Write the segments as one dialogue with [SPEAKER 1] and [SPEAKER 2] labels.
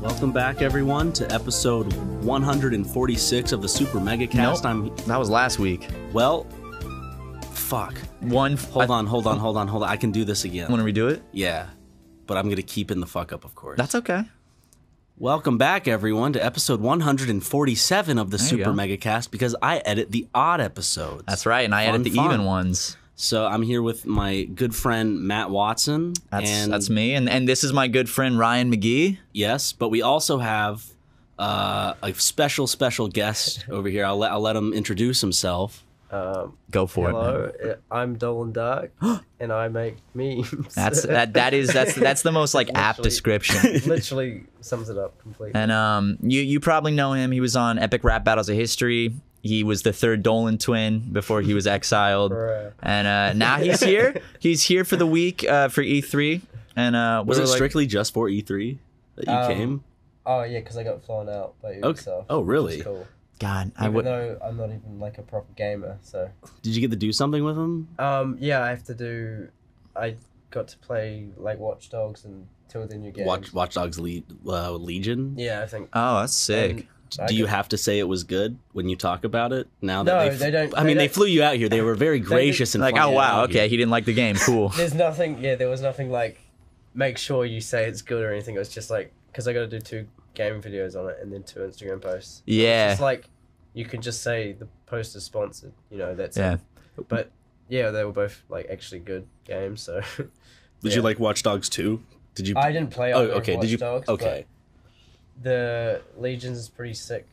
[SPEAKER 1] Welcome back, everyone, to episode 146 of the Super Mega Cast.
[SPEAKER 2] Nope.
[SPEAKER 1] I'm
[SPEAKER 2] That was last week.
[SPEAKER 1] well. Fuck.
[SPEAKER 2] One.
[SPEAKER 1] Hold on, hold on, hold on, hold on. I can do this again.
[SPEAKER 2] Want to redo it?
[SPEAKER 1] Yeah, but I'm gonna keep in the fuck up, of course.
[SPEAKER 2] That's okay.
[SPEAKER 1] Welcome back, everyone, to episode 147 of the
[SPEAKER 2] you
[SPEAKER 1] Super
[SPEAKER 2] go.
[SPEAKER 1] Mega Cast because I edit the odd episodes.
[SPEAKER 2] That's right. And I
[SPEAKER 1] Fun,
[SPEAKER 2] edit the
[SPEAKER 1] fun.
[SPEAKER 2] even ones.
[SPEAKER 1] So I'm here with my good friend Matt Watson.
[SPEAKER 2] That's
[SPEAKER 1] and
[SPEAKER 2] that's me. And and this is my good friend Ryan McGee.
[SPEAKER 1] yes, but we also have uh, a special, special guest over here. I'll let I'll let him introduce himself.
[SPEAKER 2] Go for it. man.
[SPEAKER 3] Hello, eh, I'm Dolan Dark, and I make memes.
[SPEAKER 2] That's that that is that's that's the most like apt
[SPEAKER 3] Literally.
[SPEAKER 2] description.
[SPEAKER 3] literally sums it up completely.
[SPEAKER 2] And um you you probably know him. He was on Epic Rap Battles of History. He was the third Dolan twin before he was exiled.
[SPEAKER 3] Bruh.
[SPEAKER 2] And uh, now he's here. He's here for the week uh, for E3. And uh,
[SPEAKER 1] Was
[SPEAKER 2] we
[SPEAKER 1] it
[SPEAKER 2] were like-
[SPEAKER 1] strictly just for E3 that you
[SPEAKER 3] Um,
[SPEAKER 1] came?
[SPEAKER 3] Oh yeah, because I got flown out by Ubisoft.
[SPEAKER 1] Oh,
[SPEAKER 3] which
[SPEAKER 1] really?
[SPEAKER 3] is Cool.
[SPEAKER 2] God? I
[SPEAKER 3] Even
[SPEAKER 2] would.
[SPEAKER 3] though I'm not even like a proper gamer, so
[SPEAKER 1] Did you get to do something with him?
[SPEAKER 3] um, yeah, I have to do. I got to play like Watch Dogs and two of the new games.
[SPEAKER 1] Watch Watch Dogs Le- uh, Legion.
[SPEAKER 3] Yeah, I think.
[SPEAKER 2] Oh, that's sick.
[SPEAKER 3] And
[SPEAKER 1] D-
[SPEAKER 3] I
[SPEAKER 1] Do you
[SPEAKER 3] got-
[SPEAKER 1] have to say it was good when you talk about it? Now that
[SPEAKER 3] No,
[SPEAKER 1] they, f-
[SPEAKER 3] they don't-
[SPEAKER 1] I
[SPEAKER 3] they
[SPEAKER 1] mean, they
[SPEAKER 3] don't-
[SPEAKER 1] flew you out here. They were very gracious and
[SPEAKER 2] like,
[SPEAKER 1] flying
[SPEAKER 2] oh
[SPEAKER 1] you
[SPEAKER 2] wow,
[SPEAKER 1] out
[SPEAKER 2] okay,
[SPEAKER 1] here.
[SPEAKER 2] he didn't like the game. Cool.
[SPEAKER 3] There's nothing. Yeah, there was nothing like. Make sure you say it's good or anything. It was just like because I got to do two game videos on it and then two Instagram posts.
[SPEAKER 2] Yeah.
[SPEAKER 3] It's just like you can just say the post is sponsored, you know, that's
[SPEAKER 2] Yeah.
[SPEAKER 3] it. But yeah, they were both like actually good games, so
[SPEAKER 1] Did
[SPEAKER 3] Yeah.
[SPEAKER 1] you like Watch Dogs too? Did you?
[SPEAKER 3] I didn't play
[SPEAKER 1] oh,
[SPEAKER 3] either of
[SPEAKER 1] okay. Did
[SPEAKER 3] Watch
[SPEAKER 1] you?
[SPEAKER 3] Dogs, but
[SPEAKER 1] okay.
[SPEAKER 3] The Legions is pretty sick.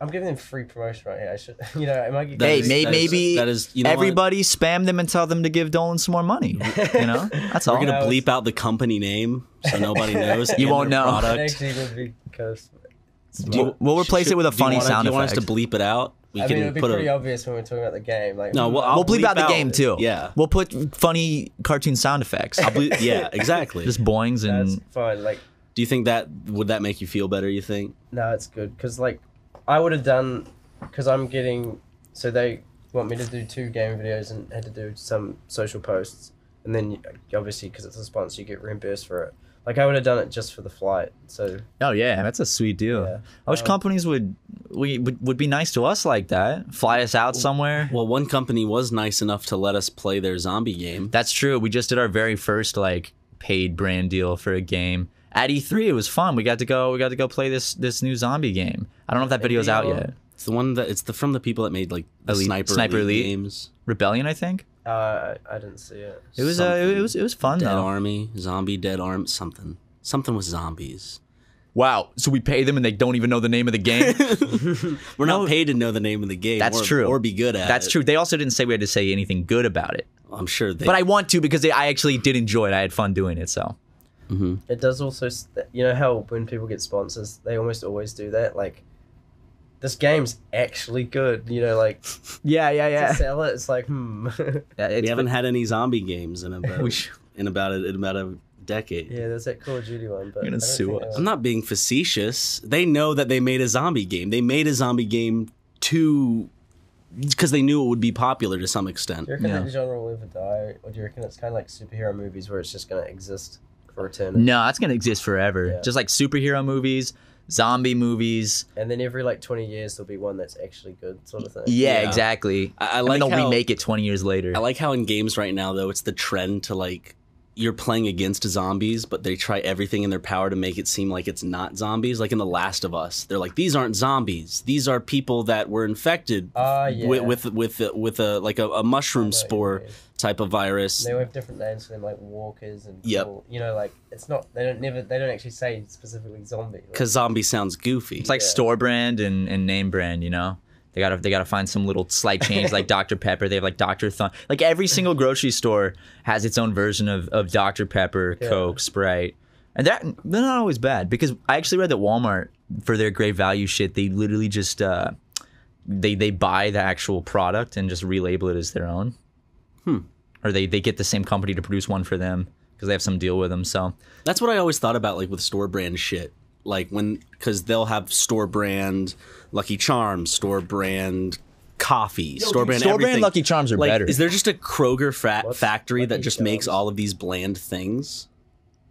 [SPEAKER 3] I'm giving them free promotion right here. I should you know, am I getting
[SPEAKER 2] Hey,
[SPEAKER 1] That is-
[SPEAKER 2] may-
[SPEAKER 1] that is-
[SPEAKER 2] maybe
[SPEAKER 1] that is. You know what?
[SPEAKER 2] Everybody spam them and tell them to give Dolan some more money. You know, that's all.
[SPEAKER 1] We're gonna
[SPEAKER 3] I was-
[SPEAKER 1] bleep out the company name so nobody knows. and
[SPEAKER 2] won't
[SPEAKER 1] their
[SPEAKER 2] know.
[SPEAKER 3] It
[SPEAKER 1] Product.
[SPEAKER 3] actually would be kind of
[SPEAKER 2] Do you- we'll replace it with a
[SPEAKER 1] do you
[SPEAKER 2] funny
[SPEAKER 1] wanna-
[SPEAKER 2] sound
[SPEAKER 1] do you want us
[SPEAKER 2] effect.
[SPEAKER 1] to bleep it out? We
[SPEAKER 3] I mean it would be
[SPEAKER 1] put
[SPEAKER 3] pretty
[SPEAKER 1] a.
[SPEAKER 3] obvious when we're talking about the game. Like mm,
[SPEAKER 1] No, well, I'll
[SPEAKER 2] we'll bleep, out the
[SPEAKER 1] out-
[SPEAKER 2] game too.
[SPEAKER 1] Yeah.
[SPEAKER 2] We'll put funny cartoon sound effects.
[SPEAKER 1] I'll bleep- yeah, exactly.
[SPEAKER 2] Just boings
[SPEAKER 3] that's
[SPEAKER 2] and
[SPEAKER 3] fine. Like
[SPEAKER 1] Do you think that would that make you feel better? You think?
[SPEAKER 3] No, it's good because like I would have done because I'm getting so they want me to do two game videos and had to do some social posts and then you- obviously because it's a sponsor you get reimbursed for it. Like I would have done it just for the flight. So
[SPEAKER 2] oh yeah, that's a sweet deal.
[SPEAKER 3] Yeah.
[SPEAKER 2] I wish
[SPEAKER 3] Um,
[SPEAKER 2] companies would we would, would be nice to us like that. Fly us out somewhere.
[SPEAKER 1] Well, one company was nice enough to let us play their zombie game.
[SPEAKER 2] That's true. We just did our very first like paid brand deal for a game at E3. It was fun. We got to go. We got to go play this this new zombie game. I don't know if that video's
[SPEAKER 1] E
[SPEAKER 2] out
[SPEAKER 3] Rebellion?
[SPEAKER 2] yet.
[SPEAKER 1] It's the one that it's the from the people that made like the
[SPEAKER 2] Elite-
[SPEAKER 1] sniper,
[SPEAKER 2] Sniper
[SPEAKER 1] Elite
[SPEAKER 2] Elite?
[SPEAKER 1] games.
[SPEAKER 2] Rebellion, I think.
[SPEAKER 3] uh, I I didn't see it.
[SPEAKER 2] It was uh, it
[SPEAKER 1] Something.
[SPEAKER 2] was it was fun
[SPEAKER 1] Dead
[SPEAKER 2] though.
[SPEAKER 1] Army, Zombie Dead Arm, something, something with zombies.
[SPEAKER 2] Wow. So we pay them and they don't even know the name of the game.
[SPEAKER 1] We're not paid to know the name of the game.
[SPEAKER 2] That's
[SPEAKER 1] or,
[SPEAKER 2] true.
[SPEAKER 1] Or be good at.
[SPEAKER 2] That's
[SPEAKER 1] it.
[SPEAKER 2] true. They also didn't say we had to say anything good about it.
[SPEAKER 1] I'm sure. They,
[SPEAKER 2] But I want to because they, I actually did enjoy it. I had fun doing it. So
[SPEAKER 3] It does also st- you know how when people get sponsors they almost always do that like. This game's actually good, you know. Like
[SPEAKER 2] yeah, yeah, Uh,
[SPEAKER 3] to sell it, it's like hmm.
[SPEAKER 1] we haven't had any zombie games in about
[SPEAKER 2] We should-
[SPEAKER 1] in about a, in about a decade.
[SPEAKER 3] yeah, there's that Call of Duty one, but
[SPEAKER 2] You're gonna
[SPEAKER 3] I don't
[SPEAKER 2] sue
[SPEAKER 3] think
[SPEAKER 2] us.
[SPEAKER 3] I-
[SPEAKER 1] I'm not being facetious. They know that they made a zombie game. They made a zombie game to because they knew it would be popular to some extent.
[SPEAKER 3] Do you reckon
[SPEAKER 2] Yeah.
[SPEAKER 3] that genre will ever die, or do you reckon it's kind of like superhero movies where it's just gonna exist for eternity?
[SPEAKER 2] no, that's gonna exist forever.
[SPEAKER 3] Yeah.
[SPEAKER 2] Just like superhero movies, zombie movies.
[SPEAKER 3] And then every like twenty years there'll be one that's actually good, sort of thing.
[SPEAKER 2] Yeah,
[SPEAKER 1] Yeah.
[SPEAKER 2] exactly.
[SPEAKER 1] I, I
[SPEAKER 2] And
[SPEAKER 1] like
[SPEAKER 2] they'll
[SPEAKER 1] how,
[SPEAKER 2] remake it 20 years later.
[SPEAKER 1] I like how in games right now though it's the trend to like you're playing against zombies, but they try everything in their power to make it seem like it's not zombies. Like in The Last of Us, they're like, "These aren't zombies. These are people that were infected
[SPEAKER 3] Ah, yeah.
[SPEAKER 1] with with with, with a like a, a mushroom
[SPEAKER 3] I know what you
[SPEAKER 1] spore
[SPEAKER 3] mean.
[SPEAKER 1] type of virus."
[SPEAKER 3] They all have different names for them, like walkers and
[SPEAKER 1] Yep.
[SPEAKER 3] people- you know, like it's not they don't never they don't actually say specifically zombie. like-
[SPEAKER 1] Because zombie sounds goofy.
[SPEAKER 2] it's like
[SPEAKER 3] yeah.
[SPEAKER 2] store brand and, and name brand, you know? They gotta they gotta find some little slight change like Dr. Pepper. They have like Dr. Thun. Like every single grocery store has its own version of, of Dr. Pepper,
[SPEAKER 3] Yeah.
[SPEAKER 2] Coke, Sprite. And that they're not always bad because I actually read that Walmart for their great value shit, they literally just uh they they buy the actual product and just relabel it as their own.
[SPEAKER 3] Hmm.
[SPEAKER 2] Or they, they get the same company to produce one for them because they have some deal with them. So
[SPEAKER 1] That's what I always thought about, like with store brand shit. Like when, because they'll have store brand Lucky Charms, store brand coffee, store brand
[SPEAKER 2] store
[SPEAKER 1] everything.
[SPEAKER 2] brand Lucky Charms are
[SPEAKER 1] like,
[SPEAKER 2] better.
[SPEAKER 1] Is there just a Kroger fat
[SPEAKER 3] What's
[SPEAKER 1] factory that
[SPEAKER 3] Lucky
[SPEAKER 1] just makes
[SPEAKER 3] Charms?
[SPEAKER 1] all of these bland things?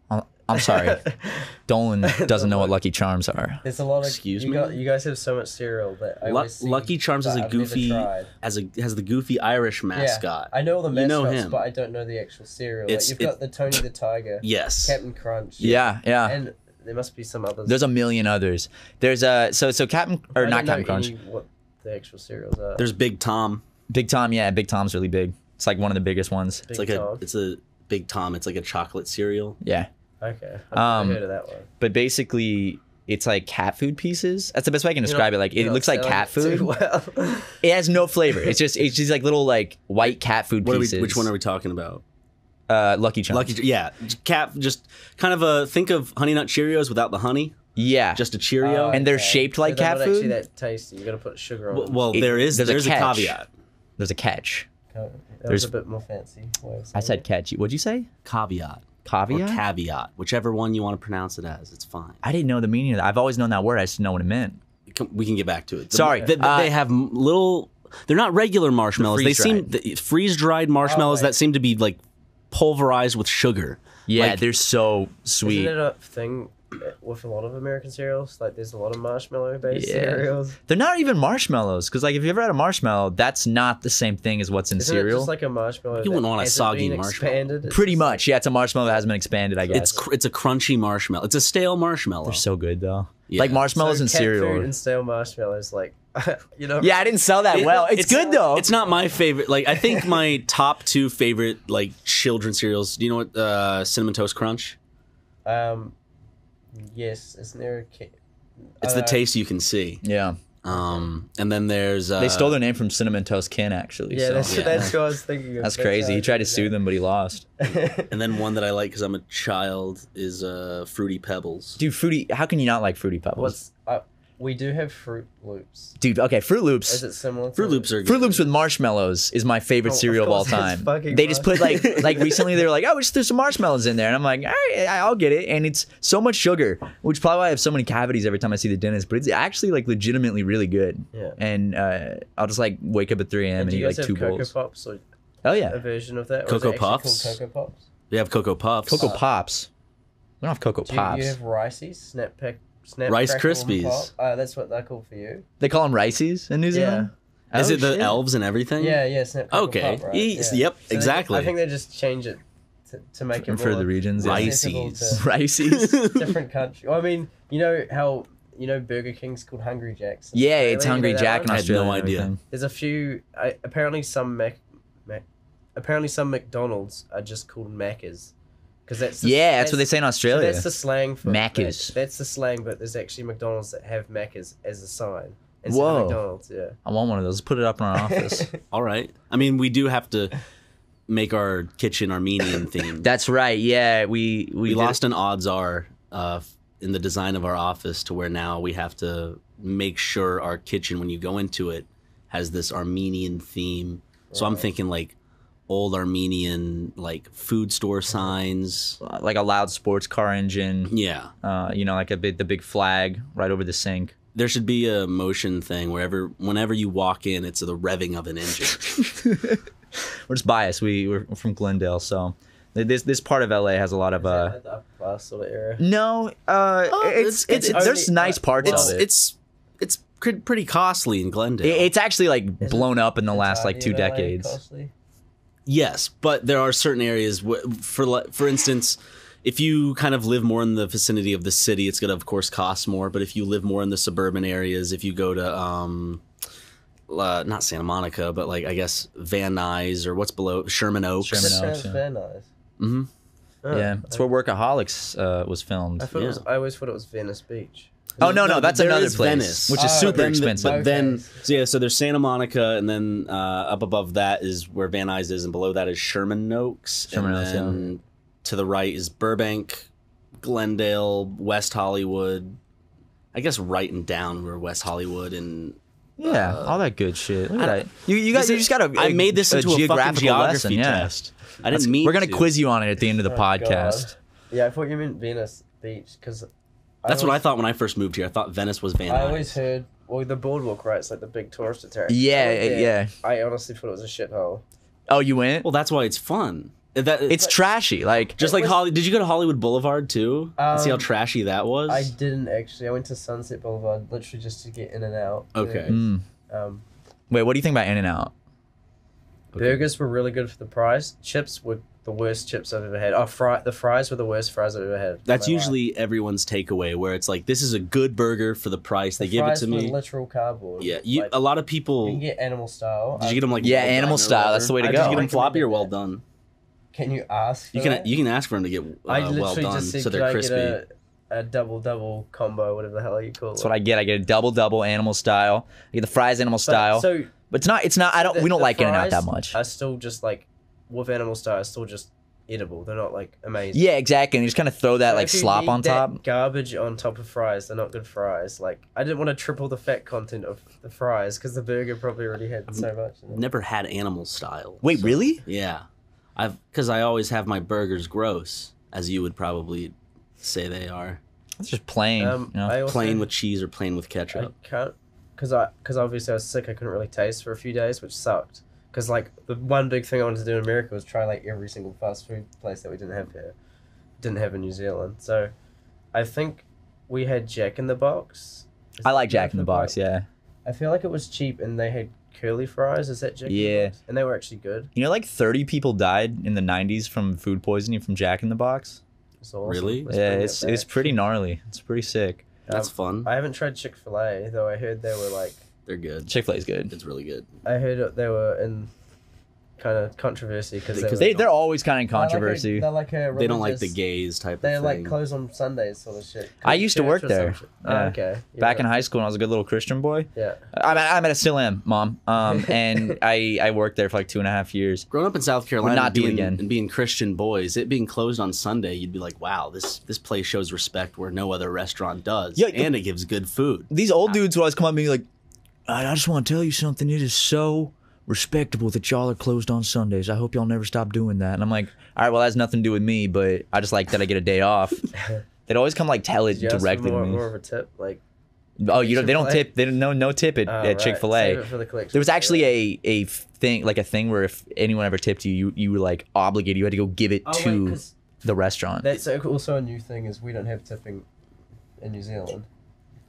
[SPEAKER 2] I'll- uh, I'm sorry. Dolan doesn't know what Lucky Charms are.
[SPEAKER 3] There's a lot of
[SPEAKER 1] Excuse
[SPEAKER 3] you
[SPEAKER 1] me?
[SPEAKER 3] got- you guys have so much cereal that I
[SPEAKER 1] Lu-
[SPEAKER 3] always see,
[SPEAKER 1] Lucky Charms has
[SPEAKER 3] but
[SPEAKER 1] a
[SPEAKER 3] I've never
[SPEAKER 1] goofy
[SPEAKER 3] tried.
[SPEAKER 1] has a has the goofy Irish mascot.
[SPEAKER 3] Yeah, I know all the
[SPEAKER 1] You
[SPEAKER 3] mascots,
[SPEAKER 1] know him.
[SPEAKER 3] but I don't know the actual cereal.
[SPEAKER 1] It's-
[SPEAKER 3] Like, you've got the Tony the Tiger,
[SPEAKER 1] Yes.
[SPEAKER 3] Captain Crunch,
[SPEAKER 2] Yeah, yeah.
[SPEAKER 3] and there must be some others.
[SPEAKER 2] There's a million others. There's a so so Captain
[SPEAKER 3] I
[SPEAKER 2] or
[SPEAKER 3] don't
[SPEAKER 2] not
[SPEAKER 3] know
[SPEAKER 2] Captain Crunch.
[SPEAKER 3] any What the actual cereals are?
[SPEAKER 1] There's Big Tom.
[SPEAKER 2] Big Tom, yeah, Big Tom's really big. It's like one of the biggest ones.
[SPEAKER 3] Big
[SPEAKER 1] It's like a
[SPEAKER 3] Dog.
[SPEAKER 1] it's a Big Tom. It's like a chocolate cereal.
[SPEAKER 2] Yeah.
[SPEAKER 3] okay. I've
[SPEAKER 2] Um,
[SPEAKER 3] never heard of that one.
[SPEAKER 2] But basically it's like cat food pieces. That's the best way I can describe it. Like it
[SPEAKER 3] You're not
[SPEAKER 2] looks like
[SPEAKER 3] selling
[SPEAKER 2] cat
[SPEAKER 3] it too
[SPEAKER 2] food.
[SPEAKER 3] Well.
[SPEAKER 2] It has no flavor. It's just it's just like little like white cat food
[SPEAKER 1] What are we,
[SPEAKER 2] pieces.
[SPEAKER 1] which one are we talking about?
[SPEAKER 2] Uh, Lucky Charms.
[SPEAKER 1] Lucky, yeah, just cat. Just kind of a think of Honey Nut Cheerios without the honey,
[SPEAKER 2] yeah.
[SPEAKER 1] just a Cheerio.
[SPEAKER 3] Oh,
[SPEAKER 2] And they're
[SPEAKER 3] okay.
[SPEAKER 2] shaped like
[SPEAKER 3] So they're
[SPEAKER 2] cat
[SPEAKER 3] not
[SPEAKER 2] food?
[SPEAKER 3] Actually, that tasty. You gotta put sugar on.
[SPEAKER 1] W-
[SPEAKER 3] them.
[SPEAKER 1] well,
[SPEAKER 2] It-
[SPEAKER 1] there is
[SPEAKER 2] there's a
[SPEAKER 1] there's, a,
[SPEAKER 2] catch.
[SPEAKER 1] caveat.
[SPEAKER 2] There's a catch.
[SPEAKER 3] that
[SPEAKER 2] there's-
[SPEAKER 3] was a bit more fancy. way of
[SPEAKER 2] I
[SPEAKER 3] saying
[SPEAKER 2] said
[SPEAKER 3] it.
[SPEAKER 2] catch. What'd you say?
[SPEAKER 1] Caveat or
[SPEAKER 2] Caviar?
[SPEAKER 1] caveat, whichever one you want to pronounce it as, it's fine.
[SPEAKER 2] I didn't know the meaning of that. I've always known that word. I just didn't know what it meant.
[SPEAKER 1] We can- We can get back to it. The-
[SPEAKER 2] Sorry,
[SPEAKER 1] the- the-
[SPEAKER 2] uh,
[SPEAKER 1] they have m- little. They're not regular marshmallows. they seem the, freeze dried marshmallows
[SPEAKER 3] Oh,
[SPEAKER 1] that
[SPEAKER 3] right.
[SPEAKER 1] seem to be like pulverized with sugar.
[SPEAKER 2] Yeah,
[SPEAKER 1] Like-
[SPEAKER 2] they're so
[SPEAKER 3] Isn't
[SPEAKER 2] sweet.
[SPEAKER 3] it a thing eh, with a lot of American cereals? Like, there's a lot of marshmallow-based
[SPEAKER 2] Yeah.
[SPEAKER 3] cereals.
[SPEAKER 2] They're not even marshmallows because, like, if you ever had a marshmallow, that's not the same thing as what's in
[SPEAKER 3] Isn't it
[SPEAKER 2] cereal.
[SPEAKER 3] just like a marshmallow?
[SPEAKER 1] You wouldn't
[SPEAKER 3] that
[SPEAKER 1] want a
[SPEAKER 3] hasn't
[SPEAKER 1] soggy
[SPEAKER 3] been
[SPEAKER 1] marshmallow.
[SPEAKER 3] expanded? It's
[SPEAKER 2] Pretty
[SPEAKER 3] just-
[SPEAKER 2] much, yeah. It's a marshmallow that hasn't been expanded. I guess
[SPEAKER 1] It's cr- it's a crunchy marshmallow. It's a stale marshmallow.
[SPEAKER 2] they're so good though.
[SPEAKER 1] Yeah.
[SPEAKER 2] Like
[SPEAKER 3] So
[SPEAKER 2] marshmallows and
[SPEAKER 3] cat
[SPEAKER 2] cereal.
[SPEAKER 3] food and stale marshmallows, like you know.
[SPEAKER 2] yeah, I didn't sell that
[SPEAKER 1] It-
[SPEAKER 2] well. It's, good though.
[SPEAKER 1] It's not my favorite. Like I think my top two favorite like children cereals. Do you know what uh, cinnamon toast crunch?
[SPEAKER 3] Um. Yes, isn't there a? Ca-
[SPEAKER 1] It's the
[SPEAKER 3] Uh,
[SPEAKER 1] taste you can see.
[SPEAKER 2] yeah,
[SPEAKER 1] Um, and then there's uh,
[SPEAKER 2] they stole their name from Cinnamon Toast Kin actually.
[SPEAKER 3] yeah,
[SPEAKER 2] so-
[SPEAKER 3] that's,
[SPEAKER 1] yeah.
[SPEAKER 3] that's what I was thinking. Of.
[SPEAKER 2] That's
[SPEAKER 3] how
[SPEAKER 2] crazy. He
[SPEAKER 3] I
[SPEAKER 2] tried to
[SPEAKER 3] figured
[SPEAKER 2] sue them, but he lost.
[SPEAKER 3] it out.
[SPEAKER 1] And then one that I like because I'm a child is uh, fruity pebbles.
[SPEAKER 2] Dude, Fruity, how can you not like Fruity Pebbles?
[SPEAKER 3] What's uh, we do have Fruit Loops.
[SPEAKER 2] Dude, okay, Fruit
[SPEAKER 3] Is
[SPEAKER 2] Loops.
[SPEAKER 3] it similar? To
[SPEAKER 1] Fruit Loops are good.
[SPEAKER 2] Fruit Loops with marshmallows is my favorite
[SPEAKER 3] Oh, of
[SPEAKER 2] cereal of, all
[SPEAKER 3] course it's
[SPEAKER 2] time.
[SPEAKER 3] fucking
[SPEAKER 2] They just put like
[SPEAKER 1] marshmallows.
[SPEAKER 2] like recently they were like, oh, we just threw some marshmallows in there, and I'm like, all right, I- I'll get it. And it's so much sugar, which probably why I have so many cavities every time I see the dentist. But it's actually like legitimately really good.
[SPEAKER 3] Yeah.
[SPEAKER 2] And uh, I'll just like wake up at 3 a.m. and,
[SPEAKER 3] And do
[SPEAKER 2] eat
[SPEAKER 3] you
[SPEAKER 2] like
[SPEAKER 3] guys
[SPEAKER 2] two
[SPEAKER 3] have Cocoa
[SPEAKER 2] bowls.
[SPEAKER 3] Pops or
[SPEAKER 2] Oh
[SPEAKER 3] a
[SPEAKER 2] yeah,
[SPEAKER 3] version of that? Or is
[SPEAKER 1] Cocoa
[SPEAKER 3] it actually called
[SPEAKER 1] Puffs?
[SPEAKER 3] Cocoa Pops.
[SPEAKER 1] We have cocoa puffs.
[SPEAKER 2] Cocoa Pops. We don't have Cocoa
[SPEAKER 3] Do you,
[SPEAKER 2] Pops.
[SPEAKER 3] you have Ricey Snap Pack? Snap
[SPEAKER 1] Rice
[SPEAKER 3] Crackle, and
[SPEAKER 1] Krispies.
[SPEAKER 3] Pop? Uh, that's what they're called for you.
[SPEAKER 2] They call them Riceys in New Zealand.
[SPEAKER 1] Is
[SPEAKER 2] Oh,
[SPEAKER 1] it the
[SPEAKER 2] shit.
[SPEAKER 1] elves and everything?
[SPEAKER 3] Yeah, yeah, Snap Crackle,
[SPEAKER 1] Mm. Okay.
[SPEAKER 3] Pop, right?
[SPEAKER 1] E-
[SPEAKER 3] Yeah.
[SPEAKER 1] Yep.
[SPEAKER 3] So they-
[SPEAKER 1] exactly.
[SPEAKER 3] I think they just change it to, to make it
[SPEAKER 2] And for
[SPEAKER 3] more
[SPEAKER 2] the regions? Yeah.
[SPEAKER 3] Rice. accessible
[SPEAKER 1] Rices.
[SPEAKER 2] Riceys.
[SPEAKER 3] different country. Well, I mean, you know how you know Burger King's called Hungry Jack's. in
[SPEAKER 2] Yeah,
[SPEAKER 3] Australia,
[SPEAKER 2] it's
[SPEAKER 3] you know
[SPEAKER 2] Hungry
[SPEAKER 3] that
[SPEAKER 2] Jack
[SPEAKER 3] one?
[SPEAKER 2] in
[SPEAKER 1] I had no
[SPEAKER 2] Australia. and
[SPEAKER 1] idea.
[SPEAKER 2] everything.
[SPEAKER 3] There's a few. I, apparently, some Mac, Mac, apparently some McDonald's are just called Maccas, because that's the-
[SPEAKER 2] Yeah, that's what they say in
[SPEAKER 3] so
[SPEAKER 2] Australia.
[SPEAKER 3] that's the slang for
[SPEAKER 2] Maccas.
[SPEAKER 3] that- that's the slang, but there's actually McDonald's that have Maccas as a sign. instead
[SPEAKER 2] Whoa.
[SPEAKER 3] of McDonald's, yeah.
[SPEAKER 2] I want one of those. Let's put it up in our office.
[SPEAKER 1] All right. I mean, we do have to make our kitchen Armenian themed.
[SPEAKER 2] That's right. Yeah, we we,
[SPEAKER 1] we
[SPEAKER 2] did-
[SPEAKER 1] lost an odds are uh, in the design of our office to where now we have to make sure our kitchen when you go into it has this armenian theme so i'm
[SPEAKER 3] Right.
[SPEAKER 1] thinking like old armenian like food store signs
[SPEAKER 2] uh, like a loud sports car engine.
[SPEAKER 1] yeah
[SPEAKER 2] Uh, you know, like a bit the big flag right over the sink.
[SPEAKER 1] there should be a motion thing wherever whenever you walk in it's the revving of an engine
[SPEAKER 2] We're just biased. We we're from Glendale, so this this part of LA has a lot of
[SPEAKER 3] Is that
[SPEAKER 2] uh.
[SPEAKER 3] like the upper class sort of era.
[SPEAKER 2] No, uh,
[SPEAKER 1] Oh,
[SPEAKER 2] it's,
[SPEAKER 1] it's-
[SPEAKER 2] it's,
[SPEAKER 1] it's
[SPEAKER 2] there's
[SPEAKER 3] only-
[SPEAKER 2] nice parts
[SPEAKER 1] it's
[SPEAKER 2] of it. It's,
[SPEAKER 1] it's it's cr- pretty costly in glendale
[SPEAKER 2] it's actually like
[SPEAKER 3] Is
[SPEAKER 2] blown up in the last like
[SPEAKER 3] Italian
[SPEAKER 2] two
[SPEAKER 3] LA
[SPEAKER 2] decades.
[SPEAKER 3] costly?
[SPEAKER 1] Yes, but there are certain areas wh- for li- for instance, if you kind of live more in the vicinity of the city, it's going to of course cost more, but if you live more in the suburban areas, if you go to um uh, not Santa Monica, but like I guess Van Nuys or what's below Sherman Oaks.
[SPEAKER 2] Sherman
[SPEAKER 3] That
[SPEAKER 2] Oaks.
[SPEAKER 3] sounds
[SPEAKER 2] yeah.
[SPEAKER 3] very nice.
[SPEAKER 1] hmm
[SPEAKER 3] Oh,
[SPEAKER 2] yeah, it's where Workaholics uh, was filmed.
[SPEAKER 3] I, thought it was, I always thought it was Venice Beach.
[SPEAKER 2] Oh no, no,
[SPEAKER 1] No,
[SPEAKER 2] that's
[SPEAKER 1] there
[SPEAKER 2] another
[SPEAKER 1] is
[SPEAKER 2] place,
[SPEAKER 1] Venice. Ah,
[SPEAKER 2] which is
[SPEAKER 3] Oh,
[SPEAKER 2] super
[SPEAKER 1] Then the-
[SPEAKER 2] expensive.
[SPEAKER 1] but then
[SPEAKER 3] Okay.
[SPEAKER 1] so yeah, so there's Santa Monica and then uh, up above that is where Van Nuys is and below that is Sherman Oaks.
[SPEAKER 2] Sherman
[SPEAKER 1] and
[SPEAKER 2] Oaks,
[SPEAKER 1] then to the right is Burbank, Glendale, West Hollywood. I guess right and down were West Hollywood and
[SPEAKER 2] Yeah, all that good shit. Look at
[SPEAKER 1] I
[SPEAKER 2] that.
[SPEAKER 1] don't-
[SPEAKER 2] uh, You, you guys,
[SPEAKER 1] This
[SPEAKER 2] you
[SPEAKER 1] is-
[SPEAKER 2] just got a.
[SPEAKER 1] I made this into a, fucking geography test. I didn't mean
[SPEAKER 2] We're gonna
[SPEAKER 1] to.
[SPEAKER 2] quiz you on it at the end of the
[SPEAKER 3] Oh, God.
[SPEAKER 2] podcast.
[SPEAKER 3] Yeah, I thought you meant Venice Beach because
[SPEAKER 1] That's what I thought when I first moved here. I thought Venice was Van
[SPEAKER 3] I
[SPEAKER 1] Nuys.
[SPEAKER 3] always heard. Well, the boardwalk, right? It's like the big tourist attraction.
[SPEAKER 2] Yeah,
[SPEAKER 3] I went there,
[SPEAKER 2] yeah.
[SPEAKER 3] I honestly thought it was a shithole.
[SPEAKER 2] Oh, you went?
[SPEAKER 1] well, that's why it's fun. That
[SPEAKER 2] It's trashy. Like
[SPEAKER 1] just
[SPEAKER 3] It
[SPEAKER 1] like
[SPEAKER 3] was-
[SPEAKER 1] Holly. Did you go to Hollywood Boulevard too? and see how
[SPEAKER 3] Um,
[SPEAKER 1] trashy that was.
[SPEAKER 3] I didn't actually. I went to Sunset Boulevard literally just to get in and out.
[SPEAKER 1] Okay.
[SPEAKER 2] Mm.
[SPEAKER 3] Um,
[SPEAKER 2] Wait, what do you think about In and Out?
[SPEAKER 1] Okay.
[SPEAKER 3] Burgers were really good for the price. Chips were the worst chips I've ever had. Oh, fry the fries were the worst fries I've ever had. in
[SPEAKER 1] That's
[SPEAKER 3] my life.
[SPEAKER 1] usually everyone's takeaway, where it's like, this is a good burger for the price. they
[SPEAKER 3] The
[SPEAKER 1] give it
[SPEAKER 3] fries
[SPEAKER 1] to
[SPEAKER 3] were
[SPEAKER 1] me.
[SPEAKER 3] Literal cardboard.
[SPEAKER 1] Yeah, you,
[SPEAKER 3] Like,
[SPEAKER 1] a lot of
[SPEAKER 3] you
[SPEAKER 1] people.
[SPEAKER 3] can get animal style.
[SPEAKER 1] did you
[SPEAKER 3] I-
[SPEAKER 1] get them like?
[SPEAKER 2] Yeah,
[SPEAKER 1] well done
[SPEAKER 2] animal
[SPEAKER 1] or
[SPEAKER 2] style,
[SPEAKER 1] whatever?
[SPEAKER 2] that's the way to
[SPEAKER 1] Or Did
[SPEAKER 2] go.
[SPEAKER 1] you get them floppy or well
[SPEAKER 3] Recommended
[SPEAKER 1] done?
[SPEAKER 3] Can you ask?
[SPEAKER 1] You
[SPEAKER 3] for
[SPEAKER 1] can
[SPEAKER 3] that?
[SPEAKER 1] you can ask for them to get uh,
[SPEAKER 3] I literally
[SPEAKER 1] well done,
[SPEAKER 3] just said,
[SPEAKER 1] so
[SPEAKER 3] "Could
[SPEAKER 1] they're
[SPEAKER 3] I
[SPEAKER 1] crispy.
[SPEAKER 3] get a, a double double combo, whatever the hell you call
[SPEAKER 2] That's
[SPEAKER 3] it.
[SPEAKER 2] what I get. I get a double double animal style. I get the fries animal
[SPEAKER 3] But-
[SPEAKER 2] style.
[SPEAKER 3] So
[SPEAKER 2] but it's not. It's not. I don't.
[SPEAKER 3] the-
[SPEAKER 2] we don't
[SPEAKER 3] the
[SPEAKER 2] like In and Out
[SPEAKER 3] fries uh,
[SPEAKER 2] that much.
[SPEAKER 3] Are still just like with animal style, are still just edible. They're not like amazing.
[SPEAKER 2] yeah, exactly. And you just kind of throw that
[SPEAKER 3] So
[SPEAKER 2] like
[SPEAKER 3] if you
[SPEAKER 2] slop
[SPEAKER 3] need
[SPEAKER 2] on
[SPEAKER 3] that
[SPEAKER 2] top.
[SPEAKER 3] Garbage on top of fries. They're not good fries. Like I didn't want to triple the fat content of the fries because the burger probably already had so much. in it.
[SPEAKER 1] Never had animal style.
[SPEAKER 2] Wait,
[SPEAKER 1] so-
[SPEAKER 3] um,
[SPEAKER 2] really?
[SPEAKER 1] Yeah, I've because I always have my burgers gross, as you would probably say they are,
[SPEAKER 2] It's just plain.
[SPEAKER 3] Um,
[SPEAKER 2] you know?
[SPEAKER 3] I also,
[SPEAKER 1] plain with cheese or plain with
[SPEAKER 3] I um,
[SPEAKER 1] ketchup.
[SPEAKER 3] can't because I because obviously I was sick. I couldn't really taste for a few days, which sucked. Because like the one big thing I wanted to do in America was try like every single fast food place that we didn't have here, didn't have in New Zealand. So, I think we had Jack in the Box. Is
[SPEAKER 2] I
[SPEAKER 3] that
[SPEAKER 2] like Jack in the Box. Yeah.
[SPEAKER 3] I feel like it was cheap, and they had curly fries. Is that Jack? in the
[SPEAKER 2] Yeah.
[SPEAKER 3] Box? and they were actually good.
[SPEAKER 2] You know, like 30 people died in the 90s from food poisoning from Jack in the Box.
[SPEAKER 3] It's awesome.
[SPEAKER 1] Really?
[SPEAKER 3] Let's
[SPEAKER 2] yeah,
[SPEAKER 3] bring that
[SPEAKER 2] it's it's
[SPEAKER 3] back.
[SPEAKER 2] pretty gnarly. It's pretty sick.
[SPEAKER 1] That's
[SPEAKER 3] Um,
[SPEAKER 1] fun.
[SPEAKER 3] I haven't tried Chick Fil A though. I heard they were like
[SPEAKER 1] They're good.
[SPEAKER 2] Chick Fil A's good.
[SPEAKER 1] It's really good.
[SPEAKER 3] I heard they were in kind of controversy because they,
[SPEAKER 1] Because
[SPEAKER 3] were-
[SPEAKER 2] They they're always kind of in controversy.
[SPEAKER 3] They're like a, they're like a
[SPEAKER 1] They don't like the
[SPEAKER 3] religious-
[SPEAKER 1] gays type.
[SPEAKER 3] They
[SPEAKER 1] of
[SPEAKER 3] like
[SPEAKER 1] thing.
[SPEAKER 3] close on Sundays sort of shit.
[SPEAKER 2] I used to
[SPEAKER 3] Church
[SPEAKER 2] work
[SPEAKER 3] or
[SPEAKER 2] there.
[SPEAKER 3] some shit.
[SPEAKER 2] Yeah.
[SPEAKER 3] Oh, okay. You're
[SPEAKER 2] Back
[SPEAKER 3] right.
[SPEAKER 2] in high school, when I was a good little Christian boy.
[SPEAKER 3] yeah.
[SPEAKER 2] I mean, I mean, I still am, mom. Um, and I I worked there for like two and a half years.
[SPEAKER 1] Growing up in South Carolina,
[SPEAKER 2] not do it
[SPEAKER 1] being,
[SPEAKER 2] again.
[SPEAKER 1] and being Christian boys, it being closed on Sunday, you'd be like, "Wow, this this place shows respect where no other restaurant does,
[SPEAKER 2] Yeah, the-
[SPEAKER 1] and it gives good food."
[SPEAKER 2] These old dudes would always come up and be like, I I just want to tell you something. It is so respectable that y'all are closed on Sundays. I hope y'all never stop doing that. And I'm like, all right, well, that has nothing to do with me, but I just like that I get a day off. They'd always come like tell it
[SPEAKER 3] Did you ask for
[SPEAKER 2] directly to
[SPEAKER 3] more,
[SPEAKER 2] me.
[SPEAKER 3] more of a tip, like
[SPEAKER 2] Oh, you don't, they don't
[SPEAKER 3] Chick-fil-A?
[SPEAKER 2] tip. They don't no no tip at,
[SPEAKER 3] oh,
[SPEAKER 2] at Chick Fil A.
[SPEAKER 3] Right. Save it for the collection.
[SPEAKER 2] There was actually a a thing like a thing where if anyone ever tipped you, you you were like obligated. You had to go give it
[SPEAKER 3] Oh, wait,
[SPEAKER 2] to
[SPEAKER 3] 'cause
[SPEAKER 2] the restaurant.
[SPEAKER 3] that's also a new thing is we don't have tipping in New Zealand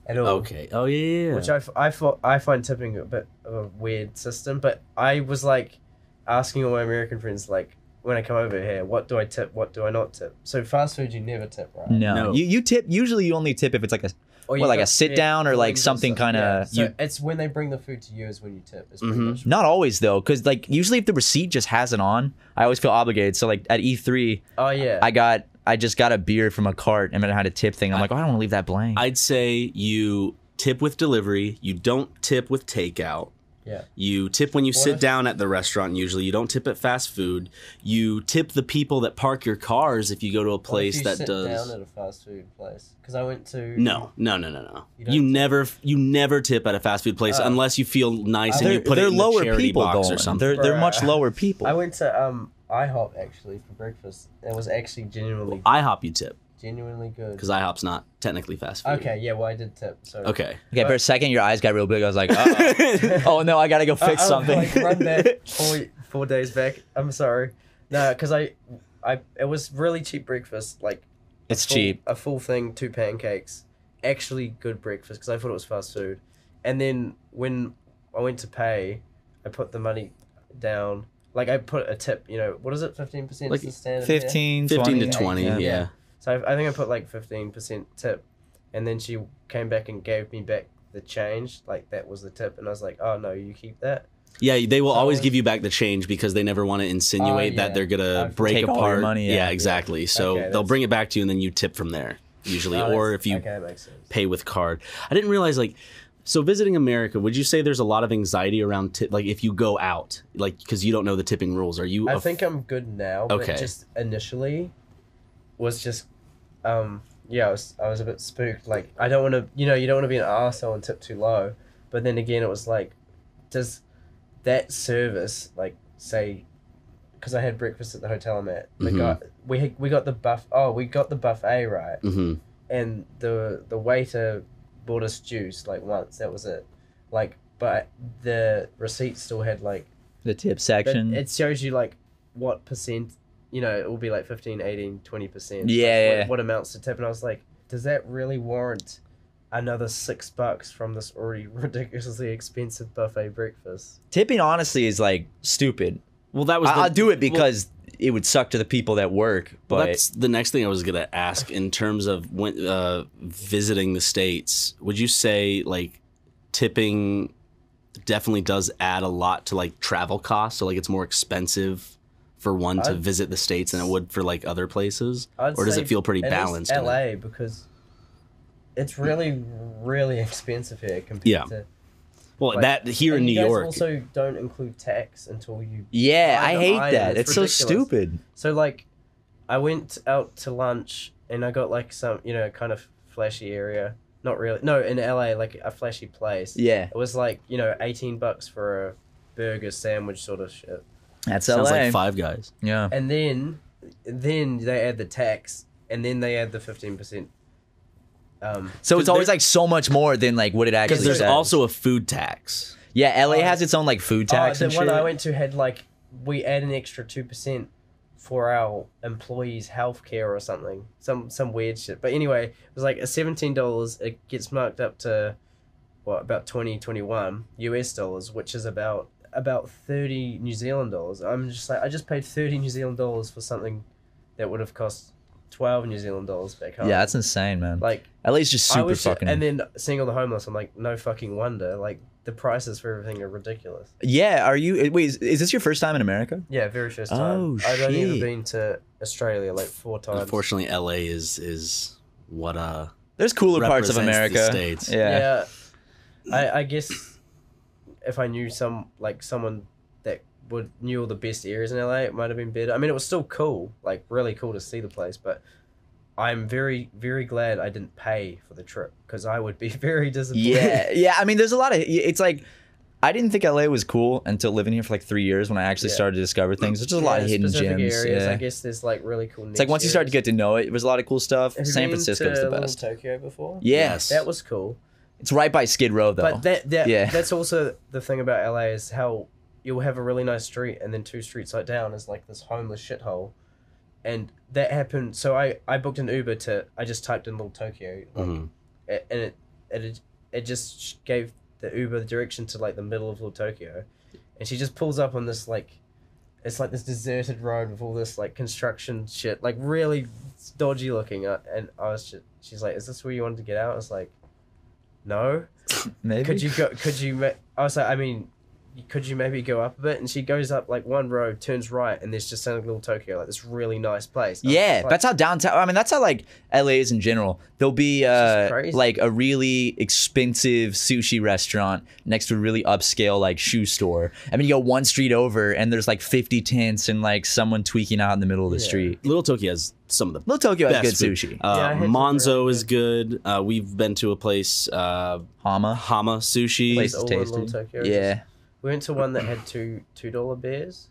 [SPEAKER 3] at all.
[SPEAKER 1] Okay. Oh yeah, yeah. yeah.
[SPEAKER 3] Which I, f- I, fo- I find tipping a bit of a weird system, but I was like asking all my American friends, like, when I come over here, what do I tip? What do I not tip? So fast food, you never tip, right?
[SPEAKER 2] no,
[SPEAKER 1] No.
[SPEAKER 2] you you tip. Usually, you only tip if it's like a
[SPEAKER 3] Or
[SPEAKER 2] Well,
[SPEAKER 3] you
[SPEAKER 2] like
[SPEAKER 3] got
[SPEAKER 2] a sit
[SPEAKER 3] spare
[SPEAKER 2] down or, like,
[SPEAKER 3] wings
[SPEAKER 2] something
[SPEAKER 3] stuff.
[SPEAKER 2] kinda-
[SPEAKER 3] Yeah, So
[SPEAKER 2] you-
[SPEAKER 3] it's when they bring the food to you is when you tip. Is pretty
[SPEAKER 1] Mhm.
[SPEAKER 3] much.
[SPEAKER 2] Not always though, because like usually if the receipt just has it on, I always feel obligated. So like at E3,
[SPEAKER 3] Oh yeah.
[SPEAKER 2] I got I just got a beer from a cart and then I had a tip thing. I'm like, oh, I don't want to leave that blank.
[SPEAKER 1] I'd say you tip with delivery. You don't tip with takeout.
[SPEAKER 3] Yeah.
[SPEAKER 1] You tip when you
[SPEAKER 3] What
[SPEAKER 1] sit
[SPEAKER 3] if-
[SPEAKER 1] down at the restaurant. Usually, you don't tip at fast food. You tip the people that park your cars if you go to a
[SPEAKER 3] What if
[SPEAKER 1] place
[SPEAKER 3] you
[SPEAKER 1] that
[SPEAKER 3] sit
[SPEAKER 1] does.
[SPEAKER 3] Down at a fast food place, because I went to.
[SPEAKER 1] No, no, no, no, no. You,
[SPEAKER 3] You don't tip?
[SPEAKER 1] never, you never tip at a fast food place
[SPEAKER 3] Oh.
[SPEAKER 1] unless you feel nice and
[SPEAKER 2] they're
[SPEAKER 1] you put it
[SPEAKER 2] they're
[SPEAKER 1] in the
[SPEAKER 2] lower
[SPEAKER 1] charity
[SPEAKER 2] people
[SPEAKER 1] box
[SPEAKER 2] though.
[SPEAKER 1] or something.
[SPEAKER 2] They're they're much
[SPEAKER 3] Bruh.
[SPEAKER 2] lower people.
[SPEAKER 3] I went to um IHOP actually for breakfast. It was actually genuinely
[SPEAKER 1] IHOP you tip
[SPEAKER 3] genuinely good.
[SPEAKER 1] because IHOP's not technically fast food.
[SPEAKER 3] Okay, yeah, well I did tip. So
[SPEAKER 1] Okay.
[SPEAKER 2] okay, for a second your eyes got real big. I was like, oh, oh no, I gotta go fix
[SPEAKER 3] I- I
[SPEAKER 2] something.
[SPEAKER 3] Like, run back four, four days back. I'm sorry. No, because I, I it was really cheap breakfast. Like a
[SPEAKER 2] it's
[SPEAKER 3] full-
[SPEAKER 2] cheap.
[SPEAKER 3] A full thing, two pancakes, actually good breakfast because I thought it was fast food. And then when I went to pay, I put the money down. Like I put a tip. You know what is it? Fifteen percent.
[SPEAKER 1] Like
[SPEAKER 3] is the standard here?
[SPEAKER 2] 15,
[SPEAKER 1] 15 to
[SPEAKER 3] 20,
[SPEAKER 1] 20,
[SPEAKER 2] yeah.
[SPEAKER 1] yeah.
[SPEAKER 3] So I, I think I put like fifteen percent tip, and then she came back and gave me back the change. Like that was the tip, and I was like, oh no, you keep that.
[SPEAKER 1] yeah. they will
[SPEAKER 3] So
[SPEAKER 1] always
[SPEAKER 3] it's-
[SPEAKER 1] give you back the change because they never want to insinuate
[SPEAKER 3] Oh,
[SPEAKER 1] that
[SPEAKER 3] yeah.
[SPEAKER 1] they're gonna
[SPEAKER 3] Okay.
[SPEAKER 1] break
[SPEAKER 2] Take all your
[SPEAKER 1] apart.
[SPEAKER 2] money, yeah.
[SPEAKER 1] yeah. exactly. So
[SPEAKER 3] Okay,
[SPEAKER 1] they'll
[SPEAKER 3] that's-
[SPEAKER 1] bring it back to you and then you tip from there usually,
[SPEAKER 3] Oh,
[SPEAKER 1] or
[SPEAKER 3] that's-
[SPEAKER 1] if you
[SPEAKER 3] okay, that makes sense.
[SPEAKER 1] pay with card. I didn't realize like so visiting America. Would you say there's a lot of anxiety around tip? Like if you go out, like because you don't know the tipping rules. Are you?
[SPEAKER 3] I
[SPEAKER 1] af-
[SPEAKER 3] think I'm good now. But
[SPEAKER 1] Okay.
[SPEAKER 3] Just initially, was just, um, yeah, I was, I was a bit spooked. Like I don't want to, you know, you don't want to be an arsehole and tip too low. But then again, it was like, does that service like say? Because I had breakfast at the hotel I'm at. The
[SPEAKER 1] Mhm.
[SPEAKER 3] guy, we had, we got the buff. Oh, we got the buffet right
[SPEAKER 1] Mhm.
[SPEAKER 3] and the the waiter bought us juice like once. That was it. Like, but the receipt still had like
[SPEAKER 2] The tip
[SPEAKER 3] but
[SPEAKER 2] section.
[SPEAKER 3] it shows you like what percent you know, it will be like 15, 18, 20%. like,
[SPEAKER 2] Yeah,
[SPEAKER 3] what-
[SPEAKER 2] yeah.
[SPEAKER 3] What, amounts to tip? And I was like, does that really warrant another six bucks from this already ridiculously expensive buffet breakfast?
[SPEAKER 2] Tipping honestly is like stupid.
[SPEAKER 1] Well, that was.
[SPEAKER 2] I,
[SPEAKER 1] the-
[SPEAKER 2] I'll do it
[SPEAKER 1] well-
[SPEAKER 2] because it would suck to the people that work,
[SPEAKER 1] Well,
[SPEAKER 2] but
[SPEAKER 1] that's the next thing I was gonna ask in terms of when uh, visiting the states. Would you say like tipping definitely does add a lot to like travel costs? So like it's more expensive for one to
[SPEAKER 3] I'd-
[SPEAKER 1] visit the states than it would for like other places,
[SPEAKER 3] I'd
[SPEAKER 1] or does
[SPEAKER 3] say
[SPEAKER 1] it feel pretty
[SPEAKER 3] at
[SPEAKER 1] balanced?
[SPEAKER 3] least
[SPEAKER 1] in it?
[SPEAKER 3] LA because it's really, really expensive here compared
[SPEAKER 1] Yeah.
[SPEAKER 3] to.
[SPEAKER 1] Well,
[SPEAKER 3] like-
[SPEAKER 1] that here
[SPEAKER 3] and
[SPEAKER 1] in New
[SPEAKER 3] you guys
[SPEAKER 1] York.
[SPEAKER 3] Also, don't include tax until you
[SPEAKER 2] yeah,
[SPEAKER 3] I
[SPEAKER 2] I
[SPEAKER 3] know,
[SPEAKER 2] hate
[SPEAKER 3] I know,
[SPEAKER 2] that.
[SPEAKER 3] it's
[SPEAKER 2] It's, so
[SPEAKER 3] ridiculous.
[SPEAKER 2] stupid.
[SPEAKER 3] So like, I went out to lunch and I got like some you know kind of flashy area. Not really. No, in LA, like a flashy place.
[SPEAKER 2] Yeah,
[SPEAKER 3] It was like you know eighteen bucks for a burger sandwich sort of shit.
[SPEAKER 2] that's
[SPEAKER 1] Sounds
[SPEAKER 2] LA.
[SPEAKER 1] like Five Guys.
[SPEAKER 2] yeah,
[SPEAKER 3] And then, then they add the tax, and then they add the fifteen percent. Um,
[SPEAKER 2] so it's always
[SPEAKER 1] there-
[SPEAKER 2] like so much more than like what it actually.
[SPEAKER 1] Because there's
[SPEAKER 2] says.
[SPEAKER 1] also a food tax.
[SPEAKER 2] yeah, LA
[SPEAKER 3] Oh.
[SPEAKER 2] has its own like food tax
[SPEAKER 3] oh,
[SPEAKER 2] and
[SPEAKER 3] the
[SPEAKER 2] shit.
[SPEAKER 3] one I went to had like we add an extra two percent for our employees' health care or something, some some weird shit. But anyway, it was like a seventeen dollars. It gets marked up to what about twenty twenty one US dollars, which is about about thirty New Zealand dollars. I'm just like I just paid thirty New Zealand dollars for something that would have cost twelve New Zealand dollars back home.
[SPEAKER 2] yeah, that's insane, man.
[SPEAKER 3] like
[SPEAKER 2] LA's just
[SPEAKER 3] I
[SPEAKER 2] super
[SPEAKER 3] was
[SPEAKER 2] fucking.
[SPEAKER 3] and then seeing all the homeless, I'm like no fucking wonder. Like the prices for everything are ridiculous.
[SPEAKER 2] yeah, are you? Wait, is, is this your first time in America?
[SPEAKER 3] Yeah, very first
[SPEAKER 2] Oh,
[SPEAKER 3] time. I've only
[SPEAKER 2] shit.
[SPEAKER 3] ever been to Australia like four times.
[SPEAKER 1] Unfortunately, LA is is what uh
[SPEAKER 2] There's cooler parts
[SPEAKER 1] represents
[SPEAKER 2] of America.
[SPEAKER 1] the states.
[SPEAKER 2] Yeah.
[SPEAKER 3] yeah. I, I guess if I knew some like someone that would knew all the best areas in LA, it might have been better. I mean, it was still cool, like really cool to see the place, but I'm very very glad I didn't pay for the trip because I would be very disappointed.
[SPEAKER 2] Yeah, yeah. I mean, there's a lot of. It's like I didn't think LA was cool until living here for like three years when I actually
[SPEAKER 3] Yeah.
[SPEAKER 2] started to discover things. There's just a lot of
[SPEAKER 3] Yeah,
[SPEAKER 2] hidden
[SPEAKER 3] specific
[SPEAKER 2] gems.
[SPEAKER 3] Areas,
[SPEAKER 2] yeah.
[SPEAKER 3] I guess there's like really cool.
[SPEAKER 2] It's like once you start to get to know it, there's a lot of cool stuff. San Francisco's the best.
[SPEAKER 3] Tokyo before.
[SPEAKER 2] Yes,
[SPEAKER 3] That was cool.
[SPEAKER 2] it's right by Skid Row though.
[SPEAKER 3] But that, that
[SPEAKER 2] Yeah.
[SPEAKER 3] that's also the thing about LA is how you'll have a really nice street and then two streets like down is like this homeless shithole. And that happened. So I, I booked an Uber to. I just typed in Little Tokyo, like,
[SPEAKER 1] Mhm.
[SPEAKER 3] a- and it, it it just sh- gave the Uber the direction to like the middle of Little Tokyo, and she just pulls up on this like, it's like this deserted road with all this like construction shit, like really dodgy looking. uh, And I was just, she's like, "Is this where you wanted to get out?" I was like, "No."
[SPEAKER 2] Maybe.
[SPEAKER 3] could you go could you ma- i was like i mean could you maybe go up a bit and she goes up like one road turns right and there's just a little tokyo like this really nice place I was
[SPEAKER 2] yeah,
[SPEAKER 3] just like,
[SPEAKER 2] that's how downtown. I mean, that's how like LA is in general. There'll be
[SPEAKER 3] just
[SPEAKER 2] uh,
[SPEAKER 3] crazy.
[SPEAKER 2] like a really expensive sushi restaurant next to a really upscale like shoe store. I mean, you go one street over and there's like 50 tents and like someone tweaking out in the middle of the
[SPEAKER 3] Yeah.
[SPEAKER 2] street.
[SPEAKER 1] Little Tokyo has some of the
[SPEAKER 2] Little Tokyo has
[SPEAKER 1] best
[SPEAKER 2] good
[SPEAKER 1] food.
[SPEAKER 2] sushi.
[SPEAKER 1] Uh,
[SPEAKER 3] Yeah, I had some
[SPEAKER 1] Monzo
[SPEAKER 3] really
[SPEAKER 1] is good. Uh, we've been to a place, uh,
[SPEAKER 2] Hama.
[SPEAKER 1] Hama Sushi.
[SPEAKER 2] Place
[SPEAKER 3] all
[SPEAKER 2] is
[SPEAKER 3] in Little
[SPEAKER 2] tasty.
[SPEAKER 3] Tokyo,
[SPEAKER 2] Yeah.
[SPEAKER 3] we went to one that had two two dollar beers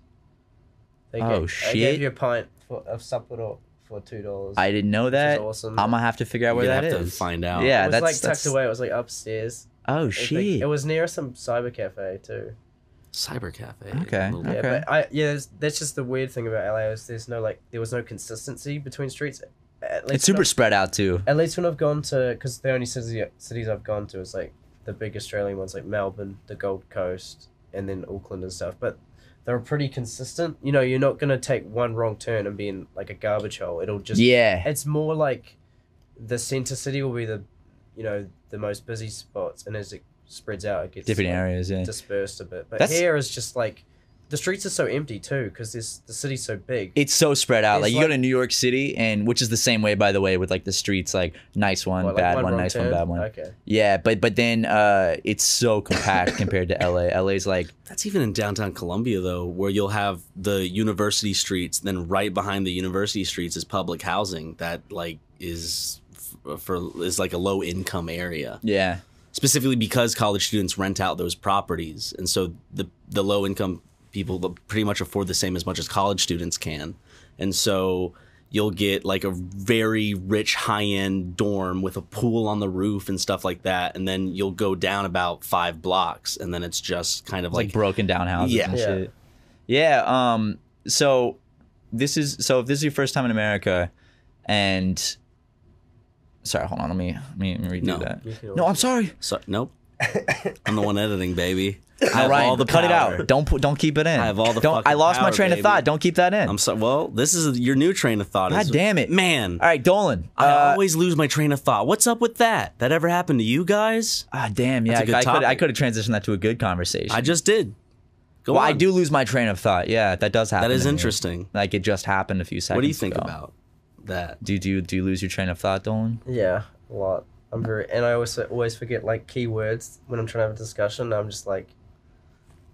[SPEAKER 3] they
[SPEAKER 2] Oh,
[SPEAKER 3] gave, they gave
[SPEAKER 2] shit.
[SPEAKER 3] you a pint for, of Sapporo for two dollars
[SPEAKER 2] I didn't know
[SPEAKER 3] is
[SPEAKER 2] that.
[SPEAKER 3] awesome
[SPEAKER 2] I'm gonna have to figure out
[SPEAKER 1] We're
[SPEAKER 2] where
[SPEAKER 1] gonna
[SPEAKER 2] that is.
[SPEAKER 1] have to find out.
[SPEAKER 2] Yeah,
[SPEAKER 3] it was
[SPEAKER 2] that's-
[SPEAKER 3] like tucked
[SPEAKER 2] that's-
[SPEAKER 3] away it was like upstairs
[SPEAKER 2] Oh
[SPEAKER 3] I think.
[SPEAKER 2] shit.
[SPEAKER 3] it was near some cyber cafe too
[SPEAKER 1] Cyber Cafe.
[SPEAKER 2] Okay.
[SPEAKER 1] Little-
[SPEAKER 3] Yeah,
[SPEAKER 2] Okay.
[SPEAKER 3] but I yeah, that's, that's just the weird thing about LA is there's no like there was no consistency between streets. At least
[SPEAKER 2] It's super
[SPEAKER 3] when
[SPEAKER 2] spread out too.
[SPEAKER 3] I've- At least when I've gone to, because the only city, cities I've gone to is like the big Australian ones, like Melbourne, the Gold Coast, and then Auckland and stuff. But they're pretty consistent. You know, you're not gonna take one wrong turn and be in like a garbage hole. It'll just
[SPEAKER 2] Yeah.
[SPEAKER 3] it's more like the center city will be the, you know, the most busy spots, and as it spreads out, it gets
[SPEAKER 2] Different
[SPEAKER 3] like,
[SPEAKER 2] areas. Yeah.
[SPEAKER 3] dispersed a bit. But
[SPEAKER 2] That's-
[SPEAKER 3] here is just like the streets are so empty too because this the city's so big.
[SPEAKER 2] It's so spread out.
[SPEAKER 3] It's
[SPEAKER 2] Like you go
[SPEAKER 3] like-
[SPEAKER 2] to New York City, and which is the same way, by the way, with like the streets, like nice one,
[SPEAKER 3] What, like,
[SPEAKER 2] bad one,
[SPEAKER 3] wrong
[SPEAKER 2] nice
[SPEAKER 3] turn?
[SPEAKER 2] one, bad one.
[SPEAKER 3] Okay.
[SPEAKER 2] Yeah, but but then uh, it's so compact compared to LA. LA's like
[SPEAKER 1] That's even in downtown Columbia though, where you'll have the university streets. Then right behind the university streets is public housing that like is f- for is like a low income area.
[SPEAKER 2] yeah,
[SPEAKER 1] specifically because college students rent out those properties, and so the the low income people that pretty much afford the same as much as college students can, and so you'll get like a very rich high end dorm with a pool on the roof and stuff like that, and then you'll go down about five blocks, and then it's just kind of
[SPEAKER 2] like,
[SPEAKER 1] like.
[SPEAKER 2] broken down houses
[SPEAKER 1] Yeah.
[SPEAKER 2] and
[SPEAKER 3] Yeah.
[SPEAKER 2] shit. Yeah. Um. So this is so if this is your first time in America, and sorry, hold on, let me let me redo
[SPEAKER 1] No.
[SPEAKER 2] that.
[SPEAKER 3] You can
[SPEAKER 2] No, I'm sorry.
[SPEAKER 1] So nope. I'm the one editing, baby. I have
[SPEAKER 2] Ryan,
[SPEAKER 1] all the
[SPEAKER 2] cut it
[SPEAKER 1] power.
[SPEAKER 2] out. Don't put, don't keep it in. I
[SPEAKER 1] have all the
[SPEAKER 2] Don't, I
[SPEAKER 1] fucking
[SPEAKER 2] lost my
[SPEAKER 1] power,
[SPEAKER 2] train
[SPEAKER 1] baby.
[SPEAKER 2] of thought. Don't keep that in.
[SPEAKER 1] I'm sorry. Well, this is your new train of thought. is-
[SPEAKER 2] God damn it.
[SPEAKER 1] man!
[SPEAKER 2] All right, Dolan.
[SPEAKER 1] I
[SPEAKER 2] uh,
[SPEAKER 1] always lose my train of thought. What's up with that? That ever happened to you guys?
[SPEAKER 2] ah, damn.
[SPEAKER 1] That's
[SPEAKER 2] Yeah,
[SPEAKER 1] a good
[SPEAKER 2] I could I
[SPEAKER 1] topic.
[SPEAKER 2] could have transitioned that to a good conversation.
[SPEAKER 1] I just did. Go
[SPEAKER 2] well,
[SPEAKER 1] on.
[SPEAKER 2] I do lose my train of thought. Yeah, that does happen.
[SPEAKER 1] That is
[SPEAKER 2] to me.
[SPEAKER 1] interesting.
[SPEAKER 2] Like it just happened a few seconds.
[SPEAKER 1] What do you think
[SPEAKER 2] ago.
[SPEAKER 1] about that?
[SPEAKER 2] Do you, do you do you lose your train of thought, Dolan?
[SPEAKER 3] Yeah, a lot. I'm very, and I also always forget like keywords when I'm trying to have a discussion. I'm just like,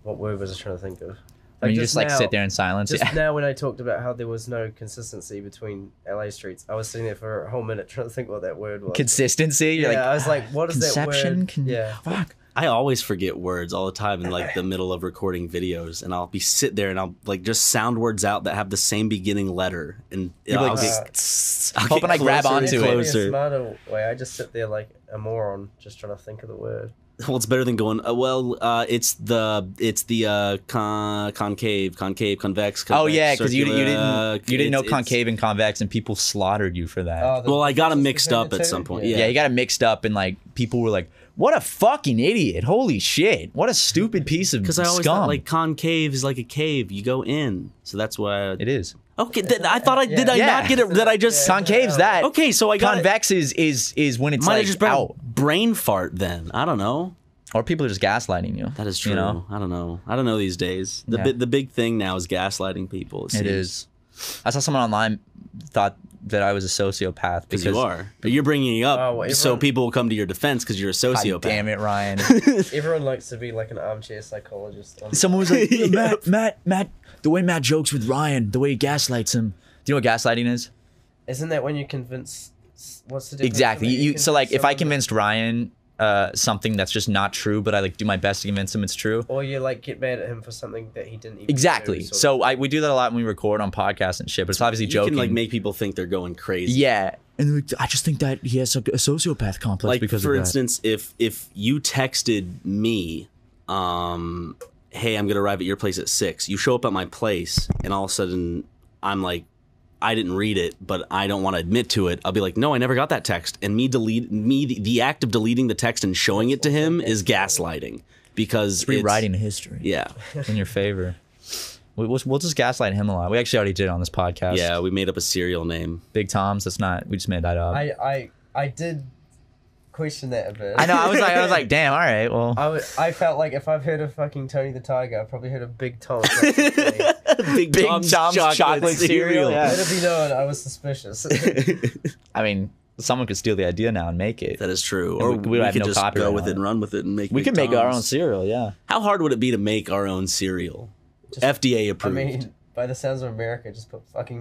[SPEAKER 3] what word was I trying to think of?
[SPEAKER 2] I mean, you just like sit there in silence.
[SPEAKER 3] Just
[SPEAKER 2] yeah.
[SPEAKER 3] now, when I talked about how there was no consistency between LA streets, I was sitting there for a whole minute trying to think what that word was.
[SPEAKER 2] Consistency.
[SPEAKER 3] yeah,
[SPEAKER 2] You're
[SPEAKER 3] I
[SPEAKER 2] like
[SPEAKER 3] was like, what is that
[SPEAKER 2] conception.
[SPEAKER 3] word?
[SPEAKER 2] Con-
[SPEAKER 3] yeah,
[SPEAKER 2] Fuck.
[SPEAKER 1] I always forget words all the time in like the middle of recording videos, and I'll be sit there and I'll like just sound words out that have the same beginning letter, and
[SPEAKER 2] You're
[SPEAKER 1] I'll
[SPEAKER 2] like,
[SPEAKER 1] get- I'll
[SPEAKER 2] hoping
[SPEAKER 1] get
[SPEAKER 2] I grab
[SPEAKER 1] closer and
[SPEAKER 2] onto it.
[SPEAKER 3] Maybe
[SPEAKER 1] closer.
[SPEAKER 3] A smarter way. I just sit there like a moron, just trying to think of the word.
[SPEAKER 1] Well, it's better than going. Uh, well, uh, it's the it's the uh, con- concave, concave, convex.
[SPEAKER 2] Oh
[SPEAKER 1] convex,
[SPEAKER 2] yeah, because you, you
[SPEAKER 1] circular, uh,
[SPEAKER 2] didn't you didn't know
[SPEAKER 1] it's- it's-
[SPEAKER 2] concave and convex, and people slaughtered you for that.
[SPEAKER 3] Oh, the
[SPEAKER 1] Well, I got 'em
[SPEAKER 3] difference
[SPEAKER 1] mixed
[SPEAKER 3] between
[SPEAKER 1] up
[SPEAKER 3] the
[SPEAKER 1] at
[SPEAKER 3] two?
[SPEAKER 1] some point,
[SPEAKER 3] Yeah.
[SPEAKER 1] yeah.
[SPEAKER 2] yeah, you got it mixed up, and like people were like, "What a fucking idiot! Holy shit! What a stupid piece of
[SPEAKER 1] Because I always
[SPEAKER 2] scum!"
[SPEAKER 1] thought like concave is like a cave. You go in, so that's why. I,
[SPEAKER 2] it is.
[SPEAKER 1] okay, th- I thought I did. I
[SPEAKER 2] Yeah.
[SPEAKER 1] not get it. That I just
[SPEAKER 3] Yeah.
[SPEAKER 2] Concave's that.
[SPEAKER 1] Okay, so I got. It.
[SPEAKER 2] Convex is is is when it's
[SPEAKER 1] Might
[SPEAKER 2] like
[SPEAKER 1] have just been
[SPEAKER 2] out,
[SPEAKER 1] a brain fart. Then I don't know.
[SPEAKER 2] or people are just gaslighting you.
[SPEAKER 1] That is true.
[SPEAKER 2] You know,
[SPEAKER 1] I don't know. I don't know these days. The
[SPEAKER 2] Yeah.
[SPEAKER 1] bi- the big thing now is gaslighting people. It,
[SPEAKER 2] it
[SPEAKER 1] seems.
[SPEAKER 2] is. I saw someone online thought that I was a sociopath
[SPEAKER 1] because
[SPEAKER 2] because
[SPEAKER 1] you are. But you're bringing it up,
[SPEAKER 3] Oh, well,
[SPEAKER 1] so
[SPEAKER 3] everyone-
[SPEAKER 1] people will come to your defense because you're a
[SPEAKER 2] God
[SPEAKER 1] sociopath.
[SPEAKER 2] damn it, Ryan.
[SPEAKER 3] Everyone likes to be like an armchair psychologist. on-
[SPEAKER 2] Someone was like, Matt, Matt, Matt. The way Matt jokes with Ryan, the way he gaslights him. Do you know what gaslighting is?
[SPEAKER 3] Isn't that when you convince? What's the difference?
[SPEAKER 2] Exactly.
[SPEAKER 3] when
[SPEAKER 2] You, you- so like, if I
[SPEAKER 3] someone-
[SPEAKER 2] convinced Ryan uh, something that's just not true, but I like do my best to convince him it's true.
[SPEAKER 3] or you like get mad at him for something that he didn't even
[SPEAKER 2] Exactly.
[SPEAKER 3] do, sort of.
[SPEAKER 2] So I we do that a lot when we record on podcasts and shit. But it's obviously
[SPEAKER 1] You
[SPEAKER 2] joking.
[SPEAKER 1] can like make people think they're going crazy.
[SPEAKER 2] yeah. And like, I just think that he has a, a sociopath complex
[SPEAKER 1] like
[SPEAKER 2] because
[SPEAKER 1] for
[SPEAKER 2] of
[SPEAKER 1] instance, if if you texted me, um, hey, I'm gonna arrive at your place at six. You show up at my place, and all of a sudden, I'm like, I didn't read it, but I don't want to admit to it. I'll be like, no, I never got that text, and me delete me the, the act of deleting the text and showing it to him is gaslighting because
[SPEAKER 2] that. rewriting history
[SPEAKER 1] Yeah,
[SPEAKER 2] in your favor. We, we'll, we'll just gaslight him a lot. We actually already did on this podcast.
[SPEAKER 1] yeah, we made up a serial name.
[SPEAKER 2] Big Tom's. That's not. We just made that up. I,
[SPEAKER 3] I I I did question that a bit.
[SPEAKER 2] know. I was like, I was like, damn. All right. Well,
[SPEAKER 3] I, would, I felt like if I've heard of fucking Tony the Tiger, I've probably heard of Big Tom.
[SPEAKER 1] Big,
[SPEAKER 2] Big Tom's chocolate cereal, yeah.
[SPEAKER 3] Let it be known, I was suspicious.
[SPEAKER 2] I mean, someone could steal the idea now and make it.
[SPEAKER 1] That is true.
[SPEAKER 2] And
[SPEAKER 1] Or
[SPEAKER 2] we- we
[SPEAKER 1] we,
[SPEAKER 2] have
[SPEAKER 1] could
[SPEAKER 2] no
[SPEAKER 1] just
[SPEAKER 2] copyright
[SPEAKER 1] go
[SPEAKER 2] on
[SPEAKER 1] with
[SPEAKER 2] it.
[SPEAKER 1] it and run with it and make.
[SPEAKER 2] we
[SPEAKER 1] Big
[SPEAKER 2] could make our own
[SPEAKER 1] Toms.
[SPEAKER 2] cereal. Yeah.
[SPEAKER 1] How hard would it be to make our own cereal?
[SPEAKER 3] Just-
[SPEAKER 1] FDA
[SPEAKER 3] I
[SPEAKER 1] approved.
[SPEAKER 3] mean, by the sounds of America, just put fucking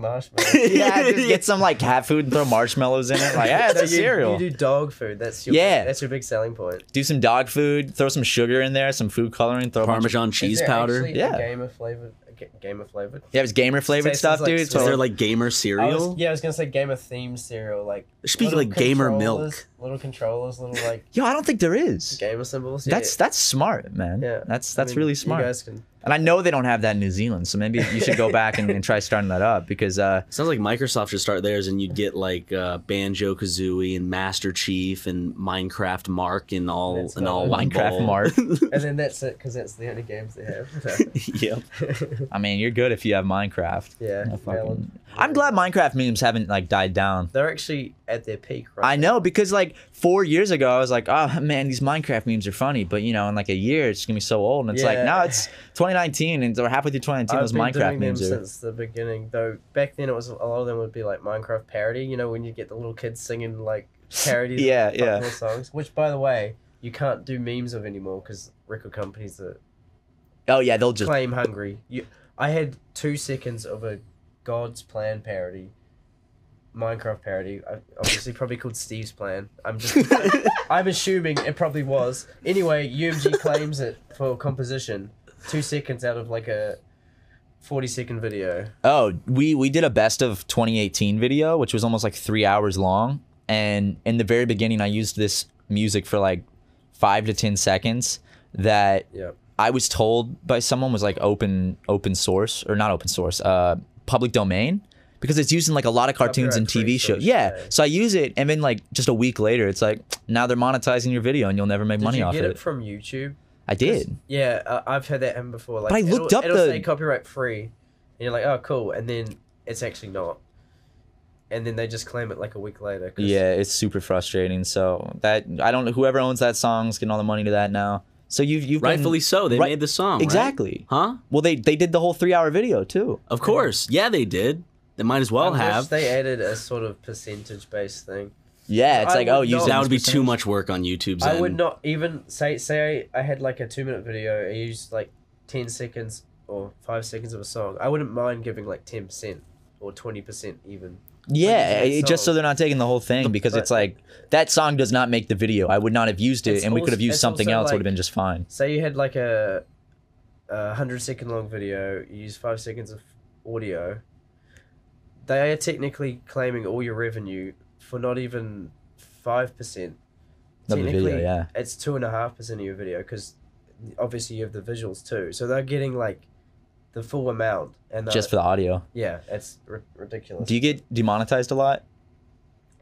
[SPEAKER 3] marshmallows.
[SPEAKER 2] yeah, just get some like cat food and throw marshmallows in it. Like, yeah, it's
[SPEAKER 3] No,
[SPEAKER 2] a
[SPEAKER 3] you-
[SPEAKER 2] cereal.
[SPEAKER 3] You do dog food. That's your
[SPEAKER 2] Yeah.
[SPEAKER 3] That's your big selling point.
[SPEAKER 2] do some dog food, throw some sugar in there, some food coloring, throw a bunch of-
[SPEAKER 1] Parmesan
[SPEAKER 3] Is
[SPEAKER 1] cheese
[SPEAKER 3] there
[SPEAKER 1] powder.
[SPEAKER 3] actually a
[SPEAKER 2] Yeah.
[SPEAKER 3] Game of flavored. a ga- Game of flavored.
[SPEAKER 2] Yeah, it's gamer flavored
[SPEAKER 3] Tastes
[SPEAKER 2] stuff,
[SPEAKER 3] like
[SPEAKER 2] dude.
[SPEAKER 3] sweet-
[SPEAKER 2] So
[SPEAKER 1] Is there like gamer
[SPEAKER 3] I
[SPEAKER 1] cereal?
[SPEAKER 3] was- yeah, I was gonna say game of theme cereal, like
[SPEAKER 1] There should be,
[SPEAKER 3] little
[SPEAKER 1] like, gamer
[SPEAKER 3] controllers-
[SPEAKER 1] milk.
[SPEAKER 3] little controllers, little like
[SPEAKER 2] yo, I don't think there is.
[SPEAKER 3] gamer symbols. Yeah,
[SPEAKER 2] That's that's smart, man.
[SPEAKER 3] yeah.
[SPEAKER 2] that's
[SPEAKER 3] I
[SPEAKER 2] that's
[SPEAKER 3] mean,
[SPEAKER 2] really smart.
[SPEAKER 3] You guys can.
[SPEAKER 2] and I know they don't have that in New Zealand, so maybe you should go back and, and try starting that up because uh,
[SPEAKER 1] Sounds like Microsoft should start theirs, and you'd get like uh, Banjo Kazooie and Master Chief and Minecraft Mark and all
[SPEAKER 3] That's
[SPEAKER 1] and
[SPEAKER 3] what
[SPEAKER 1] all
[SPEAKER 3] I-
[SPEAKER 1] one
[SPEAKER 2] Minecraft
[SPEAKER 1] bowl.
[SPEAKER 2] Mark.
[SPEAKER 3] And then that's it, because that's the only games they have.
[SPEAKER 1] yep.
[SPEAKER 2] I mean, you're good if you have Minecraft.
[SPEAKER 3] yeah,
[SPEAKER 2] No
[SPEAKER 3] valid.
[SPEAKER 2] fucking- I'm glad Minecraft memes haven't like died down.
[SPEAKER 3] they're actually at their peak,
[SPEAKER 2] I
[SPEAKER 3] right?
[SPEAKER 2] know because like four years ago, I was like, oh man, these Minecraft memes are funny, but you know, in like a year, it's gonna be so old. And it's like,
[SPEAKER 3] Yeah.
[SPEAKER 2] no, it's 2019, and we're halfway through 2019.
[SPEAKER 3] I've
[SPEAKER 2] those
[SPEAKER 3] been
[SPEAKER 2] Minecraft
[SPEAKER 3] doing them
[SPEAKER 2] memes are.
[SPEAKER 3] since the beginning, though. Back then, it was a lot of them would be like Minecraft parody. You know, when you get the little kids singing like parodies, of
[SPEAKER 2] Yeah,
[SPEAKER 3] popular
[SPEAKER 2] yeah.
[SPEAKER 3] songs. Which, by the way, you can't do memes of anymore because record companies are
[SPEAKER 2] Oh yeah, they'll just.
[SPEAKER 3] claim hungry. You, I had two seconds of a God's Plan parody, Minecraft parody. I- Obviously, probably called Steve's Plan. I'm just, I'm assuming it probably was. Anyway, UMG claims it for composition. Two seconds out of like a forty second video.
[SPEAKER 2] Oh, we we did a best of 2018 video, which was almost like three hours long. And in the very beginning, I used this music for like five to ten seconds that
[SPEAKER 3] Yeah.
[SPEAKER 2] I was told by someone was like open open source or not open source, uh, public domain because it's used in like a lot of cartoons and
[SPEAKER 3] Copyright-free
[SPEAKER 2] TV shows.
[SPEAKER 3] stuff,
[SPEAKER 2] Yeah.
[SPEAKER 3] yeah.
[SPEAKER 2] So I use it, and then like just a week later, it's like now they're monetizing your video, and you'll never make
[SPEAKER 3] Did
[SPEAKER 2] money
[SPEAKER 3] you
[SPEAKER 2] off
[SPEAKER 3] get
[SPEAKER 2] it.
[SPEAKER 3] it from YouTube?
[SPEAKER 2] I did.
[SPEAKER 3] Yeah, uh, I've heard that happen before. Like,
[SPEAKER 2] But I
[SPEAKER 3] it'll-
[SPEAKER 2] looked up
[SPEAKER 3] it'll
[SPEAKER 2] the-
[SPEAKER 3] say copyright free, and you're like, oh, cool, and then it's actually not, and then they just claim it like a week later. 'cause-
[SPEAKER 2] Yeah, it's super frustrating. So that I don't know whoever owns that song's getting all the money to that now. So you've you've been-
[SPEAKER 1] Rightfully so. They
[SPEAKER 2] Right-
[SPEAKER 1] made the song. right?
[SPEAKER 2] exactly.
[SPEAKER 1] Huh?
[SPEAKER 2] Well, they they did the whole three hour video too.
[SPEAKER 1] Of course. Yeah, they did. They might as well
[SPEAKER 3] I wish
[SPEAKER 1] have.
[SPEAKER 3] they added a sort of percentage based thing.
[SPEAKER 2] Yeah, it's
[SPEAKER 3] I
[SPEAKER 2] like
[SPEAKER 3] would
[SPEAKER 2] oh, use
[SPEAKER 3] not-
[SPEAKER 1] that
[SPEAKER 2] this
[SPEAKER 1] would be too
[SPEAKER 2] percentage.
[SPEAKER 1] much work on YouTube's
[SPEAKER 3] I
[SPEAKER 1] end.
[SPEAKER 3] would not even say say I, I had like a two minute video. I used like ten seconds or five seconds of a song. I wouldn't mind giving like ten percent or twenty percent even.
[SPEAKER 2] Yeah,
[SPEAKER 3] Like,
[SPEAKER 2] it- it- just so they're not taking the whole thing because
[SPEAKER 3] but-
[SPEAKER 2] it's like that song does not make the video. I would not have used it,
[SPEAKER 3] It's
[SPEAKER 2] and we could have
[SPEAKER 3] also-
[SPEAKER 2] used
[SPEAKER 3] it's
[SPEAKER 2] something
[SPEAKER 3] also
[SPEAKER 2] else. would have
[SPEAKER 3] like-
[SPEAKER 2] been just fine.
[SPEAKER 3] Say you had like a, a hundred second long video. You use five seconds of audio. They are technically claiming all your revenue for not even five percent.
[SPEAKER 2] Of the video, yeah.
[SPEAKER 3] it's two and a half percent of your video because obviously you have the visuals too. So they're getting like the full amount, and they're-
[SPEAKER 2] Just for the audio.
[SPEAKER 3] yeah, it's ri- ridiculous.
[SPEAKER 2] Do you get demonetized a lot?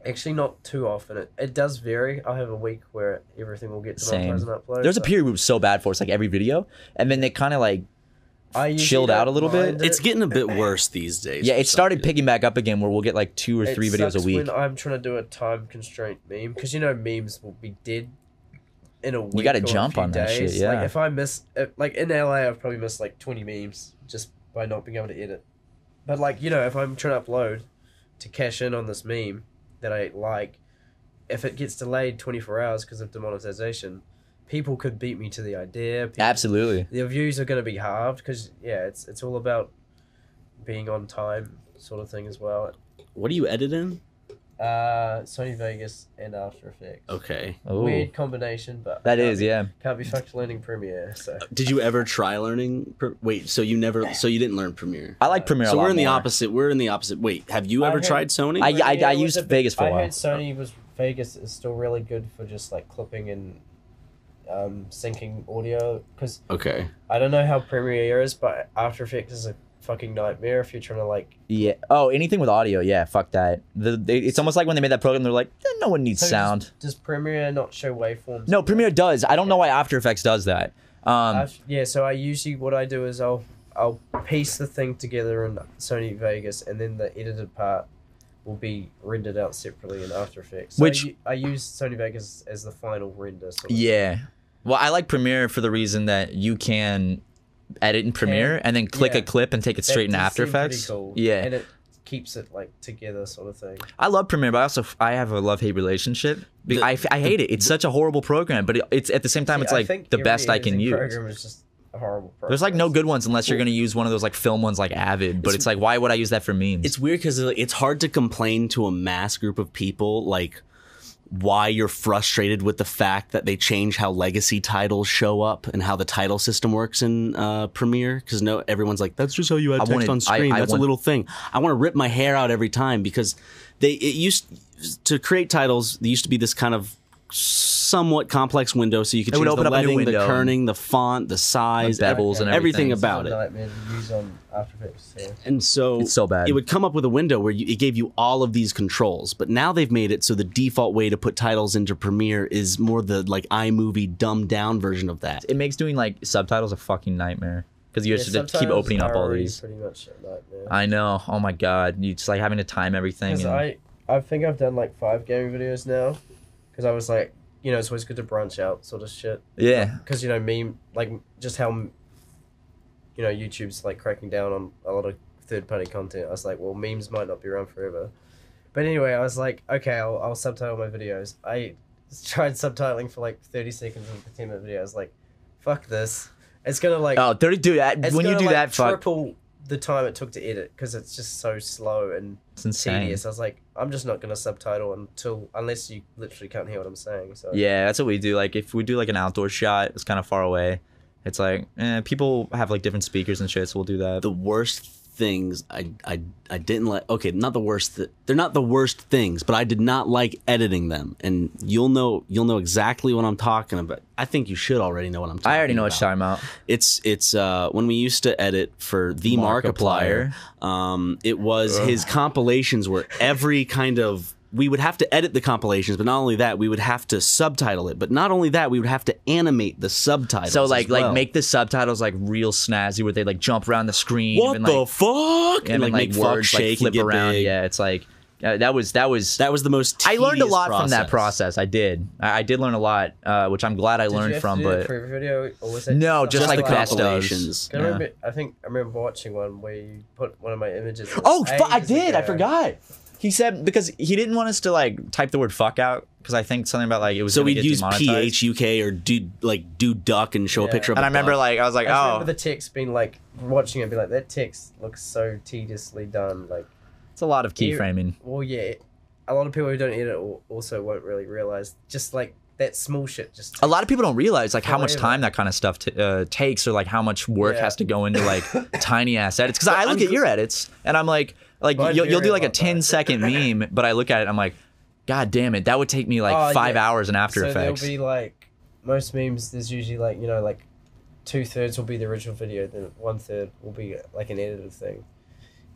[SPEAKER 3] Actually, not too often. It, it does vary. I'll have a week where everything will get
[SPEAKER 2] Same.
[SPEAKER 3] demonetized and uploaded.
[SPEAKER 2] There's a
[SPEAKER 3] but
[SPEAKER 2] period we were so bad for it's like every video, and then they kind of like
[SPEAKER 3] I usually
[SPEAKER 2] chilled
[SPEAKER 3] don't
[SPEAKER 2] out a little bit.
[SPEAKER 3] mind
[SPEAKER 1] It's getting a bit worse these days.
[SPEAKER 2] yeah,
[SPEAKER 1] for
[SPEAKER 2] it
[SPEAKER 1] some
[SPEAKER 2] started
[SPEAKER 1] reason.
[SPEAKER 2] picking back up again where we'll get like two or
[SPEAKER 3] It
[SPEAKER 2] three videos a
[SPEAKER 3] sucks
[SPEAKER 2] week.
[SPEAKER 3] When I'm trying to do a time constraint meme, because you know memes will be dead in a week.
[SPEAKER 2] gotta
[SPEAKER 3] or a
[SPEAKER 2] jump
[SPEAKER 3] few
[SPEAKER 2] on that shit,
[SPEAKER 3] days.
[SPEAKER 2] yeah.
[SPEAKER 3] Like if I miss, if, like in LA, I've probably missed like 20 memes just by not being able to edit. But like you know, if I'm trying to upload to cash in on this meme that I like, if it gets delayed 24 hours because of demonetization, people could beat me to the idea. People,
[SPEAKER 2] Absolutely.
[SPEAKER 3] The views are going to be halved because yeah, it's it's all about being on time sort of thing as well.
[SPEAKER 1] What are you editing?
[SPEAKER 3] Uh, Sony Vegas and After Effects.
[SPEAKER 1] Okay.
[SPEAKER 2] Oh,
[SPEAKER 3] Weird combination, but
[SPEAKER 2] that
[SPEAKER 3] can't
[SPEAKER 2] is
[SPEAKER 3] be-
[SPEAKER 2] yeah.
[SPEAKER 3] Can't be fucked learning Premiere. So
[SPEAKER 1] Did you ever try learning? Pre- Wait, so you never, so you didn't learn Premiere.
[SPEAKER 2] I like Premiere. a
[SPEAKER 1] So
[SPEAKER 2] lot
[SPEAKER 1] we're in the
[SPEAKER 2] more.
[SPEAKER 1] opposite. We're in the opposite. Wait, have you
[SPEAKER 3] I
[SPEAKER 1] ever
[SPEAKER 3] had-
[SPEAKER 1] tried Sony?
[SPEAKER 2] I- Uh, I-
[SPEAKER 3] Premiere was
[SPEAKER 2] used
[SPEAKER 3] a bit-
[SPEAKER 2] Vegas for a
[SPEAKER 3] I
[SPEAKER 2] while.
[SPEAKER 3] heard Sony was Vegas is still really good for just like clipping and um, syncing audio because
[SPEAKER 1] okay.
[SPEAKER 3] I don't know how Premiere is, but After Effects is a fucking nightmare if you're trying to like.
[SPEAKER 2] Yeah. Oh, anything with audio. Yeah. Fuck that. The, they, it's almost like when they made that program, they're like, "Eh, no one needs
[SPEAKER 3] So does-
[SPEAKER 2] sound.
[SPEAKER 3] Does Premiere not show waveforms?
[SPEAKER 2] No, Premiere does. I don't know why After Effects does that. Um,
[SPEAKER 3] I've- yeah, so I usually what I do is I'll I'll piece the thing together in Sony Vegas, and then the edited part will be rendered out separately in After Effects. So
[SPEAKER 2] Which-
[SPEAKER 3] I, u- I use Sony Vegas as the final render. Sort of.
[SPEAKER 2] yeah. Well, I like Premiere for the reason that you can edit in Premiere and then click a
[SPEAKER 3] yeah.
[SPEAKER 2] clip and take it
[SPEAKER 3] That
[SPEAKER 2] straight in
[SPEAKER 3] does
[SPEAKER 2] After
[SPEAKER 3] seem pretty
[SPEAKER 2] Effects.
[SPEAKER 3] cool,
[SPEAKER 2] Yeah.
[SPEAKER 3] and it keeps it like together, sort of thing.
[SPEAKER 2] I love Premiere, but I also I have a love hate relationship. Be-
[SPEAKER 1] The-
[SPEAKER 2] I, f- I hate it. It's such a horrible program, but it, it's at the same time,
[SPEAKER 3] See,
[SPEAKER 2] it's
[SPEAKER 3] I
[SPEAKER 2] like
[SPEAKER 3] think
[SPEAKER 2] the
[SPEAKER 3] every
[SPEAKER 2] best I can
[SPEAKER 3] editing
[SPEAKER 2] use.
[SPEAKER 3] Program is just a horrible program.
[SPEAKER 2] There's like no good ones unless you're gonna use one of those like film ones like Avid, but it's,
[SPEAKER 1] It's-
[SPEAKER 2] like why would I use that for memes?
[SPEAKER 1] It's weird because it's hard to complain to a mass group of people like why you're frustrated with the fact that they change how legacy titles show up and how the title system works in uh, Premiere. Because no, everyone's like, "That's just how you add
[SPEAKER 2] I
[SPEAKER 1] text
[SPEAKER 2] wanted-
[SPEAKER 1] on screen.
[SPEAKER 2] I- I
[SPEAKER 1] That's
[SPEAKER 2] want-
[SPEAKER 1] a little thing." I want to rip my hair out every time because they it used to create titles. There used to be this kind of somewhat complex window, so you could
[SPEAKER 2] It would
[SPEAKER 1] change
[SPEAKER 2] open
[SPEAKER 1] the
[SPEAKER 2] up a new
[SPEAKER 1] letting, the
[SPEAKER 2] window.
[SPEAKER 1] kerning, the font, the size,
[SPEAKER 2] The bevels and
[SPEAKER 1] everything
[SPEAKER 2] everything. It's
[SPEAKER 3] uh, It's a
[SPEAKER 1] about it.
[SPEAKER 3] Nightmare to use on After Effects. Yeah.
[SPEAKER 1] And so
[SPEAKER 2] It's so bad.
[SPEAKER 1] It would come up with a window where you, it gave you all of these controls, but now they've made it so the default way to put titles into Premiere is more the like iMovie dumbed down version of that.
[SPEAKER 2] it makes doing like subtitles a fucking nightmare because you
[SPEAKER 3] Yeah,
[SPEAKER 2] just have to keep
[SPEAKER 3] subtitles
[SPEAKER 2] opening up
[SPEAKER 3] are
[SPEAKER 2] all
[SPEAKER 3] already
[SPEAKER 2] these.
[SPEAKER 3] Pretty much a nightmare.
[SPEAKER 2] I know. Oh my god, you just like having to time everything.
[SPEAKER 3] Because
[SPEAKER 2] And,
[SPEAKER 3] I, I think I've done like five gaming videos now, because I was like, you know, it's always good to branch out, sort of shit.
[SPEAKER 2] yeah,
[SPEAKER 3] Because you know, meme like just how, m- you know, YouTube's like cracking down on a lot of third-party content. I was like, well, memes might not be around forever. But anyway, I was like, okay, I'll, I'll subtitle my videos. I tried subtitling for like thirty seconds of the ten-minute video. I was like, fuck this. It's gonna like
[SPEAKER 2] oh, 30, dude, that,
[SPEAKER 3] it's
[SPEAKER 2] when you
[SPEAKER 3] gonna,
[SPEAKER 2] do
[SPEAKER 3] like,
[SPEAKER 2] that, fuck,
[SPEAKER 3] triple the time it took to edit because it's just so slow and
[SPEAKER 2] it's insane.
[SPEAKER 3] tedious. I was like, I'm just not gonna subtitle until unless you literally can't hear what I'm saying. So
[SPEAKER 2] Yeah, that's what we do. Like if we do like an outdoor shot, it's kind of far away. It's like eh, people have like different speakers and shit, so we'll do that.
[SPEAKER 1] The worst things I I I didn't like. Okay, not the worst. Th- they're not the worst things, but I did not like editing them. And you'll know you'll know exactly what I'm talking about. I think you should already know what I'm talking.
[SPEAKER 2] I already know
[SPEAKER 1] about.
[SPEAKER 2] what you're talking about.
[SPEAKER 1] It's it's uh, when we used to edit for the Markiplier. Um, it was his compilations were every kind of. We would have to edit the compilations, but not only that, we would have to subtitle it. But not only that, we would have to animate the subtitles.
[SPEAKER 2] So like
[SPEAKER 1] as well.
[SPEAKER 2] like make the subtitles like real snazzy where they like jump around the screen.
[SPEAKER 1] what
[SPEAKER 2] and,
[SPEAKER 1] the
[SPEAKER 2] like,
[SPEAKER 1] fuck
[SPEAKER 2] and, like,
[SPEAKER 1] make fuck
[SPEAKER 2] words
[SPEAKER 1] shake
[SPEAKER 2] like flip
[SPEAKER 1] and get
[SPEAKER 2] around.
[SPEAKER 1] big.
[SPEAKER 2] Yeah, it's like uh, that was that was
[SPEAKER 1] That was the most.
[SPEAKER 2] I learned a
[SPEAKER 1] tedious
[SPEAKER 2] lot from that process. I did. I, I did learn a lot, uh, which I'm glad I
[SPEAKER 3] Did you
[SPEAKER 2] learned
[SPEAKER 3] have to
[SPEAKER 2] from.
[SPEAKER 3] do the
[SPEAKER 2] But
[SPEAKER 3] preview video, or was it
[SPEAKER 2] No,
[SPEAKER 1] Just
[SPEAKER 2] Just
[SPEAKER 1] like
[SPEAKER 2] like
[SPEAKER 1] the
[SPEAKER 2] Bastos.
[SPEAKER 1] compilations.
[SPEAKER 3] I, remember,
[SPEAKER 2] Yeah.
[SPEAKER 3] I think I remember watching one where you put one of my images. It was
[SPEAKER 2] oh, fu- I
[SPEAKER 3] ages
[SPEAKER 2] did. I
[SPEAKER 3] ago.
[SPEAKER 2] forgot. He said because he didn't want us to like type the word fuck out because I think something about like it was.
[SPEAKER 1] So
[SPEAKER 2] gonna
[SPEAKER 1] we'd
[SPEAKER 2] get
[SPEAKER 1] use
[SPEAKER 2] demonetized.
[SPEAKER 1] PHUK or do like do duck and show a
[SPEAKER 3] Yeah.
[SPEAKER 1] picture of.
[SPEAKER 2] and
[SPEAKER 1] a
[SPEAKER 2] I remember
[SPEAKER 1] duck.
[SPEAKER 2] like I was like,
[SPEAKER 3] I just
[SPEAKER 2] oh,
[SPEAKER 3] remember the text being like watching it, be like that text looks so tediously done. Like,
[SPEAKER 2] it's a lot of
[SPEAKER 3] you-
[SPEAKER 2] keyframing.
[SPEAKER 3] well, yeah, a lot of people who don't edit al- also won't really realize just like that small shit. Just
[SPEAKER 2] A lot of people don't realize like how much
[SPEAKER 3] Forever.
[SPEAKER 2] time that kind of stuff t- uh, takes, or like how much work
[SPEAKER 3] Yeah.
[SPEAKER 2] has to go into like tiny ass edits. Because I look
[SPEAKER 1] I'm-
[SPEAKER 2] at your edits and I'm like, like
[SPEAKER 3] Mine
[SPEAKER 2] you'll, you'll
[SPEAKER 3] vary
[SPEAKER 2] do
[SPEAKER 3] a
[SPEAKER 2] like a
[SPEAKER 3] lot,
[SPEAKER 2] 10
[SPEAKER 3] though.
[SPEAKER 2] second meme, but I look at it, I'm like, God damn it, that would take me like
[SPEAKER 3] Oh,
[SPEAKER 2] five
[SPEAKER 3] yeah.
[SPEAKER 2] hours in After
[SPEAKER 3] so
[SPEAKER 2] Effects.
[SPEAKER 3] there'll be like most memes. There's usually like you know like two thirds will be the original video, then one third will be like an edited thing,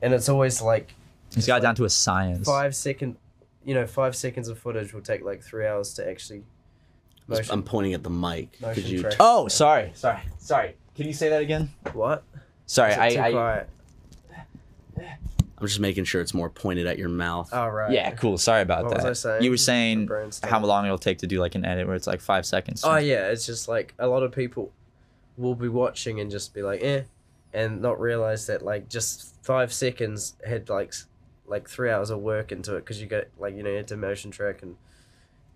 [SPEAKER 3] and it's always like
[SPEAKER 2] He's got it down to a science.
[SPEAKER 3] five second, you know, five seconds of footage will take like three hours to actually.
[SPEAKER 1] I'm
[SPEAKER 3] Motion.
[SPEAKER 2] um,
[SPEAKER 1] pointing at the mic.
[SPEAKER 3] Motion
[SPEAKER 1] Could you
[SPEAKER 3] track.
[SPEAKER 2] Oh, sorry, sorry, sorry. Can you say that again?
[SPEAKER 3] What?
[SPEAKER 2] Sorry,
[SPEAKER 3] Is it too
[SPEAKER 2] I, I
[SPEAKER 3] quiet?
[SPEAKER 1] I'm just making sure it's more pointed at your mouth.
[SPEAKER 3] Oh right.
[SPEAKER 2] yeah, cool. Sorry about
[SPEAKER 3] What
[SPEAKER 2] that.
[SPEAKER 3] was I saying?
[SPEAKER 2] You were saying
[SPEAKER 3] My brain's
[SPEAKER 2] how
[SPEAKER 3] dead.
[SPEAKER 2] long it'll take to do like an edit where it's like five seconds.
[SPEAKER 3] Oh yeah, it's just like a lot of people will be watching and just be like, eh, and not realize that like just five seconds had like s- like three hours of work into it because you get like you know you had to motion track and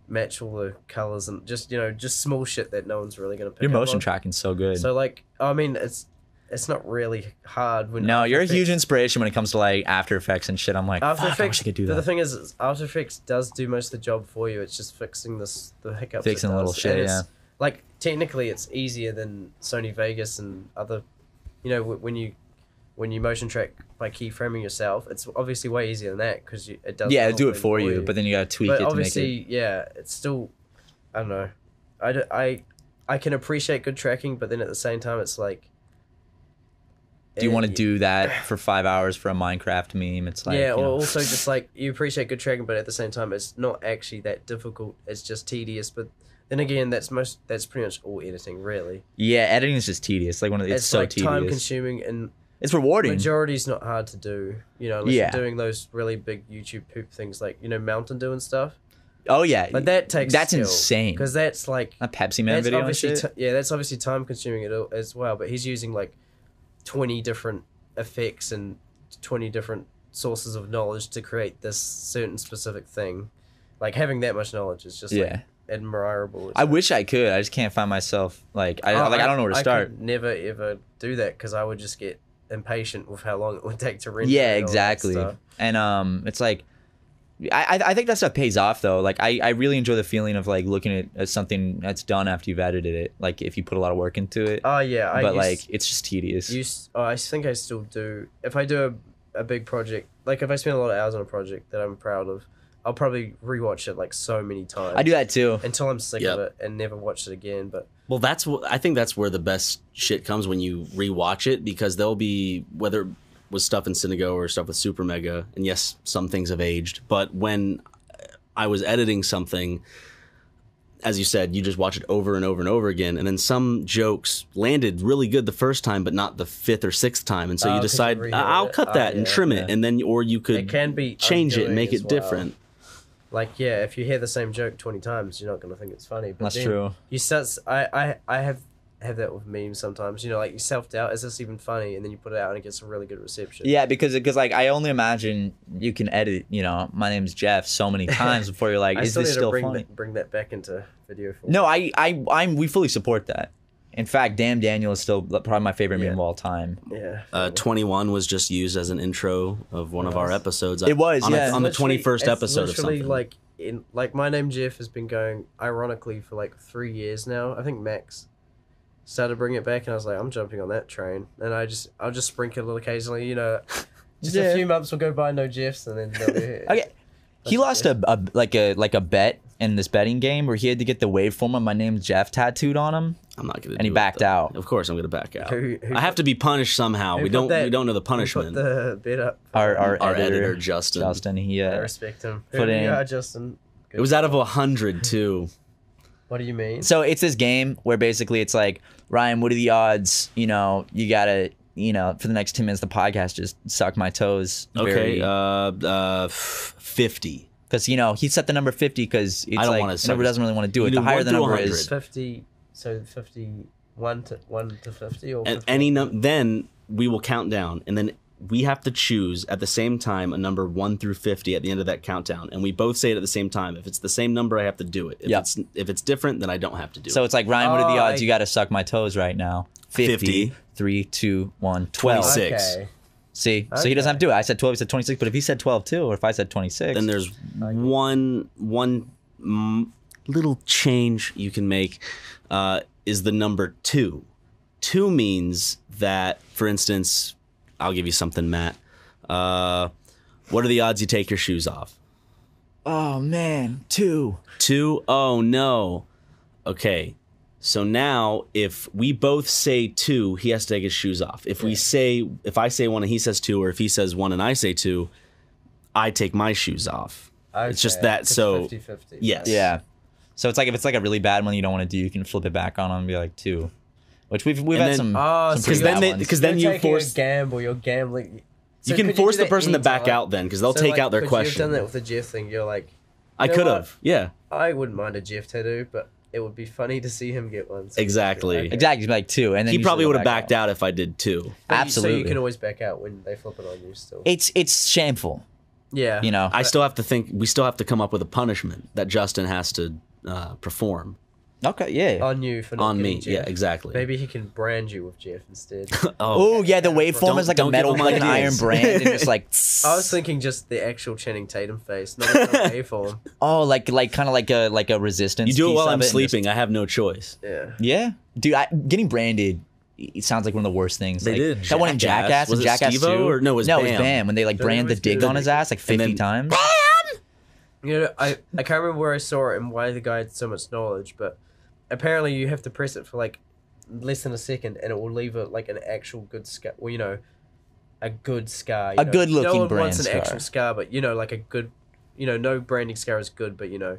[SPEAKER 3] match all the colors and just you know just small shit that no one's really gonna pick
[SPEAKER 2] Your
[SPEAKER 3] up
[SPEAKER 2] motion
[SPEAKER 3] on.
[SPEAKER 2] tracking's so good.
[SPEAKER 3] So like I mean it's it's not really hard when
[SPEAKER 2] No,
[SPEAKER 3] After
[SPEAKER 2] you're a
[SPEAKER 3] Effects-
[SPEAKER 2] huge inspiration when it comes to like After Effects and shit. I'm like,
[SPEAKER 3] After
[SPEAKER 2] fuck, I
[SPEAKER 3] Effects.
[SPEAKER 2] wish I could do
[SPEAKER 3] but the
[SPEAKER 2] that.
[SPEAKER 3] thing is, is After Effects does do most of the job for you. It's just fixing this the hiccups. it
[SPEAKER 2] Fixing little
[SPEAKER 3] does,
[SPEAKER 2] shit,
[SPEAKER 3] and it's-
[SPEAKER 2] yeah.
[SPEAKER 3] Like technically, it's easier than Sony Vegas and other. You know, wh- when you when you motion track by keyframing yourself, it's obviously way easier than that because it does.
[SPEAKER 2] Yeah, it'll
[SPEAKER 3] the whole
[SPEAKER 2] do it
[SPEAKER 3] thing
[SPEAKER 2] for you, but then you gotta tweak
[SPEAKER 3] but
[SPEAKER 2] it to make
[SPEAKER 3] obviously,
[SPEAKER 2] it.
[SPEAKER 3] yeah, it's still. I don't know. I, do, I I can appreciate good tracking, but then at the same time, it's like.
[SPEAKER 2] Do you want to
[SPEAKER 3] Eh,
[SPEAKER 2] do that for five hours for a Minecraft meme? It's like,
[SPEAKER 3] yeah,
[SPEAKER 2] you
[SPEAKER 3] or
[SPEAKER 2] know,
[SPEAKER 3] also just like you appreciate good tracking, but at the same time, it's not actually that difficult. It's just tedious. But then again, that's most that's pretty much all editing really.
[SPEAKER 2] yeah, editing is just tedious. Like one of the, it's, so
[SPEAKER 3] like
[SPEAKER 2] tedious.
[SPEAKER 3] time consuming and
[SPEAKER 2] it's rewarding.
[SPEAKER 3] majority's not hard to do. You know, unless
[SPEAKER 2] Yeah.
[SPEAKER 3] you're doing those really big YouTube poop things like you know Mountain Dew and stuff.
[SPEAKER 2] oh yeah,
[SPEAKER 3] But that takes
[SPEAKER 2] that's insane.
[SPEAKER 3] because that's like
[SPEAKER 2] A Pepsi Man
[SPEAKER 3] that's
[SPEAKER 2] video and
[SPEAKER 3] obviously
[SPEAKER 2] shit.
[SPEAKER 3] ti- yeah that's obviously time consuming it all- as well. But he's using like twenty different effects and twenty different sources of knowledge to create this certain specific thing. Like having that much knowledge is just
[SPEAKER 2] yeah,
[SPEAKER 3] like admirable.
[SPEAKER 2] I wish I could. I just can't find myself. Like I, like I don't know where to
[SPEAKER 3] Oh, I
[SPEAKER 2] start.
[SPEAKER 3] Could never ever do that because I would just get impatient with how long it would take to render.
[SPEAKER 2] yeah
[SPEAKER 3] and all that
[SPEAKER 2] exactly
[SPEAKER 3] stuff.
[SPEAKER 2] and um it's like I, I- I think that stuff pays off though. Like I, I really enjoy the feeling of like looking at, at something that's done after you've edited it. Like if you put a lot of work into it,
[SPEAKER 3] Oh yeah, I
[SPEAKER 2] but
[SPEAKER 3] used-
[SPEAKER 2] like it's just tedious.
[SPEAKER 3] You, s- oh, I think I still do. If I do a, a big project, like if I spend a lot of hours on a project that I'm proud of, I'll probably rewatch it like so many times.
[SPEAKER 2] I do that too.
[SPEAKER 3] until I'm sick
[SPEAKER 1] Yep.
[SPEAKER 3] of it and never watch it again. But
[SPEAKER 1] Well, that's wh- I think that's where the best shit comes when you rewatch it because there'll be whether it was stuff in Cinego or stuff with Super Mega, and yes, some things have aged, but when I was editing something, as you said, you just watch it over and over and over again, and then some jokes landed really good the first time, but not the fifth or sixth time, and so
[SPEAKER 3] Oh,
[SPEAKER 1] you
[SPEAKER 3] 'cause you
[SPEAKER 1] decide
[SPEAKER 3] rehear
[SPEAKER 1] "I- I'll
[SPEAKER 3] it."
[SPEAKER 1] cut
[SPEAKER 3] Oh,
[SPEAKER 1] that and
[SPEAKER 3] yeah,
[SPEAKER 1] trim
[SPEAKER 2] yeah.
[SPEAKER 1] it, and then or you
[SPEAKER 3] it
[SPEAKER 1] could
[SPEAKER 3] can be
[SPEAKER 1] change it, and
[SPEAKER 3] undoing
[SPEAKER 1] make
[SPEAKER 3] as
[SPEAKER 1] it
[SPEAKER 3] well.
[SPEAKER 1] different.
[SPEAKER 3] Like yeah, if you hear the same joke twenty times, you're not gonna think it's funny. But
[SPEAKER 2] That's
[SPEAKER 3] then
[SPEAKER 2] true.
[SPEAKER 3] You start. s- I I I have have that with memes sometimes. You know, like you self doubt. Is this even funny? And then you put it out and it gets a really good reception.
[SPEAKER 2] Yeah, because because like I only imagine you can edit. You know, my name's Jeff. So many times before you're like,
[SPEAKER 3] I
[SPEAKER 2] is
[SPEAKER 3] still
[SPEAKER 2] this
[SPEAKER 3] need to
[SPEAKER 2] still
[SPEAKER 3] bring
[SPEAKER 2] funny?
[SPEAKER 3] that, bring that back into video form.
[SPEAKER 2] No, I I I'm we fully support that. In fact, damn Daniel is still probably my favorite
[SPEAKER 3] Yeah.
[SPEAKER 2] meme of all time.
[SPEAKER 3] yeah.
[SPEAKER 1] Uh, 21 was just used as an intro of one of our
[SPEAKER 3] Nice.
[SPEAKER 1] episodes.
[SPEAKER 2] It was,
[SPEAKER 1] on, a-
[SPEAKER 2] yeah.
[SPEAKER 1] on the
[SPEAKER 3] Literally-
[SPEAKER 1] 21st
[SPEAKER 3] it's
[SPEAKER 1] episode of
[SPEAKER 3] literally,
[SPEAKER 1] something.
[SPEAKER 3] Like in like my name Jeff has been going ironically for like three years now. I think max. started bringing it back, and I was like, I'm jumping on that train. And I just, I'll just sprinkle it occasionally, you know. Just
[SPEAKER 2] Yeah.
[SPEAKER 3] a few months will go by, no GIFs, and then they'll be here.
[SPEAKER 2] Okay. He lost a, a like a like a bet in this betting game where he had to get the waveform of my name Jeff tattooed on him.
[SPEAKER 1] I'm not gonna.
[SPEAKER 2] And he
[SPEAKER 1] do it,
[SPEAKER 2] backed
[SPEAKER 1] though.
[SPEAKER 2] out.
[SPEAKER 1] Of course, I'm gonna back out.
[SPEAKER 3] Who- who
[SPEAKER 1] I have to be punished somehow.
[SPEAKER 3] who
[SPEAKER 1] We
[SPEAKER 3] put
[SPEAKER 1] don't.
[SPEAKER 3] that-
[SPEAKER 1] we don't know the
[SPEAKER 3] He put
[SPEAKER 1] punishment.
[SPEAKER 3] the bit up.
[SPEAKER 2] Our our,
[SPEAKER 1] Our
[SPEAKER 2] editor,
[SPEAKER 1] editor, Justin.
[SPEAKER 2] Justin he
[SPEAKER 3] I
[SPEAKER 2] uh,
[SPEAKER 3] respect him.
[SPEAKER 2] Put
[SPEAKER 3] Put in.
[SPEAKER 2] in-
[SPEAKER 3] You are, Justin.
[SPEAKER 1] It was out of a hundred too.
[SPEAKER 3] What do you mean?
[SPEAKER 2] so it's this game where basically it's like Ryan, what are the odds? You know, you gotta you know for the next ten minutes the podcast just suck my toes.
[SPEAKER 1] Okay, uh, uh, f- fifty.
[SPEAKER 2] because you know he set the number fifty because it's
[SPEAKER 1] I don't
[SPEAKER 2] like
[SPEAKER 1] wanna
[SPEAKER 2] the
[SPEAKER 1] suck
[SPEAKER 2] number
[SPEAKER 1] his-
[SPEAKER 2] doesn't really want to do
[SPEAKER 1] You
[SPEAKER 2] it.
[SPEAKER 1] do
[SPEAKER 2] The higher
[SPEAKER 1] one
[SPEAKER 2] the
[SPEAKER 1] through
[SPEAKER 2] number
[SPEAKER 1] 100.
[SPEAKER 2] is,
[SPEAKER 3] 50, so 51 to, 1 to 50? Or
[SPEAKER 1] And
[SPEAKER 3] 51?
[SPEAKER 1] any num- then we will count down, and then we have to choose at the same time a number one through fifty at the end of that countdown, and we both say it at the same time. If it's the same number, I have to do it. If
[SPEAKER 2] Yeah.
[SPEAKER 1] it's if it's different, then I don't have to do
[SPEAKER 2] so
[SPEAKER 1] it.
[SPEAKER 2] it's like Ryan, what are the
[SPEAKER 3] Oh,
[SPEAKER 2] odds?
[SPEAKER 3] I-
[SPEAKER 2] You gotta suck my toes right now. 50,
[SPEAKER 1] 50.
[SPEAKER 2] 3, 2, 1, 12.
[SPEAKER 1] Twenty-six.
[SPEAKER 3] Okay.
[SPEAKER 2] See, so he doesn't have to do it. I said 12, he said 26, but if he said 12 too, or if I said 26,
[SPEAKER 1] Then there's one one mm, little change you can make uh, is the number two. Two means that, for instance, I'll give you something, Matt. Uh, what are the odds you take your shoes off?
[SPEAKER 2] oh man, two.
[SPEAKER 1] Two? Oh no. Okay. So now, if we both say two, he has to take his shoes off. If we say, if I say one and he says two, or if he says one and I say two, I take my shoes off. It's just
[SPEAKER 3] Okay,
[SPEAKER 1] that,
[SPEAKER 3] it's
[SPEAKER 1] so-
[SPEAKER 3] 50-50.
[SPEAKER 1] Yes.
[SPEAKER 2] Yeah. So it's like if it's like a really bad one you don't want to do, you can flip it back on him and be like two, which we've we've
[SPEAKER 1] And
[SPEAKER 2] had
[SPEAKER 1] then-
[SPEAKER 2] some
[SPEAKER 3] Oh,
[SPEAKER 2] some pretty
[SPEAKER 3] so
[SPEAKER 1] Because then,
[SPEAKER 2] bad
[SPEAKER 1] they,
[SPEAKER 2] ones.
[SPEAKER 1] because then
[SPEAKER 3] You're
[SPEAKER 1] you
[SPEAKER 3] taking
[SPEAKER 1] force
[SPEAKER 3] a gamble. You're gambling. So
[SPEAKER 1] you can
[SPEAKER 3] could
[SPEAKER 1] force
[SPEAKER 3] do
[SPEAKER 1] the
[SPEAKER 3] that
[SPEAKER 1] person to back
[SPEAKER 3] anytime?
[SPEAKER 1] out then because they'll
[SPEAKER 3] So,
[SPEAKER 1] take
[SPEAKER 3] like,
[SPEAKER 1] out their
[SPEAKER 3] could You've
[SPEAKER 1] question.
[SPEAKER 3] done that with the GIF thing. You're like,
[SPEAKER 1] I
[SPEAKER 3] You know
[SPEAKER 1] could
[SPEAKER 3] what?
[SPEAKER 1] have. Yeah.
[SPEAKER 3] I wouldn't mind a GIF tattoo, but it would be funny to see him get one. So
[SPEAKER 1] Exactly.
[SPEAKER 3] you'd be like, okay.
[SPEAKER 2] exactly you'd be like two, and then
[SPEAKER 1] He
[SPEAKER 2] you
[SPEAKER 1] probably
[SPEAKER 2] should go
[SPEAKER 1] would have
[SPEAKER 2] back
[SPEAKER 1] backed out. if I did too.
[SPEAKER 3] But you-
[SPEAKER 2] Absolutely.
[SPEAKER 3] So you can always back out when they flip it on you still.
[SPEAKER 2] It's it's shameful,
[SPEAKER 3] yeah.
[SPEAKER 2] you know.
[SPEAKER 1] I still have to think. We still have to come up with a punishment that Justin has to uh, perform
[SPEAKER 2] okay, yeah.
[SPEAKER 3] On you for not
[SPEAKER 1] on me.
[SPEAKER 3] getting
[SPEAKER 1] Yeah,
[SPEAKER 3] GIF.
[SPEAKER 1] exactly.
[SPEAKER 3] Maybe he can brand you with GIF instead.
[SPEAKER 1] Oh,
[SPEAKER 2] oh yeah, the waveform
[SPEAKER 1] Don't-
[SPEAKER 2] is like a
[SPEAKER 1] don't give
[SPEAKER 2] metal,
[SPEAKER 1] him
[SPEAKER 2] like an iron
[SPEAKER 1] ideas.
[SPEAKER 2] brand, and it's like
[SPEAKER 3] I was thinking just the actual Channing Tatum face, not a waveform.
[SPEAKER 2] oh, like like kind of like a like a resistance.
[SPEAKER 1] you do it
[SPEAKER 2] piece
[SPEAKER 1] while
[SPEAKER 2] of
[SPEAKER 1] I'm
[SPEAKER 2] and just-
[SPEAKER 1] sleeping. I have no choice.
[SPEAKER 3] Yeah.
[SPEAKER 2] Yeah, dude, I, getting branded. It sounds like one of the worst things.
[SPEAKER 1] They
[SPEAKER 2] like,
[SPEAKER 1] did.
[SPEAKER 2] That one in
[SPEAKER 1] Jackass.
[SPEAKER 2] Jackass.
[SPEAKER 1] Was
[SPEAKER 2] in
[SPEAKER 1] it
[SPEAKER 2] Jackass
[SPEAKER 1] Steve-O
[SPEAKER 2] 2.
[SPEAKER 1] or- no, it was
[SPEAKER 2] no, it was
[SPEAKER 1] Bam.
[SPEAKER 2] Bam when they like
[SPEAKER 3] They
[SPEAKER 2] brand the
[SPEAKER 3] always do
[SPEAKER 2] dick
[SPEAKER 3] that.
[SPEAKER 2] on his ass like
[SPEAKER 1] And
[SPEAKER 2] fifty
[SPEAKER 1] then-
[SPEAKER 2] times.
[SPEAKER 3] You know, I, I can't remember where I saw it and why the guy had so much knowledge, but apparently you have to press it for like less than a second and it will leave a, like an actual good scar. Well, you know, a good scar. you
[SPEAKER 2] A
[SPEAKER 3] know.
[SPEAKER 2] good-looking
[SPEAKER 3] No one
[SPEAKER 2] brand
[SPEAKER 3] wants an
[SPEAKER 2] scar.
[SPEAKER 3] actual scar, but you know, like a good, you know, no branding scar is good, but you know.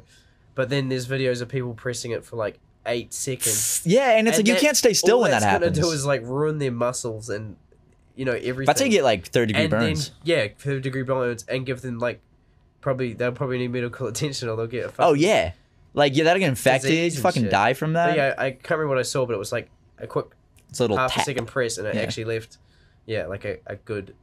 [SPEAKER 3] But then there's videos of people pressing it for like eight seconds.
[SPEAKER 2] Yeah, and it's
[SPEAKER 3] And
[SPEAKER 2] like you
[SPEAKER 3] that-
[SPEAKER 2] can't stay still
[SPEAKER 3] all
[SPEAKER 2] when that
[SPEAKER 3] that's
[SPEAKER 2] happens.
[SPEAKER 3] gonna do is like ruin their muscles and, you know, everything.
[SPEAKER 2] That's how you get like third degree
[SPEAKER 3] and
[SPEAKER 2] burns.
[SPEAKER 3] then yeah, third degree burns, and give them like probably they'll probably need medical attention or they'll get a
[SPEAKER 2] oh
[SPEAKER 3] fucking-
[SPEAKER 2] yeah, like yeah, that'll get infected.
[SPEAKER 3] Disease
[SPEAKER 2] You
[SPEAKER 3] and
[SPEAKER 2] fucking
[SPEAKER 3] shit.
[SPEAKER 2] die from
[SPEAKER 3] But
[SPEAKER 2] that.
[SPEAKER 3] yeah, I can't remember what I saw, but it was like a quick
[SPEAKER 2] it's a little
[SPEAKER 3] half a
[SPEAKER 2] tap.
[SPEAKER 3] second press, and it
[SPEAKER 2] Yeah.
[SPEAKER 3] actually left, yeah, like a, a good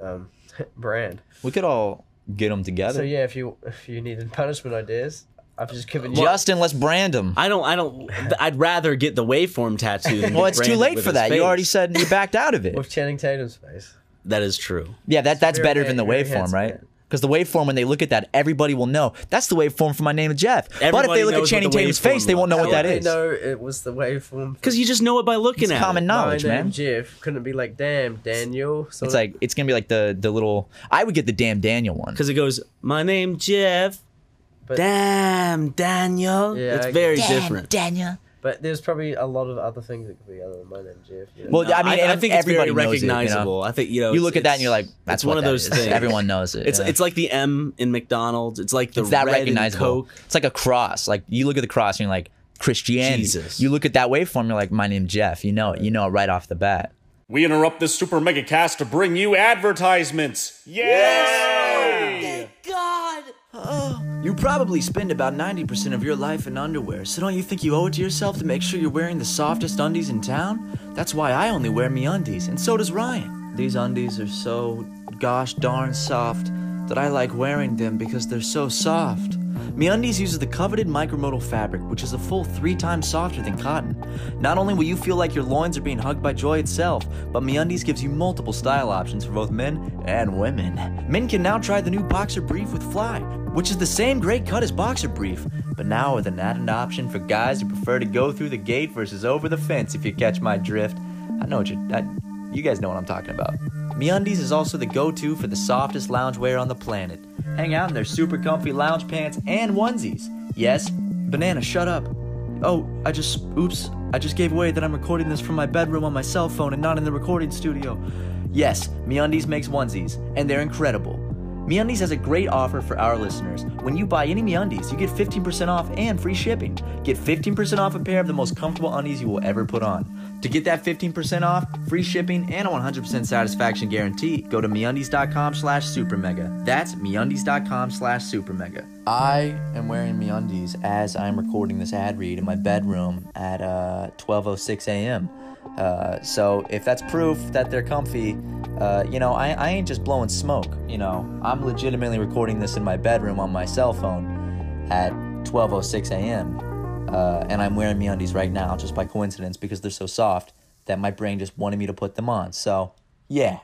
[SPEAKER 3] um, brand.
[SPEAKER 2] We could all get them together.
[SPEAKER 3] So yeah, if you if you needed punishment ideas, I've just given you.
[SPEAKER 2] Justin, let's brand them.
[SPEAKER 1] I don't. I don't. I'd rather get the waveform tattoo. Than
[SPEAKER 2] well,
[SPEAKER 1] get
[SPEAKER 2] it's too
[SPEAKER 1] branded
[SPEAKER 2] late
[SPEAKER 1] with
[SPEAKER 2] for
[SPEAKER 1] his
[SPEAKER 2] that. You
[SPEAKER 1] face.
[SPEAKER 2] already said you backed out of it.
[SPEAKER 3] with Channing Tatum's face.
[SPEAKER 1] That is true.
[SPEAKER 2] Yeah, that that's
[SPEAKER 3] very
[SPEAKER 2] better than
[SPEAKER 3] hand-
[SPEAKER 2] the
[SPEAKER 3] very
[SPEAKER 2] waveform,
[SPEAKER 3] handsome
[SPEAKER 2] right?
[SPEAKER 3] man.
[SPEAKER 2] Because the waveform, when they look at that, everybody will know that's the waveform for my name is Jeff. but if
[SPEAKER 1] Everybody
[SPEAKER 2] they look at
[SPEAKER 1] knows what
[SPEAKER 2] Channing
[SPEAKER 1] the
[SPEAKER 2] Tatum's
[SPEAKER 1] waveform
[SPEAKER 2] face, they won't know
[SPEAKER 1] looks
[SPEAKER 2] what that
[SPEAKER 3] I
[SPEAKER 2] is.
[SPEAKER 3] know it was the waveform.
[SPEAKER 1] Because you just know it by looking
[SPEAKER 2] It's
[SPEAKER 1] at
[SPEAKER 2] common
[SPEAKER 1] it.
[SPEAKER 2] knowledge,
[SPEAKER 3] My name,
[SPEAKER 2] man.
[SPEAKER 3] Jeff couldn't it be like, damn, Daniel. So
[SPEAKER 2] It's like it's gonna be like the the little. I would get the damn Daniel one.
[SPEAKER 1] Because it goes, my name Jeff.
[SPEAKER 3] But-
[SPEAKER 1] Damn, Daniel.
[SPEAKER 3] Yeah,
[SPEAKER 1] it's
[SPEAKER 3] I-
[SPEAKER 1] very different.
[SPEAKER 2] Daniel.
[SPEAKER 3] but there's probably a lot of other things that could be other than my name, Jeff. you know?
[SPEAKER 2] Well, I mean,
[SPEAKER 1] I,
[SPEAKER 2] and
[SPEAKER 1] think
[SPEAKER 2] everybody
[SPEAKER 1] it's
[SPEAKER 2] knows
[SPEAKER 1] very
[SPEAKER 2] it, you know?
[SPEAKER 1] recognizable. I think you know.
[SPEAKER 2] You
[SPEAKER 1] it's-
[SPEAKER 2] look at that
[SPEAKER 1] it's-
[SPEAKER 2] and you're like, that's
[SPEAKER 1] it's one
[SPEAKER 2] what
[SPEAKER 1] of
[SPEAKER 2] that
[SPEAKER 1] those
[SPEAKER 2] is.
[SPEAKER 1] things.
[SPEAKER 2] Everyone knows it.
[SPEAKER 1] It's
[SPEAKER 2] yeah.
[SPEAKER 1] it's like the M in McDonald's. It's like the
[SPEAKER 2] It's that
[SPEAKER 1] red
[SPEAKER 2] recognizable.
[SPEAKER 1] and Coke.
[SPEAKER 2] It's like a cross. Like you look at the cross and you're like Christianity.
[SPEAKER 1] Jesus.
[SPEAKER 2] You look at that waveform, you're like, my name Jeff. You know it. You know it right off the bat.
[SPEAKER 4] We interrupt this super mega cast to bring you advertisements. Yay!
[SPEAKER 5] You probably spend about 90% of your life in underwear, so don't you think you owe it to yourself to make sure you're wearing the softest undies in town? That's why I only wear me undies, and so does Ryan. These undies are so gosh darn soft that I like wearing them because they're so soft. MeUndies uses the coveted micromodal fabric, which is a full three times softer than cotton. Not only will you feel like your loins are being hugged by joy itself, but MeUndies gives you multiple style options for both men and women. Men can now try the new boxer brief with fly, which is the same great cut as boxer brief, but now with an added option for guys who prefer to go through the gate versus over the fence. If you catch my drift, I know what you I, you guys know what I'm talking about. MeUndies is also the go-to for the softest loungewear on the planet. Hang out in their super comfy lounge pants and onesies. Yes, banana, shut up. Oh, I just oops, I just gave away that I'm recording this from my bedroom on my cell phone and not in the recording studio. Yes, MeUndies makes onesies, and they're incredible. MeUndies has a great offer for our listeners. When you buy any MeUndies, you get 15% off and free shipping. Get 15% off a pair of the most comfortable undies you will ever put on. To get that 15% off, free shipping, and a 100% satisfaction guarantee, go to MeUndies.com slash supermega. That's MeUndies.com slash supermega. I am wearing MeUndies as I'm recording this ad read in my bedroom at uh, 12.06 a.m. Uh, so if that's proof that they're comfy, uh, you know, I, I ain't just blowing smoke. You know, I'm legitimately recording this in my bedroom on my cell phone at 12:06 a.m. Uh, and I'm wearing MeUndies right now just by coincidence because they're so soft that my brain just wanted me to put them on. So yeah,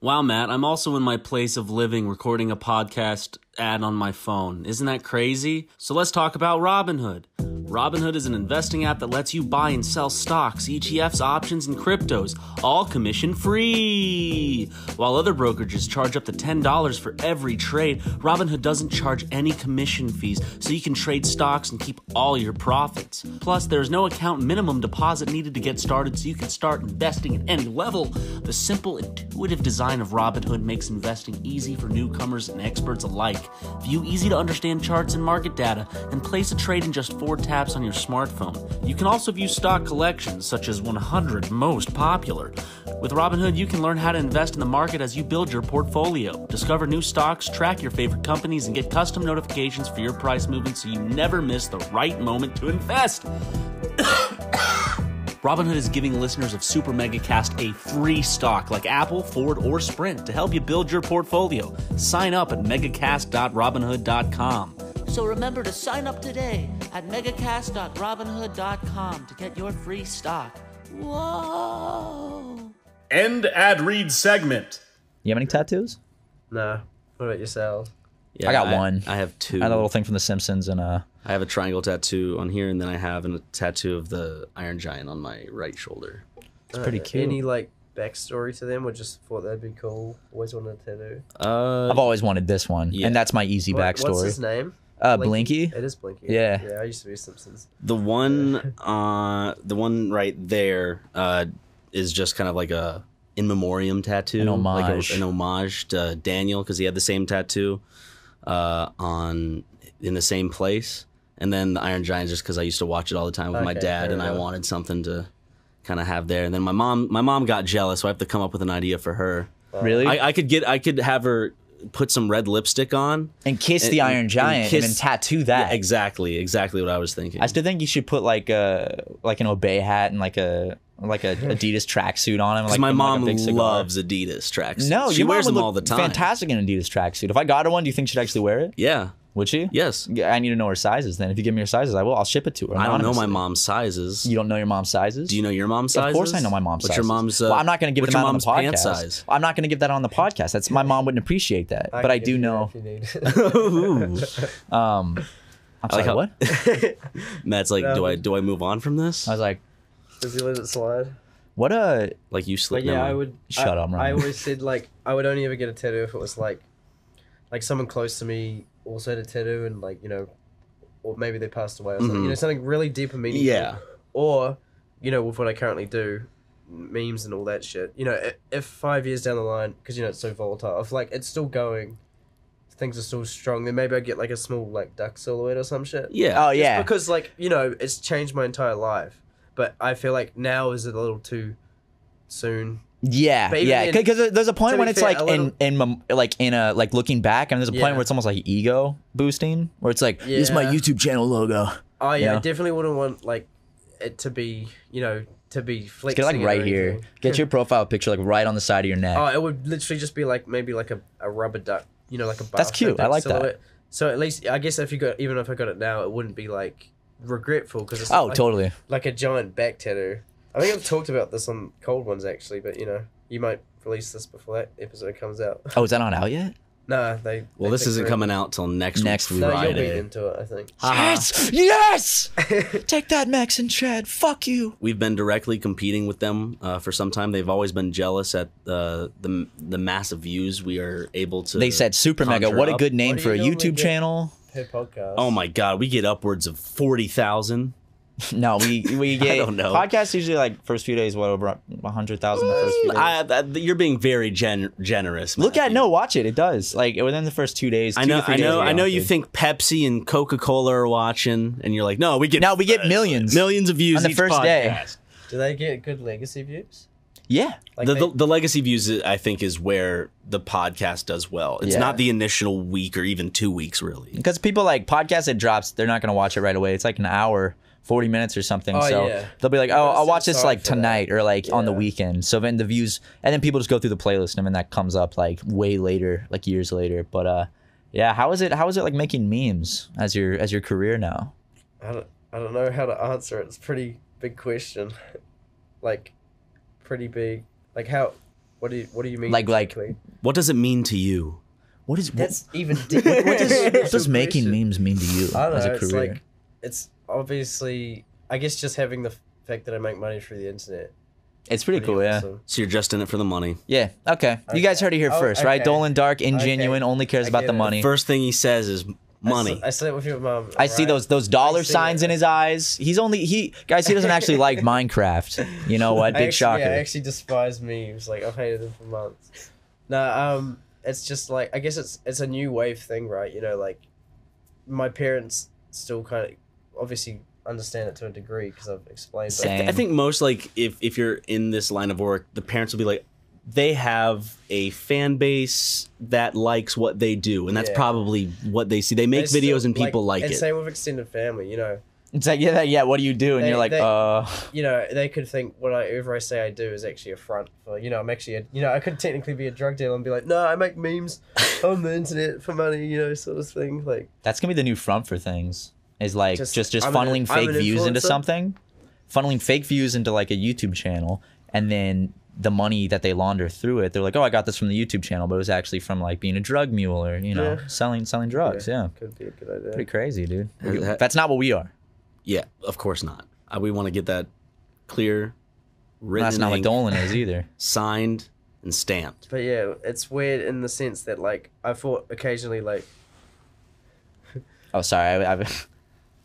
[SPEAKER 1] Wow, Matt, I'm also in my place of living recording a podcast ad on my phone. Isn't that crazy? So let's talk about Robinhood. Robinhood is an investing app that lets you buy and sell stocks, ETFs, options, and cryptos, all commission free. While other brokerages charge up to $10 for every trade, Robinhood doesn't charge any commission fees, so you can trade stocks and keep all your profits. Plus, there's no account minimum deposit needed to get started, so you can start investing at any level. The simple, intuitive design of Robinhood makes investing easy for newcomers and experts alike. View easy to understand charts and market data, and place a trade in just four taps on your smartphone. You can also view stock collections, such as 100 most popular. With Robinhood, you can learn how to invest in the market as you build your portfolio, discover new stocks, track your favorite companies, and get custom notifications for your price movement so you never miss the right moment to invest. Robinhood is giving listeners of Super Mega Cast a free stock like Apple, Ford, or Sprint to help you build your portfolio. Sign up at megacast.robinhood.com. So remember to sign up today at megacast.robinhood.com to get your free stock. Whoa!
[SPEAKER 4] End ad read segment.
[SPEAKER 2] You have any tattoos?
[SPEAKER 3] Nah. What about yourself?
[SPEAKER 1] Yeah,
[SPEAKER 2] I got one.
[SPEAKER 1] I have two.
[SPEAKER 2] I had a little thing from The Simpsons and uh,
[SPEAKER 1] I have a triangle tattoo on here, and then I have a tattoo of the Iron Giant on my right shoulder.
[SPEAKER 2] it's
[SPEAKER 1] Uh,
[SPEAKER 2] pretty cute.
[SPEAKER 3] Any like backstory to them, or just thought that'd be cool? Always wanted a tattoo.
[SPEAKER 1] Uh,
[SPEAKER 2] I've always wanted this one,
[SPEAKER 1] Yeah.
[SPEAKER 2] and that's my easy
[SPEAKER 3] What- What's
[SPEAKER 2] backstory.
[SPEAKER 3] his name?
[SPEAKER 2] Uh, Blinky.
[SPEAKER 3] It is Blinky.
[SPEAKER 2] Yeah.
[SPEAKER 3] Yeah, I used to be Simpsons.
[SPEAKER 1] The one, uh, the one right there uh, is just kind of like a in memoriam tattoo,
[SPEAKER 2] An
[SPEAKER 1] like
[SPEAKER 2] homage.
[SPEAKER 1] a, an homage to Daniel because he had the same tattoo uh, on in the same place. And then the Iron Giant, just because I used to watch it all the time with my
[SPEAKER 3] Okay,
[SPEAKER 1] dad,
[SPEAKER 3] fair
[SPEAKER 1] and I
[SPEAKER 3] enough.
[SPEAKER 1] wanted something to kind of have there. And then my mom, my mom got jealous, so I have to come up with an idea for her.
[SPEAKER 2] Really?
[SPEAKER 1] I, I could get, I could have her put some red lipstick on.
[SPEAKER 2] and kiss
[SPEAKER 1] and-
[SPEAKER 2] the
[SPEAKER 1] and
[SPEAKER 2] Iron Giant and,
[SPEAKER 1] kiss-
[SPEAKER 2] then tattoo that.
[SPEAKER 1] Exactly, exactly what I was thinking.
[SPEAKER 2] I still think you should put like a like an obey hat and like a like a Adidas tracksuit on him. Like
[SPEAKER 1] Because my
[SPEAKER 2] and, like, a
[SPEAKER 1] mom
[SPEAKER 2] big cigar.
[SPEAKER 1] loves Adidas tracks.
[SPEAKER 2] No,
[SPEAKER 1] she
[SPEAKER 2] your mom
[SPEAKER 1] wears
[SPEAKER 2] would
[SPEAKER 1] them
[SPEAKER 2] look
[SPEAKER 1] all the time.
[SPEAKER 2] Fantastic in an Adidas tracksuit. If I got her one, do you think she'd actually wear it?
[SPEAKER 1] Yeah.
[SPEAKER 2] Would she?
[SPEAKER 1] Yes.
[SPEAKER 2] Yeah, I need to know her sizes. Then, if you give me her sizes, I will. I'll ship it to her.
[SPEAKER 1] I don't know my
[SPEAKER 2] anonymously.
[SPEAKER 1] mom's sizes.
[SPEAKER 2] You don't know your mom's sizes.
[SPEAKER 1] Do you know your mom's
[SPEAKER 2] Of
[SPEAKER 1] sizes?
[SPEAKER 2] course, I know my mom's.
[SPEAKER 1] What's
[SPEAKER 2] sizes.
[SPEAKER 1] your mom's? Uh,
[SPEAKER 2] well, I'm not going to give
[SPEAKER 1] what's
[SPEAKER 2] it
[SPEAKER 1] your
[SPEAKER 2] out
[SPEAKER 1] mom's
[SPEAKER 2] on the
[SPEAKER 1] pants
[SPEAKER 2] podcast.
[SPEAKER 1] size?
[SPEAKER 2] I'm not going to give that on the podcast. That's my mom wouldn't appreciate that. but
[SPEAKER 3] can
[SPEAKER 2] I
[SPEAKER 3] give
[SPEAKER 2] do
[SPEAKER 3] you that
[SPEAKER 2] know. um,
[SPEAKER 3] If you need.
[SPEAKER 1] Ooh.
[SPEAKER 2] I'm
[SPEAKER 1] like
[SPEAKER 2] sorry.
[SPEAKER 1] how-
[SPEAKER 2] what? I
[SPEAKER 1] Matt's like, do I do I move on from this?
[SPEAKER 2] was like,
[SPEAKER 3] Does he let it slide?
[SPEAKER 2] what a
[SPEAKER 1] Like you slip.
[SPEAKER 3] But yeah,
[SPEAKER 1] never
[SPEAKER 3] I
[SPEAKER 1] mind.
[SPEAKER 3] would.
[SPEAKER 2] Shut
[SPEAKER 3] I,
[SPEAKER 2] up,
[SPEAKER 3] I
[SPEAKER 2] Ryan.
[SPEAKER 3] always said like I would only ever get a tattoo if it was like, like someone close to me also had a tattoo and like you know, or maybe they passed away or something.
[SPEAKER 2] Mm-hmm.
[SPEAKER 3] You know, something really deep and meaningful.
[SPEAKER 1] Yeah.
[SPEAKER 3] Or, you know, with what I currently do, memes and all that shit. You know, i- if five years down the line, because you know it's so volatile, if like it's still going, things are still strong, then maybe I get like a small like duck silhouette or some shit.
[SPEAKER 1] Yeah.
[SPEAKER 2] oh
[SPEAKER 3] Just
[SPEAKER 2] yeah.
[SPEAKER 3] because like you know it's changed my entire life, but I feel like now is a little too soon.
[SPEAKER 2] Yeah,
[SPEAKER 3] But even
[SPEAKER 2] yeah,
[SPEAKER 3] in-
[SPEAKER 2] because there's a point
[SPEAKER 3] to
[SPEAKER 2] when
[SPEAKER 3] be
[SPEAKER 2] it's
[SPEAKER 3] fair,
[SPEAKER 2] like
[SPEAKER 3] a
[SPEAKER 2] in in mem- like in a like looking back, and there's a point
[SPEAKER 3] Yeah.
[SPEAKER 2] where it's almost like ego boosting, where it's like this is my
[SPEAKER 3] Yeah.
[SPEAKER 2] YouTube channel logo.
[SPEAKER 3] I
[SPEAKER 2] Yeah.
[SPEAKER 3] I definitely wouldn't want like it to be you know to be flexing.
[SPEAKER 2] Get it, like
[SPEAKER 3] or
[SPEAKER 2] right here.
[SPEAKER 3] anything.
[SPEAKER 2] Get your profile picture like right on the side of your neck.
[SPEAKER 3] Oh, it would literally just be like maybe like a, a rubber duck, you know, like a.
[SPEAKER 2] That's
[SPEAKER 3] bathtub
[SPEAKER 2] cute. I
[SPEAKER 3] duck
[SPEAKER 2] like that.
[SPEAKER 3] So at least I guess if you got even if I got it now, it wouldn't be like regretful because it's not
[SPEAKER 2] oh,
[SPEAKER 3] like,
[SPEAKER 2] totally.
[SPEAKER 3] like a giant back tattoo. I think I've talked about this on cold ones actually, but you know you might release this before that episode comes out.
[SPEAKER 2] Oh, is that not out yet?
[SPEAKER 3] No, they.
[SPEAKER 1] Well, this isn't coming out till next
[SPEAKER 2] Next
[SPEAKER 1] week,
[SPEAKER 2] week.
[SPEAKER 3] No, you'll
[SPEAKER 1] Friday.
[SPEAKER 3] be into it. I think.
[SPEAKER 5] Yes! Yes! Take that, Max and Chad. Fuck you.
[SPEAKER 1] We've been directly competing with them uh, for some time. They've always been jealous at uh, the the massive views we are able to.
[SPEAKER 2] They said super mega.
[SPEAKER 1] conjure
[SPEAKER 2] What a
[SPEAKER 1] up.
[SPEAKER 2] good name
[SPEAKER 3] What do
[SPEAKER 2] for a
[SPEAKER 3] you normally
[SPEAKER 2] YouTube
[SPEAKER 3] get?
[SPEAKER 2] channel.
[SPEAKER 3] Her podcast.
[SPEAKER 1] Oh my god, we get upwards of forty thousand.
[SPEAKER 2] No, we we get
[SPEAKER 1] don't know.
[SPEAKER 2] podcasts usually like first few days what over hundred thousand the first few days.
[SPEAKER 1] I, I, uh, you're being very gen- generous.
[SPEAKER 2] Look at
[SPEAKER 1] Matthew.
[SPEAKER 2] no, watch it. It does like within the first two days.
[SPEAKER 1] I
[SPEAKER 2] two to
[SPEAKER 1] know,
[SPEAKER 2] three
[SPEAKER 1] I
[SPEAKER 2] days,
[SPEAKER 1] know,
[SPEAKER 2] we
[SPEAKER 1] I know.
[SPEAKER 2] don't
[SPEAKER 1] You
[SPEAKER 2] do.
[SPEAKER 1] think Pepsi and Coca Cola are watching, and you're like, no, we get
[SPEAKER 2] now we get millions.
[SPEAKER 1] millions of views
[SPEAKER 2] On the
[SPEAKER 1] each
[SPEAKER 2] first day.
[SPEAKER 1] podcast.
[SPEAKER 3] Do they get good legacy views?
[SPEAKER 2] Yeah,
[SPEAKER 3] Like
[SPEAKER 1] the,
[SPEAKER 3] they-
[SPEAKER 1] the, the legacy views, uh, I think, is where the podcast does well. It's
[SPEAKER 2] Yeah.
[SPEAKER 1] not the initial week or even two weeks, really.
[SPEAKER 2] because people like podcasts. It drops. They're not gonna watch it right away. It's like an hour. 40 minutes or something.
[SPEAKER 3] Oh,
[SPEAKER 2] so
[SPEAKER 3] yeah.
[SPEAKER 2] they'll be like, oh,
[SPEAKER 3] gotta
[SPEAKER 2] I'll
[SPEAKER 3] feel
[SPEAKER 2] watch this
[SPEAKER 3] sorry
[SPEAKER 2] like
[SPEAKER 3] for that.
[SPEAKER 2] tonight or like on the
[SPEAKER 3] Yeah.
[SPEAKER 2] weekend. So then the views, and then people just go through the playlist and then that comes up like way later, like years later. But uh, yeah, how is it? How is it like making memes as your as your career now?
[SPEAKER 3] I don't, I don't know how to answer it. It's a pretty big question. like, pretty big. Like how? What do you What do you mean?
[SPEAKER 2] Like- like-
[SPEAKER 3] exactly?
[SPEAKER 1] What does it mean to you?
[SPEAKER 2] What is what,
[SPEAKER 3] that's even
[SPEAKER 2] what,
[SPEAKER 3] deeper.
[SPEAKER 2] what does, what does
[SPEAKER 3] It's a
[SPEAKER 2] making
[SPEAKER 3] question.
[SPEAKER 2] memes mean to you
[SPEAKER 3] I don't
[SPEAKER 2] as
[SPEAKER 3] know.
[SPEAKER 2] a
[SPEAKER 3] It's
[SPEAKER 2] career?
[SPEAKER 3] like it's obviously. I guess just having the fact that I make money through the internet.
[SPEAKER 2] it's pretty, cool, yeah.
[SPEAKER 3] awesome.
[SPEAKER 1] So you're just in it for the money.
[SPEAKER 2] Yeah. Okay. You guys heard it here
[SPEAKER 3] Oh,
[SPEAKER 2] first, right?
[SPEAKER 3] okay.
[SPEAKER 2] Dolan Dark, ingenuine,
[SPEAKER 3] Okay.
[SPEAKER 2] only cares
[SPEAKER 3] I
[SPEAKER 2] about
[SPEAKER 3] get
[SPEAKER 2] the
[SPEAKER 3] it.
[SPEAKER 2] money.
[SPEAKER 1] First thing he says is
[SPEAKER 3] I,
[SPEAKER 1] money.
[SPEAKER 3] s- I slept with your mom.
[SPEAKER 2] I see
[SPEAKER 3] alright?
[SPEAKER 2] those those dollar
[SPEAKER 3] see
[SPEAKER 2] signs
[SPEAKER 3] it.
[SPEAKER 2] in his eyes. He's only he guys. He doesn't actually like Minecraft. You know
[SPEAKER 1] Oh,
[SPEAKER 2] what?
[SPEAKER 3] I
[SPEAKER 2] Big
[SPEAKER 3] actually,
[SPEAKER 2] shocker.
[SPEAKER 3] Yeah, I actually despise memes. Like I've hated them for months. No, um, it's just like I guess it's it's a new wave thing, right? You know, like my parents still kind of obviously understand it to a degree because I've explained. but-
[SPEAKER 2] Same.
[SPEAKER 1] I think most like if if you're in this line of work, the parents will be like, they have a fan base that likes what they do, and that's
[SPEAKER 3] Yeah.
[SPEAKER 1] probably what they see. They
[SPEAKER 3] they
[SPEAKER 1] make
[SPEAKER 3] still-
[SPEAKER 1] videos and people like,
[SPEAKER 3] and
[SPEAKER 1] it.
[SPEAKER 3] Same with extended family, you know.
[SPEAKER 2] it's like yeah, yeah. What do you do? And
[SPEAKER 3] They-
[SPEAKER 2] you're like,
[SPEAKER 3] they-
[SPEAKER 2] uh,
[SPEAKER 3] You know, they could think whatever I say I do is actually a front for you know I'm actually a, you know I could technically be a drug dealer and be like, no, I make memes on the internet for money, you know, sort of thing. Like
[SPEAKER 2] that's gonna be the new front for things. Is like just
[SPEAKER 3] Just,
[SPEAKER 2] just,
[SPEAKER 3] I'm an-
[SPEAKER 2] funneling
[SPEAKER 3] I'm
[SPEAKER 2] fake
[SPEAKER 3] an
[SPEAKER 2] views into
[SPEAKER 3] influencer.
[SPEAKER 2] something, funneling fake views into like a YouTube channel, and then the money that they launder through it, they're like, oh, I got this from the YouTube channel, but it was actually from like being a drug mule or you know
[SPEAKER 3] Yeah.
[SPEAKER 2] selling selling drugs. Yeah.
[SPEAKER 3] could be a good idea.
[SPEAKER 2] pretty crazy, dude.
[SPEAKER 1] Has that-
[SPEAKER 2] That's not what we are.
[SPEAKER 1] yeah, of course not. Uh, we want to get that clear, written,
[SPEAKER 2] That's
[SPEAKER 1] in
[SPEAKER 2] not what
[SPEAKER 1] ink,
[SPEAKER 2] Dolan is either.
[SPEAKER 1] signed, and stamped.
[SPEAKER 3] But yeah, it's weird in the sense that like I thought occasionally like
[SPEAKER 2] Oh, sorry. I, I,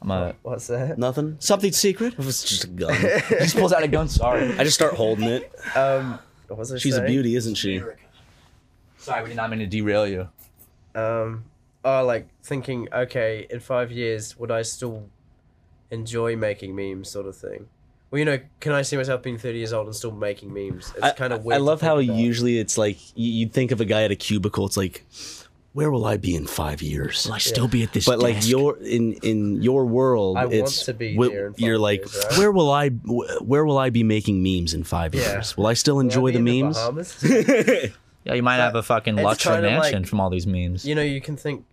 [SPEAKER 2] I'm a
[SPEAKER 3] what's that?
[SPEAKER 1] Nothing.
[SPEAKER 2] something secret.
[SPEAKER 1] It was just a gun.
[SPEAKER 2] He just pulls out a gun. Sorry.
[SPEAKER 1] I just start holding it.
[SPEAKER 3] Um, what was I
[SPEAKER 1] She's a
[SPEAKER 3] saying?
[SPEAKER 1] beauty, isn't she?
[SPEAKER 2] Sorry, we did not mean to derail you.
[SPEAKER 3] Um, oh, like thinking, okay, in five years, would I still enjoy making memes, sort of thing? Well, you know, can I see myself being thirty years old and still making memes? It's kind of weird.
[SPEAKER 1] I
[SPEAKER 3] to
[SPEAKER 1] love
[SPEAKER 3] think
[SPEAKER 1] how
[SPEAKER 3] about.
[SPEAKER 1] usually it's like you, you think of a guy at a cubicle. It's like, where will I be in five years? Will I still be at this? But like your in in your world,
[SPEAKER 3] I want
[SPEAKER 1] it's
[SPEAKER 3] to be
[SPEAKER 1] wi-
[SPEAKER 3] there in five
[SPEAKER 1] you're like,
[SPEAKER 3] years, right?
[SPEAKER 1] where will I wh- where will I be making memes in five
[SPEAKER 3] Yeah.
[SPEAKER 1] years? Will I still
[SPEAKER 3] Would I
[SPEAKER 1] enjoy the
[SPEAKER 3] be in
[SPEAKER 1] memes?
[SPEAKER 3] Bahamas?
[SPEAKER 2] Yeah, you might have a fucking
[SPEAKER 3] it's
[SPEAKER 2] luxury
[SPEAKER 3] kinda
[SPEAKER 2] mansion
[SPEAKER 3] like-
[SPEAKER 2] from all these memes.
[SPEAKER 3] you know, you can think,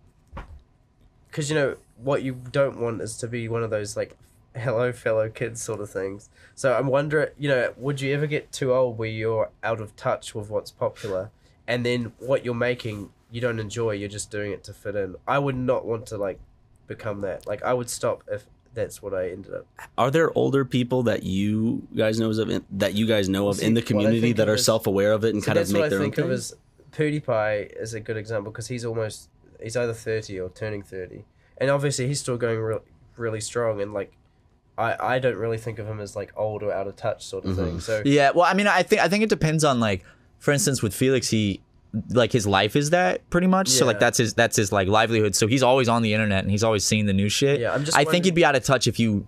[SPEAKER 3] because you know what you don't want is to be one of those like, hello fellow kids sort of things. So I'm wondering, you know, would you ever get too old where you're out of touch with what's popular, and then what you're making you don't enjoy, you're just doing it to fit in. I would not want to like, become that. Like I would stop if that's what I ended up.
[SPEAKER 1] Are there older people that you guys knows of in, that you guys know of
[SPEAKER 3] See,
[SPEAKER 1] in the
[SPEAKER 3] what I
[SPEAKER 1] community
[SPEAKER 3] think
[SPEAKER 1] that
[SPEAKER 3] of
[SPEAKER 1] are
[SPEAKER 3] is-
[SPEAKER 1] self aware of it and
[SPEAKER 3] So
[SPEAKER 1] kind of
[SPEAKER 3] that's
[SPEAKER 1] make
[SPEAKER 3] what I
[SPEAKER 1] their own
[SPEAKER 3] think of
[SPEAKER 1] thing?
[SPEAKER 3] as PewDiePie is a good example because he's almost he's either thirty or turning thirty, and obviously he's still going real, really strong. And like, I I don't really think of him as like old or out of touch sort
[SPEAKER 1] Mm-hmm.
[SPEAKER 3] of thing. So
[SPEAKER 2] Yeah, well, I mean, I think I think it depends on like, for instance, with Felix, he like his life is that pretty much. So like
[SPEAKER 3] Yeah.
[SPEAKER 2] that's his that's his like livelihood. So he's always on the internet and he's always seeing the new shit.
[SPEAKER 3] Yeah, I'm just
[SPEAKER 2] I think you'd
[SPEAKER 3] wondering-
[SPEAKER 2] be out of touch if you.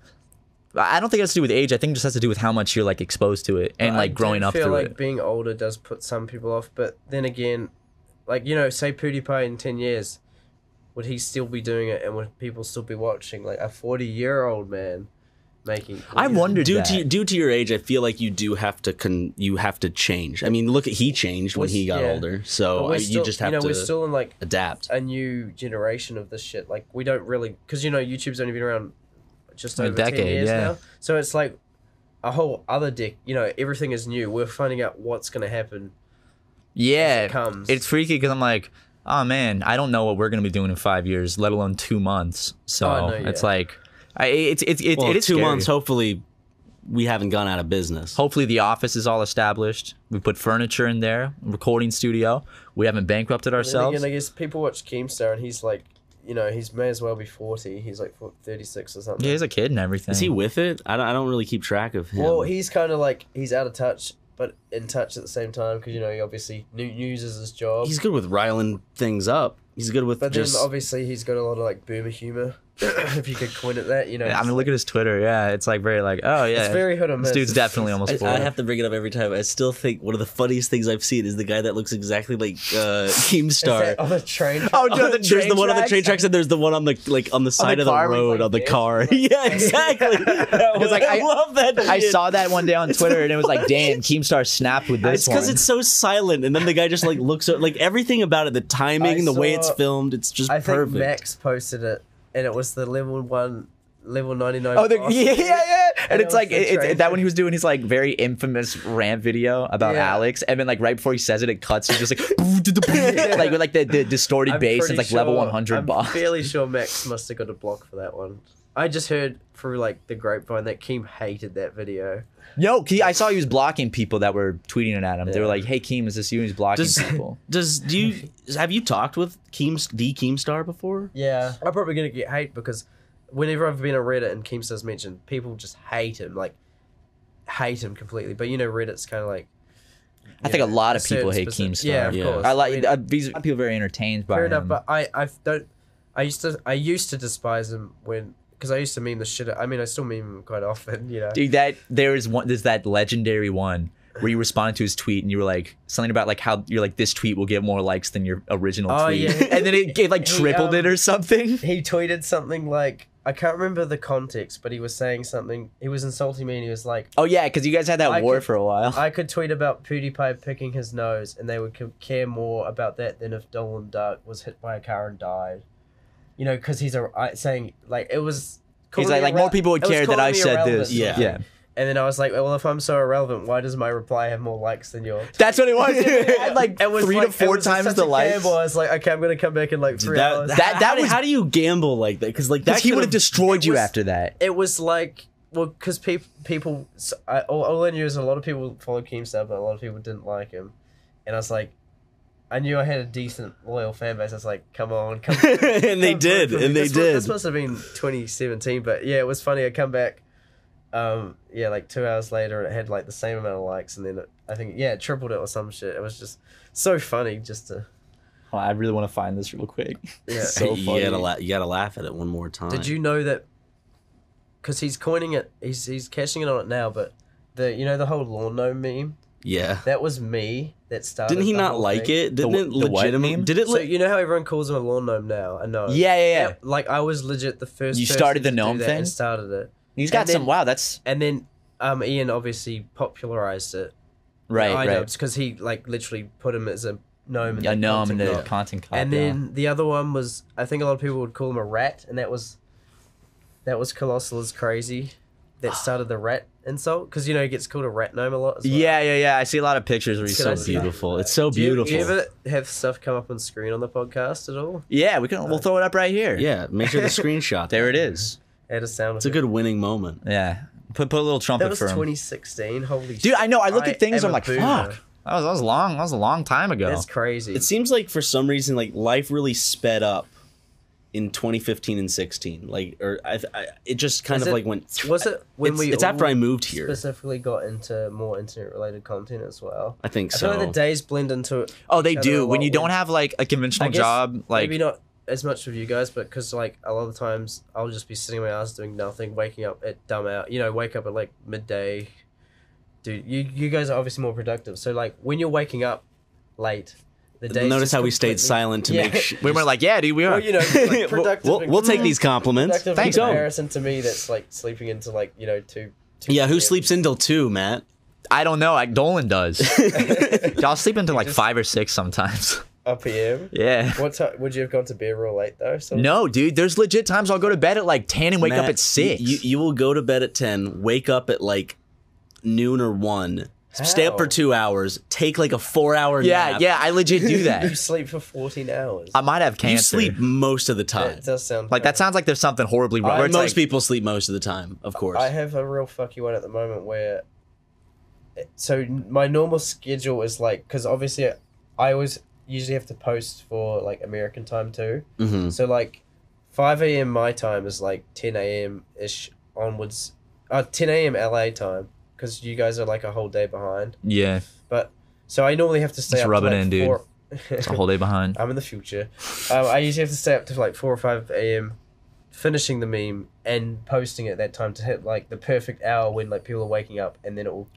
[SPEAKER 2] I don't think it has to do with age. I think it just has to do with how much you're like exposed to it and
[SPEAKER 3] I
[SPEAKER 2] like
[SPEAKER 3] do
[SPEAKER 2] growing up
[SPEAKER 3] feel
[SPEAKER 2] through
[SPEAKER 3] like
[SPEAKER 2] it.
[SPEAKER 3] being older does put some people off, but then again, like you know, say PewDiePie in ten years, would he still be doing it, and would people still be watching? Like a forty-year-old man making.
[SPEAKER 2] I wondered
[SPEAKER 1] due
[SPEAKER 2] that.
[SPEAKER 1] to due to your age, I feel like you do have to con you have to change. I mean, look at he changed when
[SPEAKER 3] We're-
[SPEAKER 1] he got
[SPEAKER 3] yeah.
[SPEAKER 1] older,
[SPEAKER 3] But
[SPEAKER 1] so
[SPEAKER 3] we're
[SPEAKER 1] I,
[SPEAKER 3] still-
[SPEAKER 1] you just have
[SPEAKER 3] know,
[SPEAKER 1] to
[SPEAKER 3] we're still in like
[SPEAKER 1] adapt.
[SPEAKER 3] a new generation of this shit. Like we don't really because you know YouTube's only been around just
[SPEAKER 2] A
[SPEAKER 3] over ten
[SPEAKER 2] decade,
[SPEAKER 3] years
[SPEAKER 2] yeah.
[SPEAKER 3] now, so it's like a whole other dick. You know, everything is new. We're finding out what's gonna happen.
[SPEAKER 2] Yeah,
[SPEAKER 3] it comes.
[SPEAKER 2] it's freaky because I'm like, oh man, I don't know what we're gonna be doing in five years, let alone two months. So
[SPEAKER 3] Oh, no,
[SPEAKER 2] it's
[SPEAKER 3] yeah.
[SPEAKER 2] like, I, it's it's it's
[SPEAKER 1] Well,
[SPEAKER 2] it is
[SPEAKER 1] two
[SPEAKER 2] scary.
[SPEAKER 1] months. Hopefully, we haven't gone out of business.
[SPEAKER 2] Hopefully the office is all established. We put furniture in there, recording studio. We haven't bankrupted
[SPEAKER 3] And
[SPEAKER 2] ourselves.
[SPEAKER 3] again, I guess people watch Keemstar and he's like, you know, he's may as well be 40. He's like what, 36 or something.
[SPEAKER 2] Yeah, he's a kid and everything.
[SPEAKER 1] Is he with it? I don't, I don't really keep track of him.
[SPEAKER 3] Well, he's kind of like, he's out of touch, but in touch at the same time because, you know, he obviously new uses his job.
[SPEAKER 1] he's good with riling things up. He's good with
[SPEAKER 3] but
[SPEAKER 1] just.
[SPEAKER 3] then obviously he's got a lot of like boomer humor, if you could coin it that, you know.
[SPEAKER 2] I
[SPEAKER 3] it's
[SPEAKER 2] mean,
[SPEAKER 3] like-
[SPEAKER 2] look at his Twitter. Yeah, it's like very like, oh yeah,
[SPEAKER 3] It's very hit or
[SPEAKER 2] this
[SPEAKER 3] miss.
[SPEAKER 2] dude's definitely almost.
[SPEAKER 1] I,
[SPEAKER 2] full.
[SPEAKER 1] I have to bring it up every time. I still think one of the funniest things I've seen is the guy that looks exactly like uh,
[SPEAKER 3] Is
[SPEAKER 1] Keemstar.
[SPEAKER 3] that on the train.
[SPEAKER 2] Oh, dude, the
[SPEAKER 1] there's the one on the
[SPEAKER 2] tracks?
[SPEAKER 1] train tracks and there's the one on the like on the side
[SPEAKER 2] the
[SPEAKER 1] of the
[SPEAKER 2] car with,
[SPEAKER 1] road
[SPEAKER 3] like,
[SPEAKER 1] on the
[SPEAKER 3] this,
[SPEAKER 1] car. yeah, exactly. That was,
[SPEAKER 2] like,
[SPEAKER 1] I,
[SPEAKER 2] I-
[SPEAKER 1] love that.
[SPEAKER 2] I
[SPEAKER 1] shit.
[SPEAKER 2] saw that one day on Twitter, and it was like, "Damn, Keemstar snapped with this
[SPEAKER 1] It's because
[SPEAKER 2] one."
[SPEAKER 1] it's so silent, and then the guy just like looks at like everything about it, the timing, the way it's
[SPEAKER 3] saw-
[SPEAKER 1] filmed, it's just
[SPEAKER 3] I think
[SPEAKER 1] perfect.
[SPEAKER 3] Max posted it, and it was the level one, level ninety nine.
[SPEAKER 2] oh, the, yeah, yeah, yeah. And,
[SPEAKER 3] And it
[SPEAKER 2] it's like
[SPEAKER 3] was the
[SPEAKER 2] it, it-
[SPEAKER 3] train
[SPEAKER 2] that one he was doing his like very infamous rant video about
[SPEAKER 3] Yeah.
[SPEAKER 2] Alex, and then like right before he says it, it cuts. He's just like, like with like the, the distorted bass. It's like level one hundred
[SPEAKER 3] I'm
[SPEAKER 2] boss.
[SPEAKER 3] fairly sure Max must have got a block for that one. I just heard through like the grapevine that Keem hated that video.
[SPEAKER 2] No, he, I saw he was blocking people that were tweeting it at him. They were like, "Hey, Keem, is this you?" And he's blocking
[SPEAKER 1] Does-
[SPEAKER 2] people.
[SPEAKER 1] Does do you have you talked with Keem the Keemstar before?
[SPEAKER 3] Yeah, I'm probably gonna get hate because whenever I've been on Reddit and Keemstar's mentioned, people just hate him, like hate him completely. But you know, Reddit's kind of like
[SPEAKER 2] I think a
[SPEAKER 3] yeah,
[SPEAKER 2] lot
[SPEAKER 3] a
[SPEAKER 2] of people
[SPEAKER 3] certain
[SPEAKER 2] hate
[SPEAKER 3] specific-
[SPEAKER 2] Keemstar.
[SPEAKER 3] Yeah, of
[SPEAKER 1] Yeah.
[SPEAKER 3] course.
[SPEAKER 2] I like
[SPEAKER 3] mean,
[SPEAKER 2] uh, these people are very entertained by
[SPEAKER 3] Fair
[SPEAKER 2] him.
[SPEAKER 3] enough, but I I don't. I used to I used to despise him when because I used to meme the shit. out- I mean, I still meme him quite often. You know.
[SPEAKER 2] Dude, that there is one. There's that legendary one where you responded to his tweet and you were like something about like how you're like this tweet will get more likes than your original
[SPEAKER 3] Oh,
[SPEAKER 2] tweet,
[SPEAKER 3] yeah.
[SPEAKER 2] and then it gave like
[SPEAKER 3] He,
[SPEAKER 2] tripled it
[SPEAKER 3] um,
[SPEAKER 2] or something.
[SPEAKER 3] he tweeted something like I can't remember the context, but he was saying something. He was insulting me, and he was like,
[SPEAKER 2] Oh yeah, because you guys had that
[SPEAKER 3] I
[SPEAKER 2] war
[SPEAKER 3] could-
[SPEAKER 2] for a while.
[SPEAKER 3] "I could tweet about PewDiePie picking his nose, and they would c- care more about that than if Dolan Duck was hit by a car and died." You know, because he's a I- saying like it was.
[SPEAKER 2] He's
[SPEAKER 3] calling
[SPEAKER 2] like,
[SPEAKER 3] me
[SPEAKER 2] like more
[SPEAKER 3] irre-
[SPEAKER 2] people would
[SPEAKER 3] it was
[SPEAKER 2] care that
[SPEAKER 3] calling
[SPEAKER 2] I
[SPEAKER 3] me
[SPEAKER 2] said
[SPEAKER 3] irrelevant
[SPEAKER 2] this.
[SPEAKER 3] sort of
[SPEAKER 1] Yeah.
[SPEAKER 3] thing. And then I was like, well, if I'm so irrelevant, why does my reply have more likes than yours?
[SPEAKER 2] that's what it was. it had like
[SPEAKER 3] It was
[SPEAKER 2] three to
[SPEAKER 3] like- it
[SPEAKER 2] four
[SPEAKER 3] was just
[SPEAKER 2] times
[SPEAKER 3] such
[SPEAKER 2] the
[SPEAKER 3] a
[SPEAKER 2] likes.
[SPEAKER 3] gamble. I was like, okay, I'm gonna come back in like three
[SPEAKER 1] That
[SPEAKER 3] hours.
[SPEAKER 1] that,
[SPEAKER 2] That- that
[SPEAKER 1] how,
[SPEAKER 2] was-
[SPEAKER 1] how do you gamble like that? Because like that
[SPEAKER 2] Because he would have
[SPEAKER 1] could've-
[SPEAKER 2] destroyed
[SPEAKER 3] it
[SPEAKER 2] you
[SPEAKER 3] was-
[SPEAKER 2] after that.
[SPEAKER 3] it was like, well, because people, people, so I, all, all I knew is a lot of people followed Keemstar, but a lot of people didn't like him, and I was like, I knew I had a decent loyal fan base. I was like, come on, come. on.
[SPEAKER 1] and they
[SPEAKER 3] come through
[SPEAKER 1] did,
[SPEAKER 3] for me.
[SPEAKER 1] and they
[SPEAKER 3] This wa-
[SPEAKER 1] did.
[SPEAKER 3] This must have been 2017, but yeah, it was funny. I come back, um, yeah, like two hours later, and it had like the same amount of likes, and then it, I think yeah, it tripled it or some shit. It was just so funny, just to
[SPEAKER 2] Oh, I really want to find this real quick.
[SPEAKER 3] yeah.
[SPEAKER 2] So
[SPEAKER 1] you
[SPEAKER 2] funny.
[SPEAKER 1] gotta, la- you gotta laugh at it one more time.
[SPEAKER 3] Did you know that? Because he's coining it, he's he's cashing it on it now. But the you know the whole lawn gnome meme
[SPEAKER 1] Yeah.
[SPEAKER 3] that was me that started.
[SPEAKER 1] Didn't he
[SPEAKER 3] the
[SPEAKER 1] not
[SPEAKER 3] whole
[SPEAKER 1] like
[SPEAKER 3] thing.
[SPEAKER 1] it? Didn't
[SPEAKER 2] The
[SPEAKER 1] it
[SPEAKER 2] wh- the what meme?
[SPEAKER 1] legitimately? Did it?
[SPEAKER 3] So
[SPEAKER 1] Li-
[SPEAKER 3] you know how everyone calls him a lawn gnome now? I know.
[SPEAKER 2] Yeah, yeah, yeah.
[SPEAKER 3] like I was legit the first.
[SPEAKER 2] You
[SPEAKER 3] person
[SPEAKER 2] started the
[SPEAKER 3] to do
[SPEAKER 2] gnome
[SPEAKER 3] that
[SPEAKER 2] thing?
[SPEAKER 3] And started it,
[SPEAKER 2] He's got
[SPEAKER 3] And then-
[SPEAKER 2] some. Wow, that's
[SPEAKER 3] and then um Ian obviously popularized it.
[SPEAKER 2] right,
[SPEAKER 3] I
[SPEAKER 2] right.
[SPEAKER 3] because he like literally put him as a gnome. in
[SPEAKER 2] I
[SPEAKER 3] the
[SPEAKER 2] know I'm in the
[SPEAKER 3] content.
[SPEAKER 2] content cop.
[SPEAKER 3] And
[SPEAKER 2] yeah.
[SPEAKER 3] then the other one was I think a lot of people would call him a rat, and that was that was Colossal is crazy. That started the rat insult because you know he gets called a rat gnome a lot. As well.
[SPEAKER 2] yeah, yeah, yeah. I see a lot of pictures where he's
[SPEAKER 3] Could
[SPEAKER 2] so
[SPEAKER 3] I
[SPEAKER 1] so
[SPEAKER 3] see
[SPEAKER 2] beautiful.
[SPEAKER 1] beautiful. It's so
[SPEAKER 3] Do you, do
[SPEAKER 1] beautiful.
[SPEAKER 3] you ever have stuff come up on screen on the podcast at all?
[SPEAKER 2] Yeah, we can. We'll throw it up right here.
[SPEAKER 1] yeah. Make sure the screenshot.
[SPEAKER 2] there it is.
[SPEAKER 3] Add a sound.
[SPEAKER 1] It's a good winning moment.
[SPEAKER 2] Yeah, put put a little trumpet
[SPEAKER 3] That was
[SPEAKER 2] for him.
[SPEAKER 3] 2016. Holy
[SPEAKER 2] Dude, I know. I look
[SPEAKER 3] I
[SPEAKER 2] at things.
[SPEAKER 3] am
[SPEAKER 2] I'm
[SPEAKER 3] a
[SPEAKER 2] like,
[SPEAKER 3] boomer.
[SPEAKER 2] fuck. That was that was long. That was a long time ago.
[SPEAKER 3] That's crazy.
[SPEAKER 1] It seems like for some reason, like life really sped up in 2015 and 16. Like, or I, I it just kind
[SPEAKER 3] Is
[SPEAKER 1] of
[SPEAKER 3] it-
[SPEAKER 1] like went.
[SPEAKER 3] was it when
[SPEAKER 1] it's,
[SPEAKER 3] we?
[SPEAKER 1] It's after
[SPEAKER 3] all
[SPEAKER 1] I moved here.
[SPEAKER 3] specifically got into more internet related content as well.
[SPEAKER 1] I think
[SPEAKER 3] I feel
[SPEAKER 1] so.
[SPEAKER 3] like the days blend into.
[SPEAKER 2] oh, they
[SPEAKER 3] each other
[SPEAKER 2] do.
[SPEAKER 3] a
[SPEAKER 2] When
[SPEAKER 3] lot
[SPEAKER 2] you don't
[SPEAKER 3] more.
[SPEAKER 2] have like a conventional
[SPEAKER 3] I guess
[SPEAKER 2] job, like
[SPEAKER 3] maybe not as much with you guys, but because like a lot of times I'll just be sitting on my ass doing nothing, waking up at dumb out. You know, wake up at like midday. Dude, you you guys are obviously more productive. So like when you're waking up late, the day.
[SPEAKER 1] Notice how we stayed silent to
[SPEAKER 3] Yeah.
[SPEAKER 1] make sure.
[SPEAKER 2] we were like, yeah, dude, we are.
[SPEAKER 3] Well, you know, like,
[SPEAKER 1] we'll,
[SPEAKER 3] productive.
[SPEAKER 1] we'll,
[SPEAKER 3] in-
[SPEAKER 1] we'll take these compliments.
[SPEAKER 3] Productive
[SPEAKER 2] Thanks,
[SPEAKER 3] in
[SPEAKER 2] Owen.
[SPEAKER 3] comparison to me, that's like sleeping into like you know two. two
[SPEAKER 1] Yeah, who
[SPEAKER 3] p.m.
[SPEAKER 1] sleeps until two, Matt?
[SPEAKER 2] I don't know. Like Dolan does. Y'all sleep until like five or six sometimes.
[SPEAKER 3] Up p.m.
[SPEAKER 2] yeah.
[SPEAKER 3] What time would you have gone to bed real late though? So
[SPEAKER 2] No, dude. There's legit times I'll go to bed at like ten and wake up
[SPEAKER 1] Matt,
[SPEAKER 2] at six.
[SPEAKER 1] You, you will go to bed at ten, wake up at like noon or one, Stay up for
[SPEAKER 3] How?
[SPEAKER 1] two hours. Take like a four hour
[SPEAKER 2] Yeah,
[SPEAKER 1] nap.
[SPEAKER 2] yeah, I legit do
[SPEAKER 3] You
[SPEAKER 2] that.
[SPEAKER 3] sleep for 14 hours.
[SPEAKER 2] I might have
[SPEAKER 1] You
[SPEAKER 2] cancer.
[SPEAKER 1] sleep most of the time.
[SPEAKER 3] That does sound
[SPEAKER 2] Like that sounds like there's something horribly wrong.
[SPEAKER 3] I-
[SPEAKER 2] where it's
[SPEAKER 1] most
[SPEAKER 2] like,
[SPEAKER 1] people sleep most of the time, of course.
[SPEAKER 3] I have a real fucky one at the moment where. So my normal schedule is like because obviously I always usually have to post for like American time too.
[SPEAKER 2] Mm-hmm.
[SPEAKER 1] Mhm.
[SPEAKER 3] So like, five a.m. my time is like ten a.m. ish onwards. Uh, ten a.m. LA time because you guys are like a whole day behind.
[SPEAKER 2] yeah,
[SPEAKER 3] But so I normally have to stay
[SPEAKER 2] Just
[SPEAKER 3] up
[SPEAKER 2] rub
[SPEAKER 3] to
[SPEAKER 2] it
[SPEAKER 3] like
[SPEAKER 2] in, dude.
[SPEAKER 3] four-
[SPEAKER 2] it's a whole day behind.
[SPEAKER 3] I'm in the future. Um, I usually have to stay up to like four or five a.m. finishing the meme and posting it at that time to hit like the perfect hour when like people are waking up, and then it will,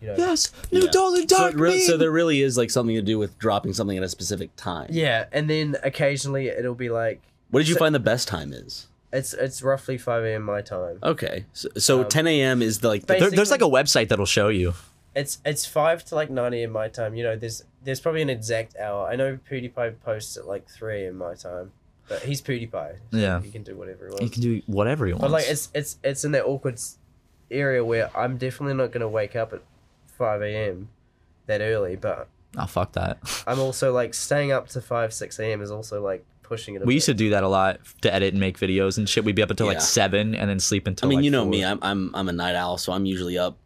[SPEAKER 3] you know.
[SPEAKER 2] Yes, new
[SPEAKER 1] Yeah.
[SPEAKER 2] darling,
[SPEAKER 1] so,
[SPEAKER 2] dark
[SPEAKER 1] it really, so
[SPEAKER 2] meat.
[SPEAKER 1] there really is like something to do with dropping something at a specific time.
[SPEAKER 3] Yeah, and then occasionally it'll be like
[SPEAKER 1] What did you
[SPEAKER 3] So-
[SPEAKER 1] find the best time is?
[SPEAKER 3] it's it's roughly five a.m. my time.
[SPEAKER 1] Okay, so, so
[SPEAKER 3] Um,
[SPEAKER 1] 10 a.m. is like the,
[SPEAKER 3] basi-
[SPEAKER 2] There- there's like a website that'll show you.
[SPEAKER 3] It's it's five to like nine a.m. my time. You know, there's there's probably an exact hour. I know PewDiePie posts at like three a.m. my time, but he's PewDiePie. so
[SPEAKER 2] Yeah.
[SPEAKER 3] he can do whatever he wants.
[SPEAKER 2] You can do whatever you want.
[SPEAKER 3] But like it's it's it's in that awkward s- area where I'm definitely not gonna wake up at five a.m. that early. But
[SPEAKER 2] oh fuck that.
[SPEAKER 3] I'm also like staying up to five six a.m. is also like pushing it. A
[SPEAKER 2] We
[SPEAKER 3] bit.
[SPEAKER 2] used to do that a lot to edit and make videos and shit. We'd be up until
[SPEAKER 1] Yeah.
[SPEAKER 2] like seven and then sleep
[SPEAKER 1] I
[SPEAKER 2] until.
[SPEAKER 1] mean,
[SPEAKER 2] like,
[SPEAKER 1] you know
[SPEAKER 2] four.
[SPEAKER 1] me. I'm I'm I'm a night owl, so I'm usually up.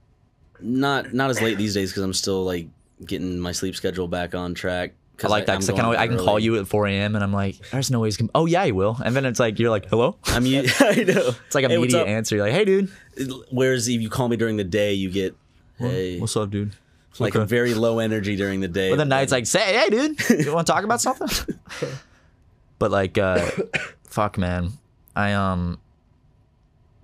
[SPEAKER 1] Not not as late these days because I'm still like getting my sleep schedule back on track.
[SPEAKER 2] I like that
[SPEAKER 1] I'm
[SPEAKER 2] because I
[SPEAKER 1] going
[SPEAKER 2] can always,
[SPEAKER 1] to
[SPEAKER 2] I
[SPEAKER 1] bed
[SPEAKER 2] can call
[SPEAKER 1] early.
[SPEAKER 2] you at 4 a.m. and I'm like, there's no way he's gonna. Oh yeah, he will. And then it's like you're like, hello.
[SPEAKER 1] I mean, I know
[SPEAKER 2] It's like
[SPEAKER 1] Hey, what's
[SPEAKER 2] immediate
[SPEAKER 1] up?
[SPEAKER 2] answer. You're like, hey dude,
[SPEAKER 1] Whereas if you call me during the day, you get hey,
[SPEAKER 2] what's up, dude?
[SPEAKER 1] like
[SPEAKER 2] okay.
[SPEAKER 1] very low energy during the day.
[SPEAKER 2] But the night's like, say, hey dude, you want to talk about something? but like, uh, fuck man, I um,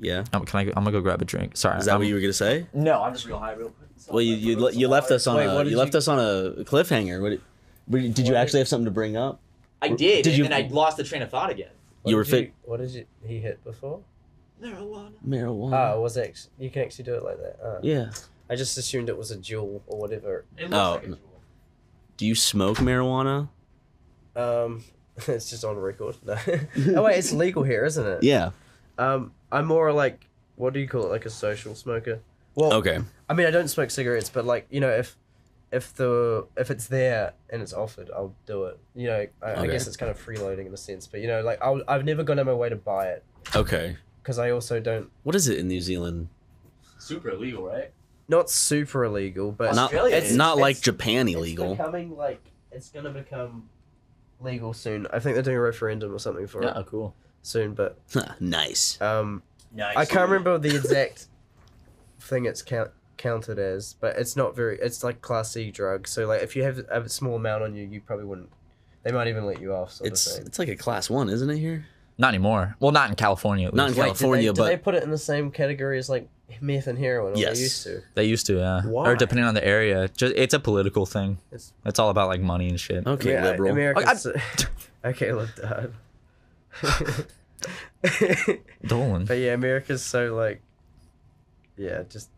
[SPEAKER 1] yeah.
[SPEAKER 2] I'm, Oh, can I? go- I'm gonna go grab a drink. Sorry.
[SPEAKER 1] Is that
[SPEAKER 2] I'm-
[SPEAKER 1] what you were gonna say?
[SPEAKER 2] No, I'm just real high, real quick.
[SPEAKER 1] Well, you you, le- you left us on
[SPEAKER 3] Wait,
[SPEAKER 1] a
[SPEAKER 3] what
[SPEAKER 1] you
[SPEAKER 3] did
[SPEAKER 1] left
[SPEAKER 3] you-
[SPEAKER 1] us on a cliffhanger. What did, what did- did you
[SPEAKER 3] What
[SPEAKER 1] actually have something to bring up?
[SPEAKER 2] I did,
[SPEAKER 1] Did
[SPEAKER 2] and
[SPEAKER 1] you-
[SPEAKER 2] then I lost the train of thought again.
[SPEAKER 3] What
[SPEAKER 1] you were
[SPEAKER 3] did
[SPEAKER 1] fit
[SPEAKER 3] What did you? He hit before.
[SPEAKER 5] Marijuana.
[SPEAKER 1] marijuana.
[SPEAKER 3] Ah, it was actually you can actually do it like that. Ah.
[SPEAKER 1] Mm. yeah.
[SPEAKER 3] I just assumed it was a jewel or whatever.
[SPEAKER 5] It looks
[SPEAKER 1] Oh,
[SPEAKER 5] like a
[SPEAKER 1] no.
[SPEAKER 5] jewel.
[SPEAKER 1] Do you smoke marijuana?
[SPEAKER 3] Um, it's just on record. No. oh wait, it's legal here, isn't it?
[SPEAKER 1] Yeah.
[SPEAKER 3] Um, I'm more like what do you call it? Like a social smoker. Well,
[SPEAKER 1] Okay.
[SPEAKER 3] I mean, I don't smoke cigarettes, but like you know, if if the if it's there and it's offered, I'll do it. You know, I, I
[SPEAKER 1] Okay.
[SPEAKER 3] guess it's kind of freeloading in a sense, but you know, like I'll, I've never gone out of my way to buy it
[SPEAKER 1] Okay.
[SPEAKER 3] because I also don't.
[SPEAKER 1] What is it in New Zealand?
[SPEAKER 5] Super illegal, right?
[SPEAKER 3] Not super illegal, but
[SPEAKER 1] Not
[SPEAKER 5] Australia
[SPEAKER 1] it's
[SPEAKER 5] is.
[SPEAKER 1] not
[SPEAKER 3] It's-
[SPEAKER 1] like Japan
[SPEAKER 3] it's
[SPEAKER 1] illegal.
[SPEAKER 3] becoming like it's gonna become legal soon. I think they're doing a referendum or something for
[SPEAKER 2] Oh,
[SPEAKER 3] it
[SPEAKER 2] cool.
[SPEAKER 3] soon, but
[SPEAKER 1] nice.
[SPEAKER 3] um,
[SPEAKER 5] Nice.
[SPEAKER 3] I can't remember the exact thing it's count- counted as, but it's not very. It's like class C drug. So like, if you have a small amount on you, you probably wouldn't. They might even let you off. Sort
[SPEAKER 1] It's
[SPEAKER 3] of thing.
[SPEAKER 1] it's like a class one, isn't it? Here.
[SPEAKER 2] Not anymore. Well, not in California. At least.
[SPEAKER 1] Not in
[SPEAKER 3] Wait,
[SPEAKER 1] California,
[SPEAKER 3] did they,
[SPEAKER 1] but-
[SPEAKER 3] did they put it in the same category as like meth and heroin? Or
[SPEAKER 1] Yes.
[SPEAKER 3] they used to.
[SPEAKER 2] They used to, yeah.
[SPEAKER 3] Why?
[SPEAKER 2] Or depending on the area, just it's a political thing.
[SPEAKER 3] It's
[SPEAKER 2] It's all about like money and shit.
[SPEAKER 1] Okay,
[SPEAKER 3] Ameri-
[SPEAKER 1] liberal.
[SPEAKER 3] Americans.
[SPEAKER 2] I-
[SPEAKER 3] okay, look, Dad.
[SPEAKER 2] Dolan.
[SPEAKER 3] but yeah, America's so like, yeah, just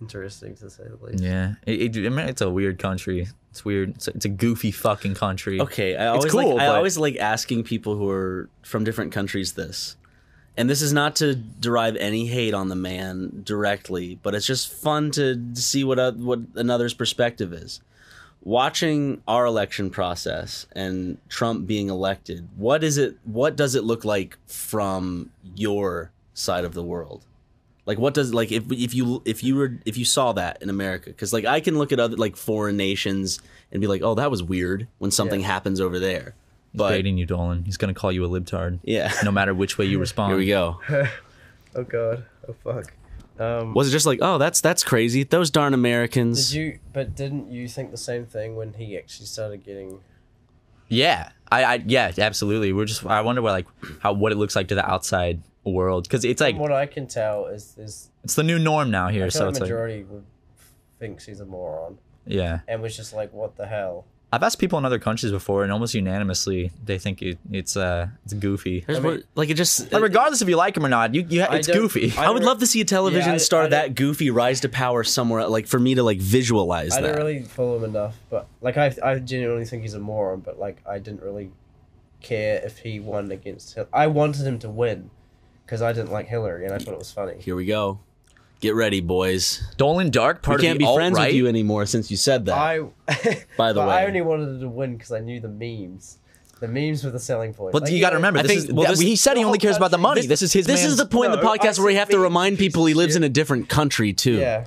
[SPEAKER 3] interesting to say the least.
[SPEAKER 2] Yeah, it, it, I mean, it's a weird country. It's weird. It's, it's a goofy fucking country.
[SPEAKER 1] Okay, I always
[SPEAKER 2] cool,
[SPEAKER 1] like, I
[SPEAKER 2] but-
[SPEAKER 1] always like asking people who are from different countries this. And this is not to derive any hate on the man directly, but it's just fun to see what oth- what another's perspective is. Watching our election process and Trump being elected, what is it what does it look like from your side of the world? Like what does like if if you if you were if you saw that in America cuz like I can look at other like foreign nations and be like, "Oh, that was weird" when something happens over there.
[SPEAKER 2] He's
[SPEAKER 1] But
[SPEAKER 2] dating you, Dolan. He's gonna call you a libtard.
[SPEAKER 1] yeah.
[SPEAKER 2] No matter which way you respond.
[SPEAKER 1] Here we go.
[SPEAKER 3] Oh god. Oh fuck. Um,
[SPEAKER 1] Was it just like, "Oh, that's that's crazy. Those darn Americans."
[SPEAKER 3] Did you? But didn't you think the same thing when he actually started getting?
[SPEAKER 2] Yeah, I, I, yeah, absolutely. We're just. I wonder what like how what it looks like to the outside world because it's like
[SPEAKER 3] From what I can tell is is
[SPEAKER 2] it's the new norm now
[SPEAKER 3] I
[SPEAKER 2] here.
[SPEAKER 3] feel
[SPEAKER 2] So
[SPEAKER 3] like
[SPEAKER 2] it's like
[SPEAKER 3] majority would think she's a moron
[SPEAKER 2] yeah.
[SPEAKER 3] and was just like, what the hell?
[SPEAKER 2] I've asked people in other countries before, and almost unanimously they think it, it's uh it's goofy.
[SPEAKER 1] There's
[SPEAKER 3] mean-
[SPEAKER 1] what- like it just
[SPEAKER 2] But regardless if you like him or not, you, you
[SPEAKER 3] I
[SPEAKER 2] it's
[SPEAKER 3] don't-
[SPEAKER 2] goofy.
[SPEAKER 1] I, would
[SPEAKER 3] don't-
[SPEAKER 1] love to see a television
[SPEAKER 3] Yeah, I-
[SPEAKER 1] star
[SPEAKER 3] I don't-
[SPEAKER 1] that goofy rise to power somewhere, like for me to like visualize
[SPEAKER 3] I
[SPEAKER 1] that.
[SPEAKER 3] don't really follow him enough, but like I I genuinely think he's a moron, but like I didn't really care if he won against Hillary. I wanted him to win because I didn't like Hillary and I thought it was funny.
[SPEAKER 1] Here we go. Get ready, boys.
[SPEAKER 2] Dolan Dark, part
[SPEAKER 1] we can't
[SPEAKER 2] of the
[SPEAKER 1] be friends
[SPEAKER 2] alt-right?
[SPEAKER 1] with you anymore since you said that.
[SPEAKER 3] I.
[SPEAKER 1] By the
[SPEAKER 3] but I
[SPEAKER 1] way.
[SPEAKER 3] only wanted to win because I knew the memes. The memes were the selling point.
[SPEAKER 2] But
[SPEAKER 3] Like,
[SPEAKER 2] you got to remember,
[SPEAKER 1] I
[SPEAKER 2] this
[SPEAKER 1] think-
[SPEAKER 2] is,
[SPEAKER 1] well,
[SPEAKER 2] that-
[SPEAKER 1] this-
[SPEAKER 2] he said he
[SPEAKER 3] the
[SPEAKER 2] only
[SPEAKER 3] whole
[SPEAKER 2] cares about the
[SPEAKER 3] country-
[SPEAKER 2] money. This, is his.
[SPEAKER 1] This
[SPEAKER 2] man's-
[SPEAKER 1] is the point in the
[SPEAKER 3] No, I
[SPEAKER 1] podcast where we have to
[SPEAKER 3] think-
[SPEAKER 1] remind people he lives in a different country too.
[SPEAKER 3] Yeah.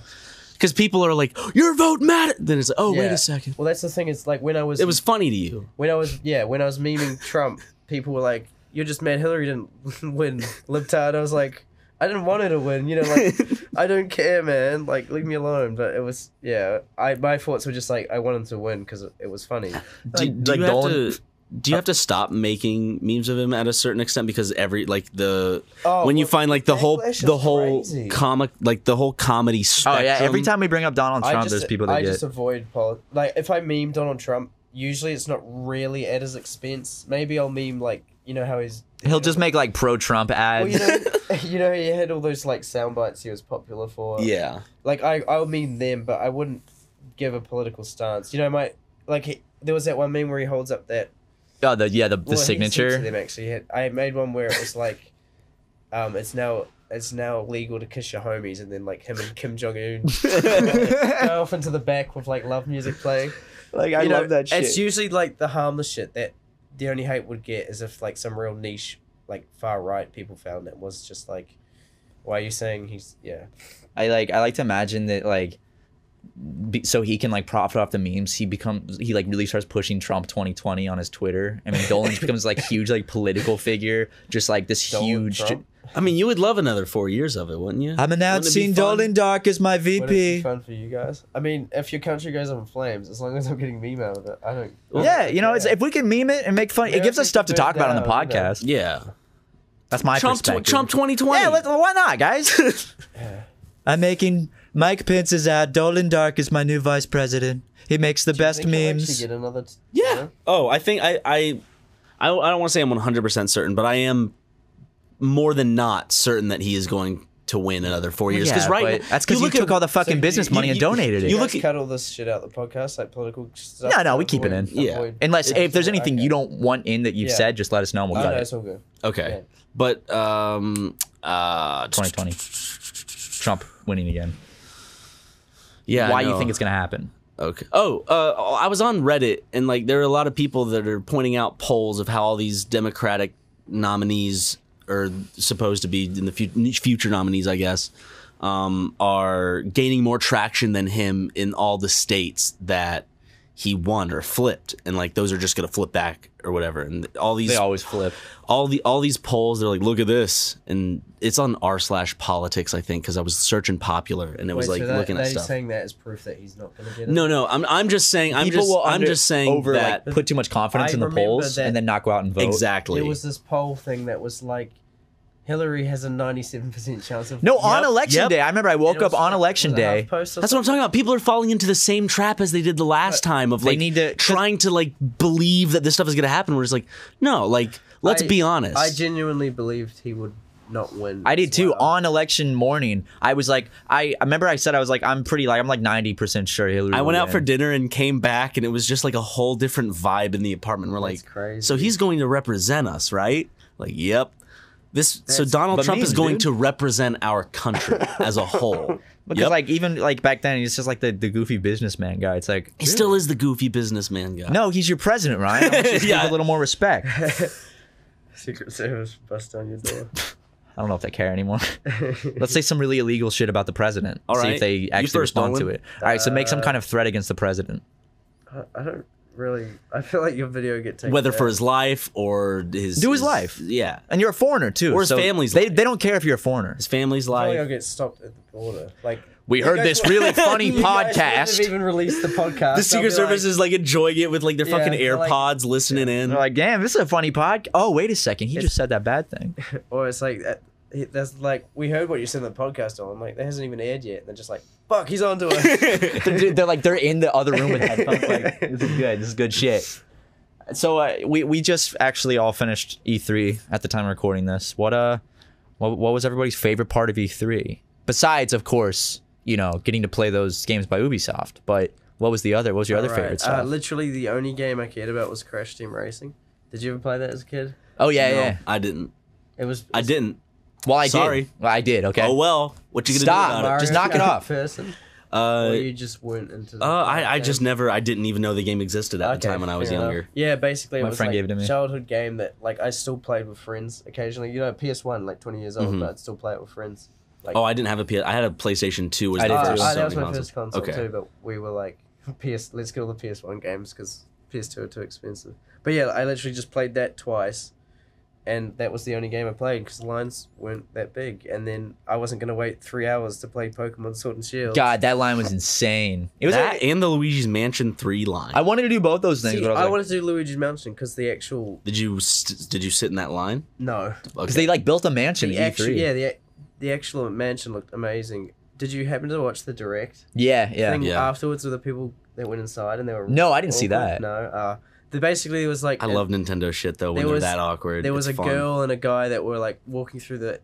[SPEAKER 1] Because people are like, "Your vote matters." Then it's, "Oh, wait
[SPEAKER 3] yeah.
[SPEAKER 1] a second.
[SPEAKER 3] Well, that's the thing. It's like when I was.
[SPEAKER 1] It was funny to you.
[SPEAKER 3] when I was yeah when I was memeing Trump, people were like, "You're just mad Hillary didn't win, Liptard." I was like, "I didn't want her to win," you know, like I don't care, man. Like leave me alone. But it was yeah, I my thoughts were just like I wanted to win because it was funny.
[SPEAKER 1] Do,
[SPEAKER 2] Like-
[SPEAKER 1] do
[SPEAKER 2] like
[SPEAKER 1] you have
[SPEAKER 2] Dolan-
[SPEAKER 1] to? Do you have to stop making memes of him at a certain extent because every like the
[SPEAKER 3] Oh,
[SPEAKER 1] when you
[SPEAKER 3] well,
[SPEAKER 1] find like the whole
[SPEAKER 3] Backlash is
[SPEAKER 1] the whole
[SPEAKER 3] crazy.
[SPEAKER 1] comic like the whole comedy
[SPEAKER 2] Oh
[SPEAKER 1] spectrum.
[SPEAKER 2] yeah, every time we bring up Donald
[SPEAKER 3] I
[SPEAKER 2] Trump,
[SPEAKER 3] just,
[SPEAKER 2] there's people that
[SPEAKER 3] I
[SPEAKER 2] get.
[SPEAKER 3] just avoid pol- like if I meme Donald Trump, usually it's not really at his expense. Maybe I'll meme like you know how he's
[SPEAKER 2] He'll just make like pro-Trump
[SPEAKER 3] Well,
[SPEAKER 2] ads.
[SPEAKER 3] you know, you know, he had all those like sound bites he was popular for.
[SPEAKER 1] yeah.
[SPEAKER 3] like I I would mean them, but I wouldn't give a political stance. You know, my like he, there was that one meme where he holds up that
[SPEAKER 2] oh, the yeah, the, the
[SPEAKER 3] well, he sent
[SPEAKER 2] signature.
[SPEAKER 3] to them actually. He had- I made one where it was like, um, it's now it's now legal to kiss your homies, and then like him and Kim Jong Un go off into the back with like love music playing.
[SPEAKER 2] like
[SPEAKER 3] You know, It's usually like the harmless shit that the only hate would get is if like some real niche like far right people found it was just like. Why are you saying he's yeah?
[SPEAKER 2] I like I like to imagine that like be, so he can like profit off the memes. He becomes he like really starts pushing Trump 2020 on his Twitter. I mean, Dolan just becomes like huge like political figure, just like this
[SPEAKER 3] Donald
[SPEAKER 2] huge.
[SPEAKER 3] Trump?
[SPEAKER 1] I mean, you would love another four years of it, wouldn't you?
[SPEAKER 2] I'm announcing Dolan Dark as my
[SPEAKER 3] Would it be
[SPEAKER 2] VP.
[SPEAKER 3] fun for you guys? I mean, if your country goes up in flames, as long as I'm getting meme out of it, I don't.
[SPEAKER 2] Yeah, you know, it's, if we can meme it and make fun, it gives us stuff to talk about on the
[SPEAKER 3] America, you know.
[SPEAKER 2] podcast.
[SPEAKER 1] Yeah.
[SPEAKER 2] That's my
[SPEAKER 1] Trump.
[SPEAKER 2] perspective.
[SPEAKER 1] Trump 2020.
[SPEAKER 2] Yeah, let, why not, guys? I'm making Mike Pence is out. Dolan Dark is my new vice president. He makes the best
[SPEAKER 3] Think I'll actually
[SPEAKER 2] memes.
[SPEAKER 3] Get another t-
[SPEAKER 1] Yeah. Oh, I think I I I, I don't want to say I'm 100 percent certain, but I am more than not certain that he is going to win another four years. Because
[SPEAKER 2] Yeah,
[SPEAKER 1] right,
[SPEAKER 2] but that's because
[SPEAKER 1] you
[SPEAKER 2] you,
[SPEAKER 1] look
[SPEAKER 2] took
[SPEAKER 1] at-
[SPEAKER 2] all the fucking business money and donated
[SPEAKER 3] You
[SPEAKER 2] it.
[SPEAKER 3] look
[SPEAKER 1] look at-
[SPEAKER 3] cut all this shit out of the podcast, like political stuff.
[SPEAKER 2] No, no, we keep it in.
[SPEAKER 1] Yeah.
[SPEAKER 2] Unless
[SPEAKER 3] Yeah,
[SPEAKER 2] if there's
[SPEAKER 3] sure,
[SPEAKER 2] anything
[SPEAKER 3] okay.
[SPEAKER 2] you don't want in that you've
[SPEAKER 3] Yeah.
[SPEAKER 2] said, just let us know and we'll
[SPEAKER 3] Oh,
[SPEAKER 2] cut
[SPEAKER 3] no,
[SPEAKER 2] it.
[SPEAKER 3] it's all good.
[SPEAKER 1] Okay, but um uh
[SPEAKER 2] 2020, Trump winning again.
[SPEAKER 1] yeah.
[SPEAKER 2] Why
[SPEAKER 1] I
[SPEAKER 2] you
[SPEAKER 1] know.
[SPEAKER 2] think it's gonna happen?
[SPEAKER 1] Okay. Oh, uh, I was on Reddit and like there are a lot of people that are pointing out polls of how all these Democratic nominees are supposed to be in the fut- future nominees, I guess, um, are gaining more traction than him in all the states that he won or flipped, and like those are just gonna flip back or whatever. And all these
[SPEAKER 2] They always flip.
[SPEAKER 1] all the all these polls they're like look at this and it's on r slash politics i think because i was searching popular and it was
[SPEAKER 3] Wait,
[SPEAKER 1] like
[SPEAKER 3] so that,
[SPEAKER 1] looking
[SPEAKER 3] that
[SPEAKER 1] at
[SPEAKER 3] he's
[SPEAKER 1] stuff
[SPEAKER 3] saying that is proof that he's not going to get it.
[SPEAKER 1] no, no, I'm I'm just saying I'm just I'm just saying
[SPEAKER 2] over
[SPEAKER 1] that
[SPEAKER 2] like put too much confidence
[SPEAKER 3] I
[SPEAKER 2] in the
[SPEAKER 3] remember
[SPEAKER 2] polls
[SPEAKER 3] that-
[SPEAKER 2] and then not go out and vote.
[SPEAKER 1] exactly.
[SPEAKER 3] There was this poll thing that was like, Hillary has a ninety-seven percent chance of.
[SPEAKER 2] No, on election
[SPEAKER 1] yep.
[SPEAKER 2] day. I remember I woke up on election day.
[SPEAKER 1] That's what I'm talking about. People are falling into the same trap as they did the last time of
[SPEAKER 2] They
[SPEAKER 1] like
[SPEAKER 2] need to-
[SPEAKER 1] trying to like believe that this stuff is going to happen. We're just like, no, like let's
[SPEAKER 3] I-
[SPEAKER 1] be honest.
[SPEAKER 3] I genuinely believed he would not win.
[SPEAKER 2] I did
[SPEAKER 3] as
[SPEAKER 2] too
[SPEAKER 3] well.
[SPEAKER 2] on election morning. I was like, I, I remember I said I was like, I'm pretty like I'm like 90 percent sure Hillary.
[SPEAKER 1] I
[SPEAKER 2] will
[SPEAKER 1] went out
[SPEAKER 2] win.
[SPEAKER 1] for dinner and came back, and it was just like a whole different vibe in the apartment. We're like,
[SPEAKER 3] crazy.
[SPEAKER 1] so he's going to represent us, right? Like, yep. This so Donald
[SPEAKER 2] but
[SPEAKER 1] Trump is
[SPEAKER 2] memes,
[SPEAKER 1] going
[SPEAKER 2] dude.
[SPEAKER 1] to represent our country as a whole.
[SPEAKER 2] because
[SPEAKER 1] Yep.
[SPEAKER 2] like even like back then he's just like the, the goofy businessman guy. It's like
[SPEAKER 1] he still is the goofy businessman guy.
[SPEAKER 2] no, he's your president, Ryan. I want you to
[SPEAKER 1] Yeah.
[SPEAKER 2] give a little more respect. I
[SPEAKER 3] Secret Service bust down your door.
[SPEAKER 2] don't know if they care anymore. Let's say some really illegal shit about the president.
[SPEAKER 1] All
[SPEAKER 2] See
[SPEAKER 1] right.
[SPEAKER 2] if they
[SPEAKER 1] You
[SPEAKER 2] actually
[SPEAKER 1] first,
[SPEAKER 2] respond to
[SPEAKER 1] Dolan.
[SPEAKER 2] it. All right, so make some kind of threat against the president.
[SPEAKER 3] I- I don't really. I feel like your video would get taken.
[SPEAKER 1] whether for
[SPEAKER 3] down.
[SPEAKER 1] his life or his
[SPEAKER 2] Do his life.
[SPEAKER 1] Yeah,
[SPEAKER 2] And you're a foreigner too.
[SPEAKER 1] Or his
[SPEAKER 2] so
[SPEAKER 1] family's
[SPEAKER 2] They,
[SPEAKER 1] life.
[SPEAKER 2] they don't care if you're a foreigner.
[SPEAKER 1] his family's
[SPEAKER 3] I feel like
[SPEAKER 1] life.
[SPEAKER 3] I'll get stopped at the border. Like
[SPEAKER 2] We heard this really funny
[SPEAKER 3] You guys wouldn't
[SPEAKER 2] podcast.
[SPEAKER 3] have even released the podcast.
[SPEAKER 1] The Secret Service is like enjoying it with like their
[SPEAKER 3] Yeah,
[SPEAKER 1] fucking
[SPEAKER 3] they're like-
[SPEAKER 1] AirPods, listening in.
[SPEAKER 2] They're like, damn, this is a funny podcast. Oh, wait a second. He just said that bad thing.
[SPEAKER 3] or "Oh, it's like that. it- That's like we heard what you said in the podcast on. Like that hasn't even aired yet. And they're just like, "Fuck, he's on to us."
[SPEAKER 2] they're, they're like, they're in the other room with headphones. Like, this is good. This is good shit. So uh, we we just actually all finished E3 at the time of recording this. What uh, what, what was everybody's favorite part of E3? Besides, of course, you know, getting to play those games by Ubisoft. But what was the other? What was your other
[SPEAKER 3] Right,
[SPEAKER 2] favorite
[SPEAKER 3] uh,
[SPEAKER 2] stuff?
[SPEAKER 3] literally, the only game I cared about was Crash Team Racing. Did you ever play that as a kid?
[SPEAKER 2] oh yeah,
[SPEAKER 1] No,
[SPEAKER 2] yeah.
[SPEAKER 1] I didn't.
[SPEAKER 3] It was.
[SPEAKER 1] I didn't.
[SPEAKER 2] Well, I
[SPEAKER 1] Sorry.
[SPEAKER 2] did. Well, I did. Okay.
[SPEAKER 1] Oh well, what you gonna
[SPEAKER 2] Stop.
[SPEAKER 1] do about it?
[SPEAKER 2] Just knock it
[SPEAKER 3] Mario
[SPEAKER 2] off.
[SPEAKER 3] Person, or
[SPEAKER 1] Uh,
[SPEAKER 3] you just weren't into. The
[SPEAKER 1] uh, I, I
[SPEAKER 3] game?
[SPEAKER 1] just never, I didn't even know the game existed at the
[SPEAKER 3] Okay,
[SPEAKER 1] time when I was
[SPEAKER 3] fair enough.
[SPEAKER 1] younger.
[SPEAKER 3] Yeah, basically, it
[SPEAKER 2] My
[SPEAKER 3] was
[SPEAKER 2] friend
[SPEAKER 3] like
[SPEAKER 2] gave it to me.
[SPEAKER 3] childhood game that like I still played with friends occasionally. You know, PS One, like twenty years old,
[SPEAKER 2] Mm-hmm.
[SPEAKER 1] Mhm.
[SPEAKER 3] but I'd still play it with friends. Like,
[SPEAKER 1] Oh, I didn't have a PS. I had a PlayStation 2. Was
[SPEAKER 2] I
[SPEAKER 1] the
[SPEAKER 2] did
[SPEAKER 3] Ah,
[SPEAKER 1] first
[SPEAKER 2] too.
[SPEAKER 3] ah,
[SPEAKER 1] Sony
[SPEAKER 3] that was my
[SPEAKER 1] console.
[SPEAKER 3] first console
[SPEAKER 1] Okay.
[SPEAKER 3] too. But we were like, PS, let's get all the PS One games because PS Two are too expensive. But yeah, I literally just played that twice, and that was the only game I played because the lines weren't that big. And then I wasn't gonna wait three hours to play Pokemon Sword and Shield.
[SPEAKER 2] God, that line was insane. It was.
[SPEAKER 1] That
[SPEAKER 2] like-
[SPEAKER 1] and the Luigi's Mansion 3 line.
[SPEAKER 2] I wanted to do both those things,
[SPEAKER 3] See,
[SPEAKER 2] but I
[SPEAKER 3] I
[SPEAKER 2] was
[SPEAKER 3] wanted to do Luigi's Mansion because the actual
[SPEAKER 1] did you st- did you sit in that line?
[SPEAKER 3] no,
[SPEAKER 2] because they like built a mansion
[SPEAKER 3] the
[SPEAKER 2] in E
[SPEAKER 3] actual
[SPEAKER 2] E3.
[SPEAKER 3] yeah the the actual mansion looked amazing. Did you happen to watch the direct?
[SPEAKER 2] yeah, yeah.
[SPEAKER 3] thing
[SPEAKER 1] Yeah.
[SPEAKER 3] afterwards with the people that went inside and they were
[SPEAKER 2] No, I didn't see
[SPEAKER 3] awkward?
[SPEAKER 2] that.
[SPEAKER 3] No, uh, the, basically it was like
[SPEAKER 1] I love Nintendo shit though when
[SPEAKER 3] There
[SPEAKER 1] they're
[SPEAKER 3] was-
[SPEAKER 1] that awkward.
[SPEAKER 3] there was
[SPEAKER 1] It's
[SPEAKER 3] a
[SPEAKER 1] fun.
[SPEAKER 3] girl and a guy that were like walking through the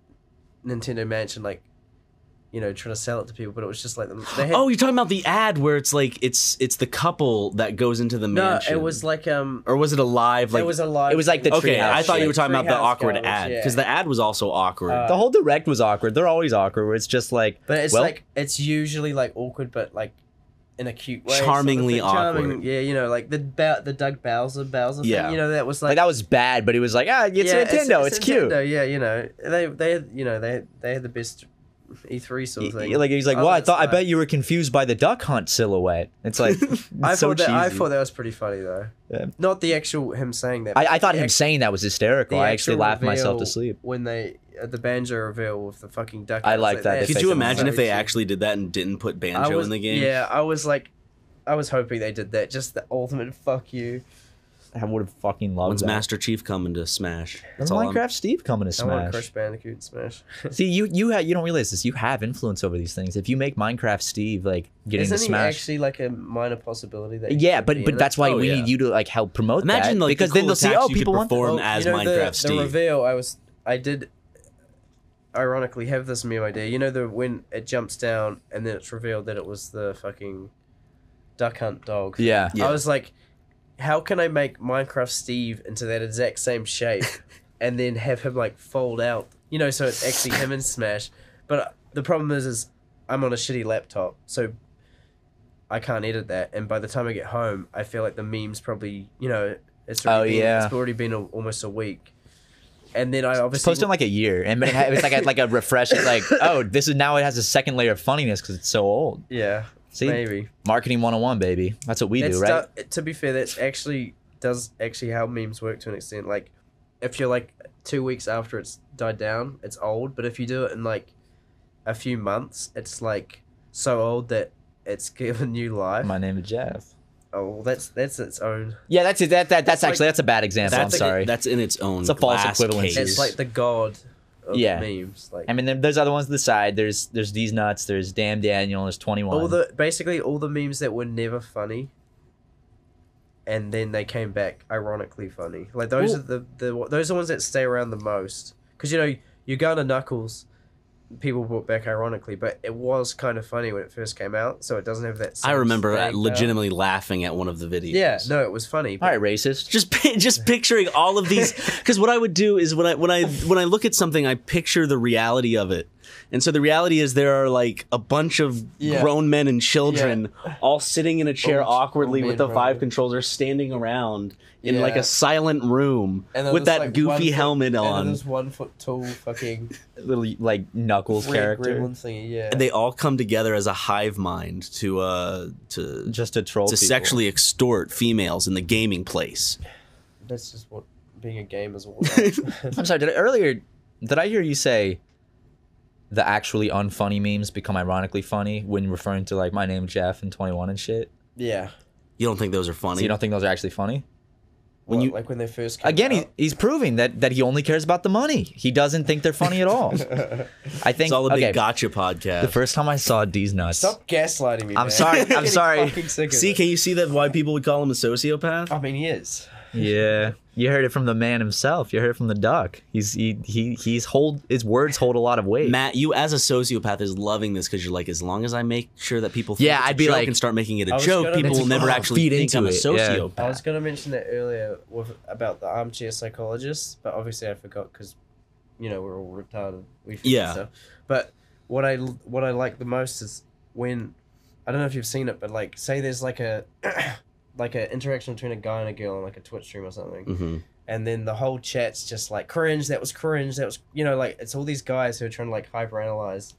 [SPEAKER 3] Nintendo mansion, like you know, trying to sell it to people, but it was just like them. They had,
[SPEAKER 1] Oh, you're talking about the ad where it's like it's it's the couple that goes into the
[SPEAKER 3] no,
[SPEAKER 1] mansion.
[SPEAKER 3] it was like um,
[SPEAKER 1] or was it a live like
[SPEAKER 3] it was a live.
[SPEAKER 2] it was like the
[SPEAKER 1] Okay,
[SPEAKER 2] treehouse
[SPEAKER 1] I thought you
[SPEAKER 2] shit.
[SPEAKER 1] were talking about the
[SPEAKER 3] Treehouse
[SPEAKER 1] awkward
[SPEAKER 3] girls,
[SPEAKER 1] ad
[SPEAKER 3] yeah.
[SPEAKER 1] because the ad was also awkward.
[SPEAKER 3] Uh,
[SPEAKER 2] The whole direct was awkward. They're always awkward. Where it's just like,
[SPEAKER 3] but it's
[SPEAKER 2] well,
[SPEAKER 3] like it's usually like awkward, but like in a cute way, sort of
[SPEAKER 1] Charmingly
[SPEAKER 3] thing.
[SPEAKER 1] awkward.
[SPEAKER 3] yeah, you know, like the Bow- the Doug Bowser Bowser
[SPEAKER 1] Yeah.
[SPEAKER 3] thing, you know, that was
[SPEAKER 2] like
[SPEAKER 3] like,
[SPEAKER 2] that was bad, but it was like, ah, it's
[SPEAKER 3] yeah,
[SPEAKER 2] Nintendo. It's, cute.
[SPEAKER 3] Nintendo, yeah, you know, they they had, you know they had, they had the best E3 sort of
[SPEAKER 2] Y-
[SPEAKER 3] thing.
[SPEAKER 2] y- Like he's like,
[SPEAKER 3] Other
[SPEAKER 2] well, I
[SPEAKER 3] than
[SPEAKER 2] thought I
[SPEAKER 3] that-
[SPEAKER 2] bet you were confused by the duck hunt silhouette. It's like, it's
[SPEAKER 3] I
[SPEAKER 2] so
[SPEAKER 3] thought that I
[SPEAKER 2] cheesy.
[SPEAKER 3] thought that was pretty funny though.
[SPEAKER 2] Yeah.
[SPEAKER 3] Not the actual him saying that.
[SPEAKER 2] I,
[SPEAKER 3] but
[SPEAKER 2] I thought
[SPEAKER 3] the
[SPEAKER 2] him
[SPEAKER 3] act-
[SPEAKER 2] saying that was hysterical.
[SPEAKER 3] the
[SPEAKER 2] I actually
[SPEAKER 3] actual
[SPEAKER 2] laughed myself to
[SPEAKER 3] reveal
[SPEAKER 2] sleep.
[SPEAKER 3] when they uh, the banjo reveal with the fucking duck.
[SPEAKER 2] I
[SPEAKER 3] I was
[SPEAKER 2] like that
[SPEAKER 3] that's
[SPEAKER 2] effect.
[SPEAKER 1] Could
[SPEAKER 2] Effective.
[SPEAKER 1] you imagine if
[SPEAKER 3] very
[SPEAKER 1] they
[SPEAKER 3] cheap.
[SPEAKER 1] actually did that and didn't put
[SPEAKER 3] I
[SPEAKER 1] banjo
[SPEAKER 3] was,
[SPEAKER 1] in the game?
[SPEAKER 3] Yeah, I was like, I was hoping they did that. Just the ultimate fuck you.
[SPEAKER 2] I would have fucking loved
[SPEAKER 1] When's
[SPEAKER 2] that.
[SPEAKER 1] Master Chief coming to Smash? That's all I'm-
[SPEAKER 2] Minecraft Steve coming to
[SPEAKER 3] I want
[SPEAKER 2] Smash.
[SPEAKER 3] Crash Bandicoot and Smash.
[SPEAKER 2] See, you you ha- you don't realize this. You have influence over these things. If you make Minecraft Steve like getting
[SPEAKER 3] Isn't
[SPEAKER 2] to
[SPEAKER 3] he
[SPEAKER 2] Smash,
[SPEAKER 3] actually like a minor possibility that? he
[SPEAKER 2] yeah,
[SPEAKER 3] could
[SPEAKER 2] but
[SPEAKER 3] be in
[SPEAKER 2] but
[SPEAKER 3] it?
[SPEAKER 2] that's why
[SPEAKER 1] Oh,
[SPEAKER 2] we
[SPEAKER 1] yeah.
[SPEAKER 2] need you to like help promote
[SPEAKER 1] Imagine
[SPEAKER 2] that
[SPEAKER 1] like
[SPEAKER 2] because
[SPEAKER 1] the
[SPEAKER 2] then they'll
[SPEAKER 1] cool
[SPEAKER 2] see
[SPEAKER 1] attacks
[SPEAKER 2] oh
[SPEAKER 1] you
[SPEAKER 2] people
[SPEAKER 1] could
[SPEAKER 2] want.
[SPEAKER 1] perform
[SPEAKER 3] Well,
[SPEAKER 1] as
[SPEAKER 3] you know, the-
[SPEAKER 1] Minecraft
[SPEAKER 3] the,
[SPEAKER 1] Steve.
[SPEAKER 3] reveal, I was, I did, ironically have this meme idea. You know the when it jumps down and then it's revealed that it was the fucking duck hunt dog.
[SPEAKER 2] Yeah.
[SPEAKER 1] Yeah.
[SPEAKER 3] I was like, how can I make Minecraft Steve into that exact same shape, and then have him like fold out? You know, so it's actually him in Smash. But the problem is, is I'm on a shitty laptop, so I can't edit that. And by the time I get home, I feel like the memes probably, you know, it's already
[SPEAKER 2] Oh,
[SPEAKER 3] been,
[SPEAKER 2] yeah.
[SPEAKER 3] it's already been a, almost a week. And then I
[SPEAKER 2] It's
[SPEAKER 3] obviously
[SPEAKER 2] posted in like a year, and it ha- it's like a, like a refresh. It's like, oh, this is now it has a second layer of funniness because it's so old.
[SPEAKER 3] yeah,
[SPEAKER 2] See,
[SPEAKER 3] maybe.
[SPEAKER 2] marketing 101, baby. That's what we
[SPEAKER 3] That's
[SPEAKER 2] do, right?
[SPEAKER 3] do- to be fair, that's actually does actually how memes work to an extent. Like, if you're like two weeks after it's died down, it's old. But if you do it in like a few months, it's like so old that it's given new life.
[SPEAKER 2] My name is Jeff.
[SPEAKER 3] Oh, well, that's that's its own.
[SPEAKER 2] Yeah, that's it. That, that that's
[SPEAKER 3] like-
[SPEAKER 2] actually that's a bad example. I'm
[SPEAKER 1] That's
[SPEAKER 2] sorry.
[SPEAKER 1] That's in its own.
[SPEAKER 2] It's a false
[SPEAKER 1] glass
[SPEAKER 2] equivalency.
[SPEAKER 1] case.
[SPEAKER 3] It's like the god of
[SPEAKER 2] Yeah.
[SPEAKER 3] memes. Like
[SPEAKER 2] I mean, there, there's other ones to the side. There's there's these nuts. There's damn Daniel. There's 21.
[SPEAKER 3] all Oh, the basically all the memes that were never funny. And then they came back, ironically funny. Like those
[SPEAKER 1] Well-
[SPEAKER 3] are the, the those are the ones that stay around the most. Because you know Uganda Knuckles, people brought back ironically, but it was kind of funny when it first came out, so it doesn't have that.
[SPEAKER 1] I
[SPEAKER 3] same
[SPEAKER 1] remember
[SPEAKER 3] staying power.
[SPEAKER 1] legitimately laughing at one of the videos.
[SPEAKER 3] Yeah, no, it was funny.
[SPEAKER 2] All
[SPEAKER 3] But
[SPEAKER 2] right, racist.
[SPEAKER 1] just pi- just picturing all of these because what I would do is when I when I when I look at something I picture the reality of it and so the reality is there are like a bunch of
[SPEAKER 3] Yeah.
[SPEAKER 1] grown men and children all sitting in a chair
[SPEAKER 3] Old-
[SPEAKER 1] awkwardly
[SPEAKER 3] old
[SPEAKER 1] with the
[SPEAKER 3] man probably.
[SPEAKER 1] five controls are standing around in like
[SPEAKER 3] Yeah.
[SPEAKER 1] a silent room
[SPEAKER 3] And then
[SPEAKER 1] with
[SPEAKER 3] there's,
[SPEAKER 1] that
[SPEAKER 3] like, one
[SPEAKER 1] goofy
[SPEAKER 3] foot-
[SPEAKER 1] helmet
[SPEAKER 3] and then
[SPEAKER 1] on
[SPEAKER 3] there's one foot tall fucking
[SPEAKER 2] Little like knuckles
[SPEAKER 3] weird
[SPEAKER 2] character.
[SPEAKER 3] gremlin thingy. Yeah,
[SPEAKER 1] and they all come together as a hive mind to uh to
[SPEAKER 2] Just to troll.
[SPEAKER 1] to
[SPEAKER 2] people.
[SPEAKER 1] sexually extort females in the gaming place
[SPEAKER 3] that's just what being a game is all about.
[SPEAKER 2] I'm sorry. Did I, earlier, did I hear you say the actually unfunny memes become ironically funny when referring to like my name Jeff and 21 and shit?
[SPEAKER 3] yeah,
[SPEAKER 1] you don't think those are
[SPEAKER 2] So
[SPEAKER 1] funny
[SPEAKER 2] you don't think those are actually funny?
[SPEAKER 3] when
[SPEAKER 1] you-
[SPEAKER 3] like when they first came
[SPEAKER 2] Again,
[SPEAKER 3] out.
[SPEAKER 2] he, he's proving that that he only cares about the money. He doesn't think they're funny at all. I think
[SPEAKER 1] it's all a big
[SPEAKER 2] okay,
[SPEAKER 1] gotcha podcast
[SPEAKER 2] the first time I saw D's nuts.
[SPEAKER 3] Stop gaslighting me.
[SPEAKER 2] I'm
[SPEAKER 3] man.
[SPEAKER 2] sorry, I'm
[SPEAKER 3] getting
[SPEAKER 2] sorry.
[SPEAKER 3] fucking sick of
[SPEAKER 1] See,
[SPEAKER 3] it. Oh,
[SPEAKER 1] can you see that why people would call him a sociopath?
[SPEAKER 3] I mean, he is.
[SPEAKER 2] Yeah, you heard it from the man himself. You heard it from the duck. He's he, he he's hold his words hold a lot of weight.
[SPEAKER 1] Matt, you as a sociopath is loving this because you're like, as long as I make sure that people think
[SPEAKER 2] Yeah,
[SPEAKER 1] it's a
[SPEAKER 2] I'd be
[SPEAKER 1] joke
[SPEAKER 2] like-
[SPEAKER 1] and start making it a
[SPEAKER 3] was
[SPEAKER 1] joke,
[SPEAKER 3] gonna
[SPEAKER 1] people
[SPEAKER 3] mention-
[SPEAKER 1] will never
[SPEAKER 2] Oh,
[SPEAKER 1] actually
[SPEAKER 2] feed
[SPEAKER 1] think I'm a
[SPEAKER 2] into it, yeah.
[SPEAKER 1] sociopath.
[SPEAKER 3] I was gonna mention that earlier with about the armchair psychologist, but obviously I forgot because you know we're all retarded. We feel
[SPEAKER 1] Yeah.
[SPEAKER 3] stuff. But what I what I like the most is when I don't know if you've seen it, but like say there's like a like an interaction between a guy and a girl on like a Twitch stream or something,
[SPEAKER 1] Mhm.
[SPEAKER 3] and then the whole chat's just like cringe. That was cringe. That was you know like it's all these guys who are trying to like hyperanalyze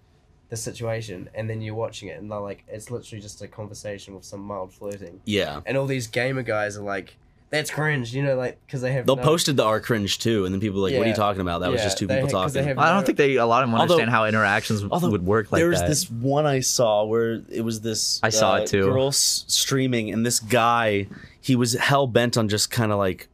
[SPEAKER 3] the situation, and then you're watching it, and they're like it's literally just a conversation with some mild flirting,
[SPEAKER 1] Yeah.
[SPEAKER 3] and all these gamer guys are like. That's cringe, you know, like because they have
[SPEAKER 1] They'll
[SPEAKER 3] no-
[SPEAKER 1] posted the R cringe too, and then people are like, "What are
[SPEAKER 3] Uh, Yeah.
[SPEAKER 1] you talking about? That was
[SPEAKER 3] Yeah,
[SPEAKER 1] just two
[SPEAKER 3] they-
[SPEAKER 1] people
[SPEAKER 3] 'cause they
[SPEAKER 1] talking."
[SPEAKER 3] have
[SPEAKER 2] I
[SPEAKER 3] no-
[SPEAKER 2] don't think they a lot of them
[SPEAKER 1] Although-
[SPEAKER 2] understand how interactions w-
[SPEAKER 1] although
[SPEAKER 2] would work like
[SPEAKER 1] there was
[SPEAKER 2] that.
[SPEAKER 1] this one I saw where it was this uh,
[SPEAKER 2] I saw it too.
[SPEAKER 1] girl s- streaming and this guy he was hell bent on just kind of like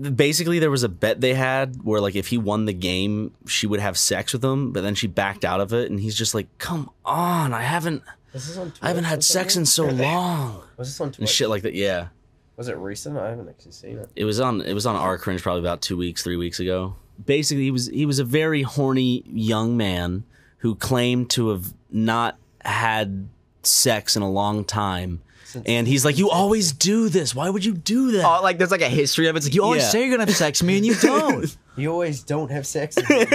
[SPEAKER 1] basically there was a bet they had where like if he won the game she would have sex with him but then she backed out of it and he's just like come on I haven't
[SPEAKER 3] Was this on
[SPEAKER 1] I haven't
[SPEAKER 3] Twitch or
[SPEAKER 1] had sex
[SPEAKER 3] something?
[SPEAKER 1] in so long
[SPEAKER 3] Was this on Twitch?
[SPEAKER 1] and shit like that yeah
[SPEAKER 3] Was it recent? I haven't actually seen it.
[SPEAKER 1] it was on it was on our cringe probably about two weeks three weeks ago basically he was he was a very horny young man who claimed to have not had sex in a long time and he's like you always do this why would you do that
[SPEAKER 2] Oh, like there's like a history of it. It's like you always
[SPEAKER 1] Yeah.
[SPEAKER 2] say you're gonna have sex with me and you don't.
[SPEAKER 3] You always don't have sex. with me.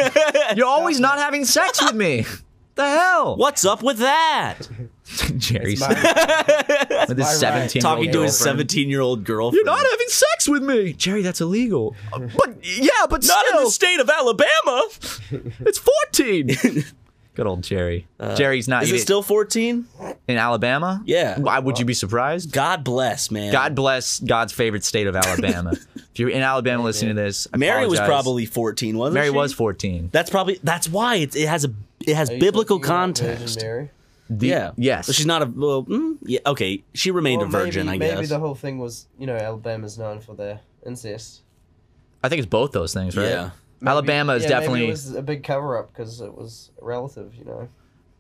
[SPEAKER 2] you're always not having sex with me. The hell?
[SPEAKER 1] what's up with that
[SPEAKER 2] Jerry
[SPEAKER 3] It's
[SPEAKER 2] said
[SPEAKER 3] my-
[SPEAKER 2] with his
[SPEAKER 3] my right.
[SPEAKER 2] 17
[SPEAKER 1] talking to his
[SPEAKER 2] girlfriend.
[SPEAKER 1] 17 year old girlfriend
[SPEAKER 2] You're not having sex with me, Jerry. That's illegal. Uh, but yeah, but
[SPEAKER 1] Not in
[SPEAKER 2] still,
[SPEAKER 1] the state of alabama
[SPEAKER 2] it's 14. Good old Jerry. Jerry's not
[SPEAKER 1] Uh, is
[SPEAKER 2] you
[SPEAKER 1] it
[SPEAKER 2] didn't-
[SPEAKER 1] still 14
[SPEAKER 2] in Alabama.
[SPEAKER 1] Yeah.
[SPEAKER 2] Why would you be surprised?
[SPEAKER 1] god bless man
[SPEAKER 2] God bless God's favorite state of Alabama. if you're in Alabama listening to this, I
[SPEAKER 1] mary was
[SPEAKER 2] apologize.
[SPEAKER 1] probably 14 wasn't
[SPEAKER 2] Mary
[SPEAKER 1] she?
[SPEAKER 2] was 14.
[SPEAKER 1] that's probably that's why it, it has a it has
[SPEAKER 3] Are you
[SPEAKER 1] biblical
[SPEAKER 3] talking about Virgin
[SPEAKER 1] context
[SPEAKER 3] Mary?
[SPEAKER 2] The-
[SPEAKER 1] yeah.
[SPEAKER 2] Yes.
[SPEAKER 1] So she's not a well. Mm, yeah. Okay. She remained
[SPEAKER 3] Well,
[SPEAKER 1] a virgin,
[SPEAKER 3] maybe,
[SPEAKER 1] I
[SPEAKER 3] Maybe
[SPEAKER 1] guess.
[SPEAKER 3] the whole thing was, you know, Alabama's known for their incest.
[SPEAKER 2] I think it's both those things, right?
[SPEAKER 1] Yeah.
[SPEAKER 3] Maybe-
[SPEAKER 2] Alabama is
[SPEAKER 3] yeah,
[SPEAKER 2] definitely.
[SPEAKER 3] Maybe it was a big cover up because it was relative, you know.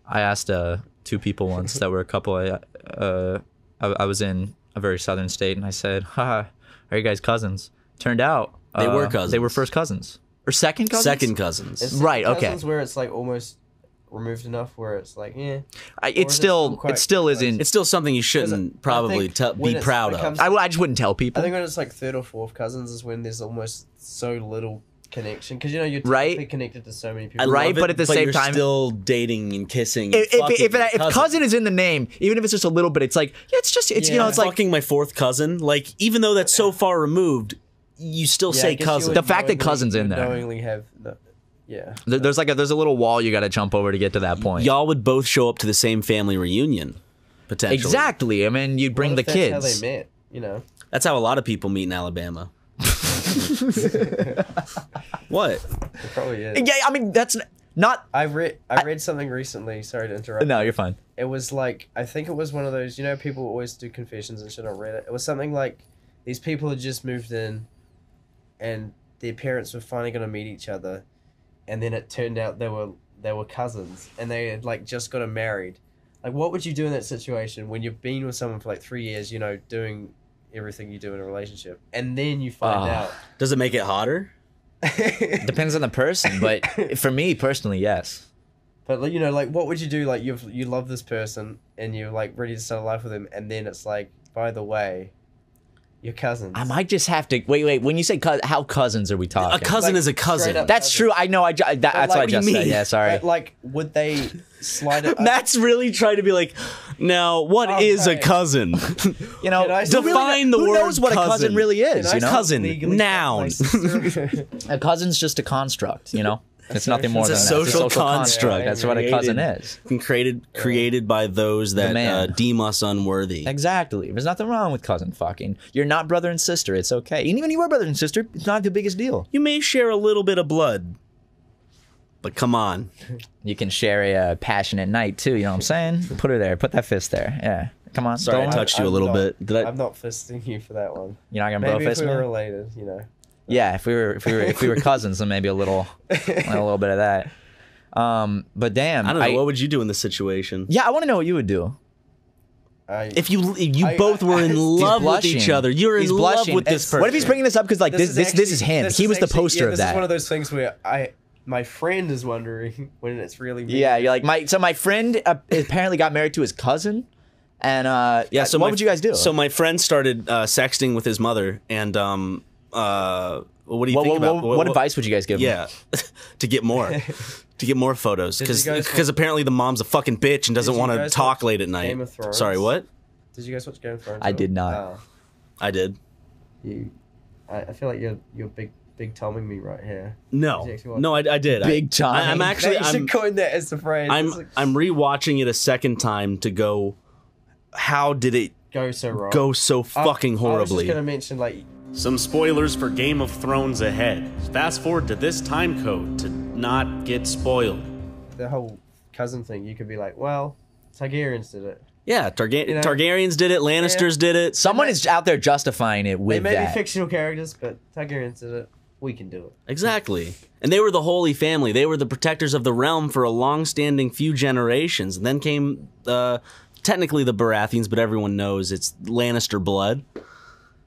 [SPEAKER 2] I asked uh, two people once that were a couple. I, uh, I, I was in a very southern state, and I said, "Haha, are you guys cousins?" Turned out
[SPEAKER 1] They
[SPEAKER 2] uh,
[SPEAKER 1] were
[SPEAKER 2] They were
[SPEAKER 1] cousins.
[SPEAKER 2] first cousins or second cousins.
[SPEAKER 1] Second cousins.
[SPEAKER 3] It's
[SPEAKER 2] Right, okay.
[SPEAKER 3] cousins Where it's like almost removed enough, where it's like, yeah.
[SPEAKER 2] I,
[SPEAKER 3] Or
[SPEAKER 2] it's
[SPEAKER 3] is it still
[SPEAKER 2] still
[SPEAKER 3] quite
[SPEAKER 2] it still
[SPEAKER 3] close?
[SPEAKER 2] isn't.
[SPEAKER 1] It's still something you
[SPEAKER 3] Because
[SPEAKER 1] shouldn't
[SPEAKER 3] I
[SPEAKER 1] probably
[SPEAKER 3] think
[SPEAKER 1] tell-
[SPEAKER 3] when
[SPEAKER 1] be
[SPEAKER 3] it's
[SPEAKER 1] proud
[SPEAKER 3] becomes-
[SPEAKER 1] of.
[SPEAKER 2] I, I just wouldn't tell
[SPEAKER 3] I
[SPEAKER 2] people.
[SPEAKER 3] think when it's like third or fourth cousins is when there's almost so little connection because you know you're
[SPEAKER 2] Right.
[SPEAKER 3] technically connected to so many
[SPEAKER 1] I
[SPEAKER 3] people.
[SPEAKER 1] love
[SPEAKER 2] Right,
[SPEAKER 1] it,
[SPEAKER 2] but at the same
[SPEAKER 1] you're
[SPEAKER 2] time-
[SPEAKER 1] still dating and kissing.
[SPEAKER 2] If, if,
[SPEAKER 1] fucking
[SPEAKER 2] if, if
[SPEAKER 1] your
[SPEAKER 2] cousin. is in the name, even if it's just a little bit, it's like yeah, it's just it's you know
[SPEAKER 3] Yeah.
[SPEAKER 2] it's like
[SPEAKER 1] fucking my fourth cousin, like even though that's so far removed, you still
[SPEAKER 3] Yeah, I
[SPEAKER 1] say
[SPEAKER 3] guess you
[SPEAKER 1] cousin.
[SPEAKER 3] would
[SPEAKER 2] The fact that
[SPEAKER 3] knowingly-
[SPEAKER 2] cousins in
[SPEAKER 3] you would
[SPEAKER 2] there.
[SPEAKER 3] knowingly have, the, yeah.
[SPEAKER 2] there- there's like a, there's a little wall you got to jump over to get to that point.
[SPEAKER 1] Y'all would both show up to the same family reunion, potentially.
[SPEAKER 2] exactly. I mean, you'd bring
[SPEAKER 3] What
[SPEAKER 2] the
[SPEAKER 3] if that's
[SPEAKER 2] kids.
[SPEAKER 3] How they met, you know.
[SPEAKER 1] That's how a lot of people meet in Alabama. what?
[SPEAKER 3] It probably is.
[SPEAKER 2] Yeah, I mean that's n- not.
[SPEAKER 3] I read I read something recently. Sorry to interrupt.
[SPEAKER 2] No, you're fine.
[SPEAKER 3] It was like I think it was one of those. You know, people always do confessions and shit on Reddit. It was something like these people had just moved in, and their parents were finally gonna meet each other, and then it turned out they were they were cousins, and they had like just gotten married. Like, what would you do in that situation when you've been with someone for like three years? You know, doing everything you do in a relationship, and then you find
[SPEAKER 2] Ah.
[SPEAKER 1] Does it make it hotter?
[SPEAKER 3] out.
[SPEAKER 2] Depends on the person, but for me personally, yes.
[SPEAKER 3] But like, you know, like, what would you do? Like, you've you love this person, and you're like ready to start a life with them, and then it's like, by the way, your cousin.
[SPEAKER 2] I might just have to wait. Wait, when you say cous how cousins are we
[SPEAKER 1] A
[SPEAKER 2] talking?
[SPEAKER 1] cousin
[SPEAKER 3] Like,
[SPEAKER 1] is a cousin.
[SPEAKER 3] straight up.
[SPEAKER 2] that's true. I know. I ju- that, that's what I
[SPEAKER 3] like,
[SPEAKER 1] what
[SPEAKER 2] just
[SPEAKER 1] do you
[SPEAKER 2] said.
[SPEAKER 1] mean?
[SPEAKER 2] Yeah, sorry.
[SPEAKER 3] Like, would they slide it? up?
[SPEAKER 1] Matt's really trying to be like, now what is
[SPEAKER 3] Oh,
[SPEAKER 1] a
[SPEAKER 3] sorry.
[SPEAKER 1] cousin?
[SPEAKER 2] you know,
[SPEAKER 3] Can I-
[SPEAKER 2] who really-
[SPEAKER 1] Define the
[SPEAKER 2] who
[SPEAKER 1] word
[SPEAKER 2] knows what a cousin
[SPEAKER 1] cousin.
[SPEAKER 2] really
[SPEAKER 3] Can
[SPEAKER 2] is.
[SPEAKER 3] I
[SPEAKER 2] You know,
[SPEAKER 3] still
[SPEAKER 1] Cousin,
[SPEAKER 3] legally fuck
[SPEAKER 1] noun.
[SPEAKER 3] my sister?
[SPEAKER 2] a cousin's just a construct. You know, it's nothing
[SPEAKER 1] It's
[SPEAKER 2] more
[SPEAKER 1] a
[SPEAKER 2] than that.
[SPEAKER 1] social construct
[SPEAKER 2] That's what a cousin
[SPEAKER 1] created-
[SPEAKER 2] is.
[SPEAKER 1] created created by those that uh,
[SPEAKER 2] man.
[SPEAKER 1] deem us unworthy.
[SPEAKER 2] Exactly. There's nothing wrong with cousin fucking. You're not brother and sister. It's okay. And even you are brother and sister. It's not the biggest deal.
[SPEAKER 1] You may share a little bit of blood, but come on,
[SPEAKER 2] You can share a uh, passionate night too. You know what I'm saying? Put her there. Put that fist there. Yeah. Come on.
[SPEAKER 1] Sorry, I
[SPEAKER 2] Dolan.
[SPEAKER 1] touched you a little
[SPEAKER 3] not-
[SPEAKER 1] bit. Did I-
[SPEAKER 3] I'm not fisting you for that one.
[SPEAKER 2] You're not gonna bro
[SPEAKER 3] Maybe if
[SPEAKER 2] fist
[SPEAKER 3] we
[SPEAKER 2] me?
[SPEAKER 3] were related, you know.
[SPEAKER 2] Yeah, if we were if we were if we were cousins, then maybe a little a little bit of that. Um, but damn,
[SPEAKER 1] I don't know. what would you do in this situation?
[SPEAKER 2] yeah, I want to know what you would do.
[SPEAKER 3] I,
[SPEAKER 1] If you if you
[SPEAKER 3] I-
[SPEAKER 1] both were in
[SPEAKER 3] He's
[SPEAKER 1] love with
[SPEAKER 2] blushing.
[SPEAKER 1] each other, you're
[SPEAKER 2] He's
[SPEAKER 1] in
[SPEAKER 2] blushing.
[SPEAKER 1] love with this
[SPEAKER 2] And
[SPEAKER 1] person.
[SPEAKER 2] What if he's bringing this up because like this this, this
[SPEAKER 3] actually-
[SPEAKER 2] is him.
[SPEAKER 3] this
[SPEAKER 2] he
[SPEAKER 3] is
[SPEAKER 2] was the
[SPEAKER 3] actually-
[SPEAKER 2] poster
[SPEAKER 3] yeah,
[SPEAKER 2] of
[SPEAKER 3] this
[SPEAKER 2] that.
[SPEAKER 3] is one of those things where I, my friend is wondering when it's really me.
[SPEAKER 2] yeah, you're like my so my friend uh, apparently got married to his cousin, and uh,
[SPEAKER 1] Yeah. So
[SPEAKER 2] what
[SPEAKER 1] my-
[SPEAKER 2] would you guys do?
[SPEAKER 1] So my friend started uh, sexting with his mother, and um, uh, What do you
[SPEAKER 2] What,
[SPEAKER 1] think
[SPEAKER 2] what,
[SPEAKER 1] about
[SPEAKER 2] what, what advice would you guys give? me?
[SPEAKER 1] Yeah, to get more, to get more photos,
[SPEAKER 3] Did you
[SPEAKER 1] because
[SPEAKER 3] guys
[SPEAKER 1] because
[SPEAKER 3] wa-
[SPEAKER 1] apparently the mom's a fucking bitch and doesn't
[SPEAKER 3] you
[SPEAKER 1] want to
[SPEAKER 3] guys
[SPEAKER 1] talk
[SPEAKER 3] watch
[SPEAKER 1] late at night.
[SPEAKER 3] Game of Thrones?
[SPEAKER 1] Sorry, what?
[SPEAKER 3] Did you guys watch Game of Thrones?
[SPEAKER 2] I
[SPEAKER 3] at all?
[SPEAKER 2] did not.
[SPEAKER 3] Ah,
[SPEAKER 1] I did.
[SPEAKER 3] you, I, I feel like you're you're big big Tomming me right here.
[SPEAKER 1] No,
[SPEAKER 3] Did you actually watch
[SPEAKER 1] no, I, I did. I-
[SPEAKER 2] Big time.
[SPEAKER 1] I, I'm actually.
[SPEAKER 3] you
[SPEAKER 1] I'm,
[SPEAKER 3] should coin that as the phrase.
[SPEAKER 1] I'm
[SPEAKER 3] It's like,
[SPEAKER 1] I'm rewatching it a second time to go. How did it
[SPEAKER 3] go so wrong.
[SPEAKER 1] go so
[SPEAKER 3] I-
[SPEAKER 1] fucking
[SPEAKER 3] I was just
[SPEAKER 1] horribly?
[SPEAKER 3] gonna mention like
[SPEAKER 4] Some spoilers for Game of Thrones ahead. Fast forward to this time code to not get spoiled.
[SPEAKER 3] the whole cousin thing. You could be like, well, Targaryens did it.
[SPEAKER 1] Yeah, Targa-
[SPEAKER 3] know?
[SPEAKER 1] Targaryens did it. Lannisters did it. So-
[SPEAKER 2] Someone is out there justifying it
[SPEAKER 3] They
[SPEAKER 2] with
[SPEAKER 3] may be
[SPEAKER 2] that.
[SPEAKER 3] fictional characters, but Targaryens did it. We can do it.
[SPEAKER 1] exactly. And they were the Holy Family. They were the protectors of the realm for a long-standing few generations. And then came uh, technically the Baratheons, but everyone knows it's Lannister blood.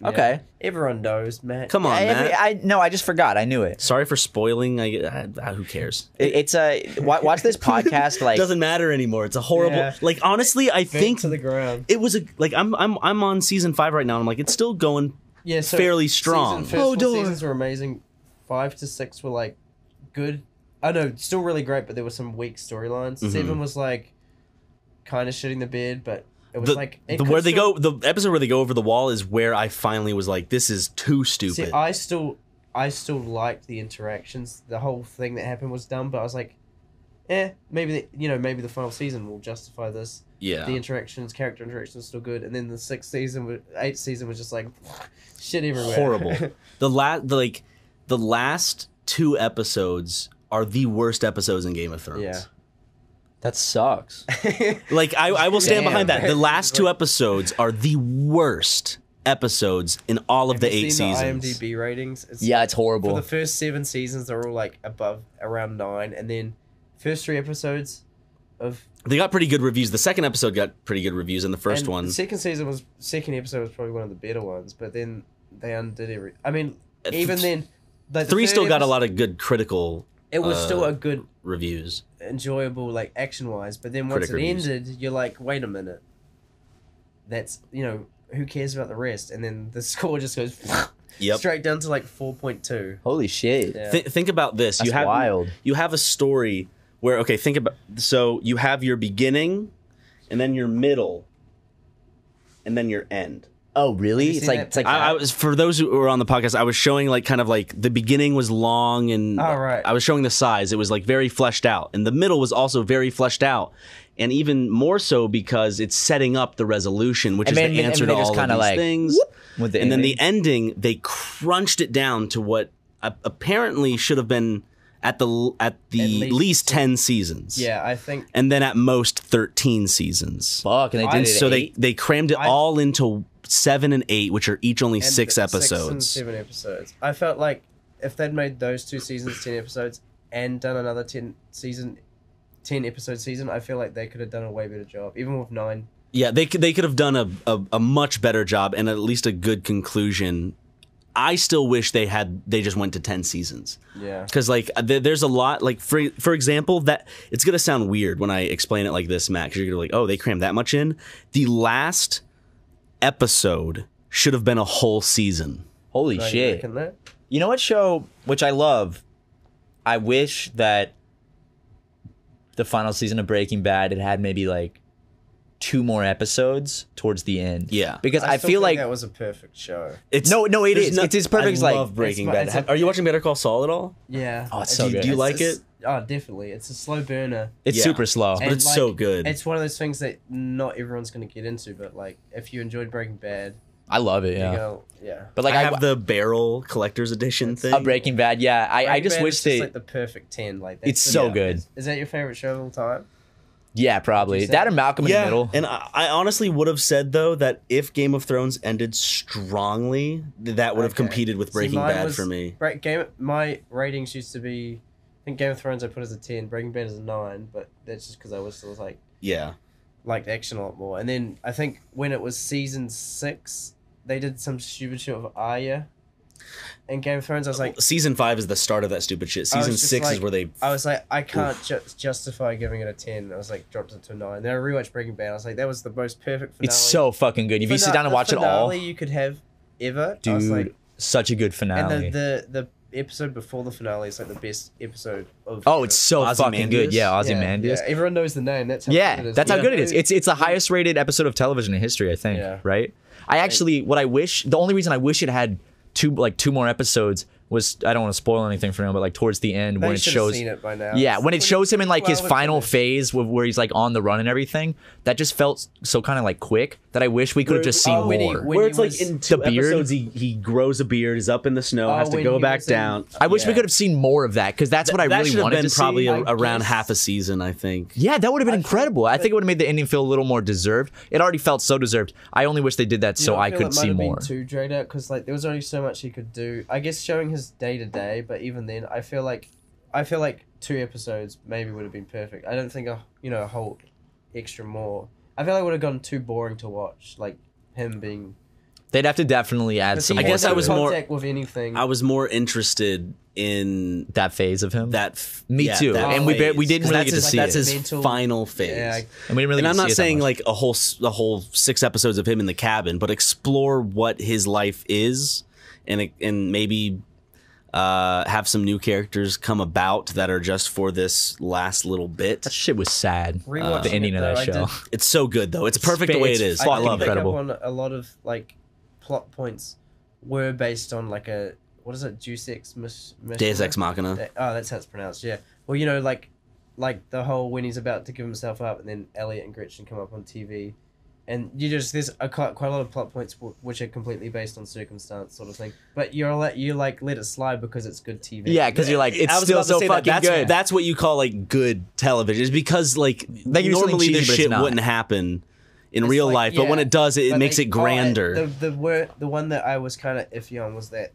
[SPEAKER 2] Okay.
[SPEAKER 3] Everyone knows, Matt.
[SPEAKER 1] Come on,
[SPEAKER 2] I,
[SPEAKER 1] man.
[SPEAKER 2] every- I no, I just forgot. I knew it.
[SPEAKER 1] Sorry for spoiling. I, I, I- who cares?
[SPEAKER 2] It- It's a wa- watch this podcast like
[SPEAKER 1] Doesn't matter anymore. It's a horrible.
[SPEAKER 3] Yeah.
[SPEAKER 1] Like honestly, I think
[SPEAKER 3] Think to the ground.
[SPEAKER 1] it was a like I'm I'm I'm on season five right now. and I'm like it's still going.
[SPEAKER 3] Yeah, so
[SPEAKER 1] fairly strong.
[SPEAKER 3] Season, first
[SPEAKER 2] Oh,
[SPEAKER 3] four
[SPEAKER 2] dude.
[SPEAKER 3] seasons were amazing. Five to six were like good. I know, still really great, but there were some weak storylines.
[SPEAKER 1] Mm-hmm.
[SPEAKER 3] Seven was like kind of shitting the bed, but it was
[SPEAKER 1] The,
[SPEAKER 3] like it
[SPEAKER 1] the
[SPEAKER 3] could
[SPEAKER 1] where they
[SPEAKER 3] still-
[SPEAKER 1] go the episode where they go over the wall is where I finally was like this is too stupid.
[SPEAKER 3] See, I still, I still liked the interactions. The whole thing that happened was dumb, but I was like, eh, maybe the, you know, maybe the final season will justify this.
[SPEAKER 1] yeah.
[SPEAKER 3] The interactions, character interactions, still good, and then the sixth season, wa- eighth season was just like shit everywhere.
[SPEAKER 1] horrible. the last, the, like, the last two episodes are the worst episodes in Game of Thrones.
[SPEAKER 3] yeah.
[SPEAKER 2] that sucks.
[SPEAKER 1] Like, I, I will stand
[SPEAKER 2] Damn.
[SPEAKER 1] behind that. The last two episodes are the worst episodes in all of
[SPEAKER 3] Have
[SPEAKER 1] the
[SPEAKER 3] you
[SPEAKER 1] eight
[SPEAKER 3] seen
[SPEAKER 1] seasons.
[SPEAKER 3] The IMDb ratings. It's,
[SPEAKER 2] Yeah, it's
[SPEAKER 3] For
[SPEAKER 2] horrible.
[SPEAKER 3] the first seven seasons, they're all like above around nine, and then first three episodes of
[SPEAKER 1] They got pretty good reviews. The second episode got pretty good reviews, and the first
[SPEAKER 3] and
[SPEAKER 1] one,
[SPEAKER 3] The second season was second episode was probably one of the better ones, but then they undid every. I mean, even then, like, the
[SPEAKER 1] three,
[SPEAKER 3] third
[SPEAKER 1] still got a
[SPEAKER 3] episode-
[SPEAKER 1] lot of good critical
[SPEAKER 3] It was
[SPEAKER 1] uh,
[SPEAKER 3] still a good,
[SPEAKER 1] reviews.
[SPEAKER 3] enjoyable like action wise, but then once it
[SPEAKER 1] critic reviews.
[SPEAKER 3] ended, you're like, wait a minute. That's you know who cares about the rest, and then the score just goes
[SPEAKER 1] Yep.
[SPEAKER 3] straight down to like four point two.
[SPEAKER 2] Holy shit.
[SPEAKER 3] Yeah.
[SPEAKER 1] Th- think about this. you
[SPEAKER 2] That's
[SPEAKER 1] have
[SPEAKER 2] wild.
[SPEAKER 1] You have a story where okay, think about so you have your beginning, and then your middle, and then your end.
[SPEAKER 2] Oh, really? It's
[SPEAKER 3] seen
[SPEAKER 2] like
[SPEAKER 3] that
[SPEAKER 2] it's like
[SPEAKER 1] I, I was for those who were on the podcast. I was showing like kind of like the beginning was long and
[SPEAKER 3] Oh, right.
[SPEAKER 1] I was showing the size. It was like very fleshed out, and the middle was also very fleshed out, and even more so because it's setting up the resolution, which
[SPEAKER 2] And
[SPEAKER 1] is
[SPEAKER 2] then-
[SPEAKER 1] the
[SPEAKER 2] and
[SPEAKER 1] answer
[SPEAKER 2] they
[SPEAKER 1] to
[SPEAKER 2] just
[SPEAKER 1] all of
[SPEAKER 2] kinda
[SPEAKER 1] these
[SPEAKER 2] like,
[SPEAKER 1] things.
[SPEAKER 2] whoop, with the
[SPEAKER 1] and then
[SPEAKER 2] ending.
[SPEAKER 1] the ending, they crunched it down to what a- apparently should have been at the l- at the
[SPEAKER 3] At
[SPEAKER 1] least,
[SPEAKER 3] least-
[SPEAKER 1] ten seasons.
[SPEAKER 3] Yeah, I think
[SPEAKER 1] and then at most thirteen seasons.
[SPEAKER 2] fuck, and they did
[SPEAKER 3] I-
[SPEAKER 2] it.
[SPEAKER 1] And so
[SPEAKER 2] at
[SPEAKER 1] they,
[SPEAKER 2] eight?
[SPEAKER 1] they crammed it
[SPEAKER 3] I-
[SPEAKER 1] all into seven and eight, which are each only
[SPEAKER 3] and
[SPEAKER 1] six
[SPEAKER 3] th- and
[SPEAKER 1] episodes.
[SPEAKER 3] seven episodes. I felt like if they'd made those two seasons ten episodes and done another ten season, ten episode season, I feel like they could have done a way better job. Even with nine,
[SPEAKER 1] Yeah, they could, they could have done a, a, a much better job and at least a good conclusion. I still wish they had they just went to ten seasons
[SPEAKER 3] yeah,
[SPEAKER 1] because like th- there's a lot like for for example that it's gonna sound weird when I explain it like this, Matt, because you're gonna be like oh they crammed that much in. The last episode should have been a whole season.
[SPEAKER 2] Holy
[SPEAKER 3] Like,
[SPEAKER 2] shit.
[SPEAKER 3] reckon that?
[SPEAKER 2] You know what show which I love? I wish that the final season of Breaking Bad had had maybe like two more episodes towards the end.
[SPEAKER 1] Yeah.
[SPEAKER 2] Because I,
[SPEAKER 3] still
[SPEAKER 2] feel
[SPEAKER 3] think
[SPEAKER 2] like
[SPEAKER 3] that was a perfect show.
[SPEAKER 1] It's
[SPEAKER 2] No, no, it
[SPEAKER 1] there's
[SPEAKER 2] is. It's- it's perfect,
[SPEAKER 1] I
[SPEAKER 2] like-
[SPEAKER 1] love Breaking
[SPEAKER 3] It's-
[SPEAKER 1] Bad.
[SPEAKER 3] it's a-
[SPEAKER 1] Are you watching Better Call Saul at all?
[SPEAKER 3] Yeah.
[SPEAKER 2] Oh, it's so
[SPEAKER 1] do,
[SPEAKER 2] good.
[SPEAKER 1] do you
[SPEAKER 2] It's-
[SPEAKER 1] like
[SPEAKER 3] It's-
[SPEAKER 1] it?
[SPEAKER 3] Oh, definitely. It's a slow burner.
[SPEAKER 2] it's
[SPEAKER 1] Yeah.
[SPEAKER 2] super slow.
[SPEAKER 1] But it's so good.
[SPEAKER 3] It's one of those things that not everyone's going to get into, but like if you enjoyed Breaking Bad,
[SPEAKER 2] I love it,
[SPEAKER 3] you
[SPEAKER 2] yeah.
[SPEAKER 3] go, yeah.
[SPEAKER 2] But like I,
[SPEAKER 1] I have the barrel collector's edition thing.
[SPEAKER 2] a Breaking Bad, yeah. I, I
[SPEAKER 3] Breaking
[SPEAKER 2] just
[SPEAKER 3] Bad
[SPEAKER 2] wish
[SPEAKER 3] is just,
[SPEAKER 2] they
[SPEAKER 3] like the perfect ten. Like that's
[SPEAKER 2] it's
[SPEAKER 3] the-
[SPEAKER 2] so
[SPEAKER 1] yeah,
[SPEAKER 2] good.
[SPEAKER 3] Is that your favorite show of all time?
[SPEAKER 2] Yeah, probably.
[SPEAKER 3] you say?
[SPEAKER 2] That or Malcolm in the Middle.
[SPEAKER 1] And I, I honestly would have said though that if Game of Thrones ended strongly, th- that would have
[SPEAKER 3] Okay.
[SPEAKER 1] competed with
[SPEAKER 3] See,
[SPEAKER 1] Breaking
[SPEAKER 3] mine
[SPEAKER 1] Bad
[SPEAKER 3] was-
[SPEAKER 1] for me.
[SPEAKER 3] Bre- Game, my ratings used to be, I think Game of Thrones I put as a ten, Breaking Bad as a nine, but that's just because I was still like
[SPEAKER 1] Yeah.
[SPEAKER 3] liked action a lot more. And then I think when it was season six, they did some stupid shit of Arya. And Game of Thrones, I was like,
[SPEAKER 1] season five is the start of that stupid shit.
[SPEAKER 3] I was
[SPEAKER 1] Season
[SPEAKER 3] just
[SPEAKER 1] six is
[SPEAKER 3] like- Oh,
[SPEAKER 1] where they.
[SPEAKER 3] I was like, I can't ju- justify giving it a ten. I was like, dropped it to a nine. Then I rewatched Breaking Bad. I was like, that was the most perfect finale.
[SPEAKER 2] It's so fucking good. If you sit
[SPEAKER 3] Fina-
[SPEAKER 2] down and
[SPEAKER 3] the
[SPEAKER 2] watch it all,
[SPEAKER 3] finale you could have ever. I was
[SPEAKER 2] dude,
[SPEAKER 3] like,
[SPEAKER 2] such a good finale.
[SPEAKER 3] And the, the the episode before the finale is like the best episode of.
[SPEAKER 2] oh, it's so fucking good.
[SPEAKER 1] Ozymandias?
[SPEAKER 2] Yeah,
[SPEAKER 3] Yeah,
[SPEAKER 2] Ozymandias.
[SPEAKER 3] Yeah, everyone knows the name. That's how
[SPEAKER 2] Yeah,
[SPEAKER 3] good it is.
[SPEAKER 2] that's how
[SPEAKER 3] Yeah.
[SPEAKER 2] good it is. It's it's the highest rated episode of television in history, I think.
[SPEAKER 3] Yeah.
[SPEAKER 2] Right. I actually, what I wish, the only reason I wish it had two like two more episodes was I don't want to spoil anything for him, but like towards the end
[SPEAKER 3] They
[SPEAKER 2] when it
[SPEAKER 3] should have
[SPEAKER 2] shows.
[SPEAKER 3] seen it by now.
[SPEAKER 2] Yeah,
[SPEAKER 3] It's
[SPEAKER 2] when it shows him in like his
[SPEAKER 3] 12
[SPEAKER 2] final
[SPEAKER 3] episodes.
[SPEAKER 2] phase where, where he's like on the run and everything, that just felt so kind of like quick that I wish we could have just seen
[SPEAKER 3] oh, when he-
[SPEAKER 2] more.
[SPEAKER 3] when-
[SPEAKER 1] Where it's like
[SPEAKER 3] was-
[SPEAKER 1] in two
[SPEAKER 2] The beard?
[SPEAKER 1] episodes, he, he grows a beard, is up in the snow,
[SPEAKER 3] Oh,
[SPEAKER 1] has to
[SPEAKER 3] when
[SPEAKER 1] go
[SPEAKER 3] he
[SPEAKER 1] back
[SPEAKER 3] was in-
[SPEAKER 1] down.
[SPEAKER 2] I wish we
[SPEAKER 3] Yeah.
[SPEAKER 2] could have seen more of that because that's what I
[SPEAKER 1] that should
[SPEAKER 2] really
[SPEAKER 1] have
[SPEAKER 2] wanted
[SPEAKER 1] been
[SPEAKER 2] to
[SPEAKER 1] probably
[SPEAKER 2] see.
[SPEAKER 1] a,
[SPEAKER 3] I
[SPEAKER 1] around
[SPEAKER 3] guess.
[SPEAKER 1] half a season, I think.
[SPEAKER 2] Yeah, that would have been incredible. I think it would have made the ending feel a little more deserved. It already felt so deserved. I only wish they did that
[SPEAKER 3] You
[SPEAKER 2] so
[SPEAKER 3] don't
[SPEAKER 2] I
[SPEAKER 3] feel
[SPEAKER 2] could
[SPEAKER 3] it might
[SPEAKER 2] see
[SPEAKER 3] have been
[SPEAKER 2] more.
[SPEAKER 3] Too dragged out because like there was only so much he could do. I guess showing his day to day, but even then, I feel like, I feel like two episodes maybe would have been perfect. I don't think a you know a whole extra more. I feel like it would have gone too boring to watch. Like him being.
[SPEAKER 2] They'd have to definitely add some.
[SPEAKER 1] I
[SPEAKER 2] more
[SPEAKER 1] guess
[SPEAKER 2] to
[SPEAKER 1] I was
[SPEAKER 2] it.
[SPEAKER 1] more-
[SPEAKER 3] contact with anything.
[SPEAKER 1] I was more interested in
[SPEAKER 2] that phase of him.
[SPEAKER 1] that. f-
[SPEAKER 2] Me
[SPEAKER 1] yeah,
[SPEAKER 2] too.
[SPEAKER 1] that
[SPEAKER 2] And we bar- we
[SPEAKER 1] phase,
[SPEAKER 2] didn't
[SPEAKER 1] 'cause that's
[SPEAKER 2] really get to
[SPEAKER 1] his-
[SPEAKER 2] see
[SPEAKER 1] That's
[SPEAKER 2] it.
[SPEAKER 1] his
[SPEAKER 3] Mental-
[SPEAKER 1] final phase.
[SPEAKER 3] Yeah, I-
[SPEAKER 2] and we didn't really.
[SPEAKER 1] and
[SPEAKER 2] get
[SPEAKER 1] I'm
[SPEAKER 2] to
[SPEAKER 1] not
[SPEAKER 2] see it that
[SPEAKER 1] saying
[SPEAKER 2] much.
[SPEAKER 1] like a whole s- a whole six episodes of him in the cabin, but explore what his life is, and it- and maybe uh, have some new characters come about that are just for this last little bit.
[SPEAKER 2] that shit was sad. uh,
[SPEAKER 3] Rewatching
[SPEAKER 2] the ending
[SPEAKER 3] it,
[SPEAKER 2] of
[SPEAKER 3] though,
[SPEAKER 2] that
[SPEAKER 3] I
[SPEAKER 2] show.
[SPEAKER 3] did-
[SPEAKER 1] It's so good though. It's perfect
[SPEAKER 2] fa-
[SPEAKER 1] the way
[SPEAKER 2] it's
[SPEAKER 1] it is.
[SPEAKER 2] fucking
[SPEAKER 1] I love
[SPEAKER 3] did
[SPEAKER 1] it.
[SPEAKER 3] pick
[SPEAKER 2] incredible.
[SPEAKER 3] Up on a lot of like plot points were based on like a what is it? Deus Ex Mus- Machina?
[SPEAKER 1] Deus Ex Machina.
[SPEAKER 3] De- Oh, that's how it's pronounced. Yeah. Well, you know, like, like the whole when he's about to give himself up, and then Elliot and Gretchen come up on TV, and you just there's a quite, quite a lot of plot points w- which are completely based on circumstance, sort of thing. But you're let you like let it slide because it's good TV.
[SPEAKER 2] Yeah, because you're like
[SPEAKER 1] I
[SPEAKER 2] it's
[SPEAKER 1] was
[SPEAKER 2] still
[SPEAKER 1] about to
[SPEAKER 2] so
[SPEAKER 1] say
[SPEAKER 2] fucking
[SPEAKER 1] that. That's,
[SPEAKER 2] good.
[SPEAKER 1] That's what you call like good television. It's because like
[SPEAKER 2] They give you something
[SPEAKER 1] normally
[SPEAKER 2] cheesy,
[SPEAKER 1] this
[SPEAKER 2] but it's
[SPEAKER 1] shit
[SPEAKER 2] not.
[SPEAKER 1] wouldn't happen in
[SPEAKER 3] It's
[SPEAKER 1] real
[SPEAKER 3] like,
[SPEAKER 1] life, but when
[SPEAKER 3] yeah,
[SPEAKER 1] it does, it, it
[SPEAKER 3] But
[SPEAKER 1] makes
[SPEAKER 3] they-
[SPEAKER 1] it
[SPEAKER 3] oh, I-
[SPEAKER 1] grander.
[SPEAKER 3] the the word the one that I was kind of iffy on was that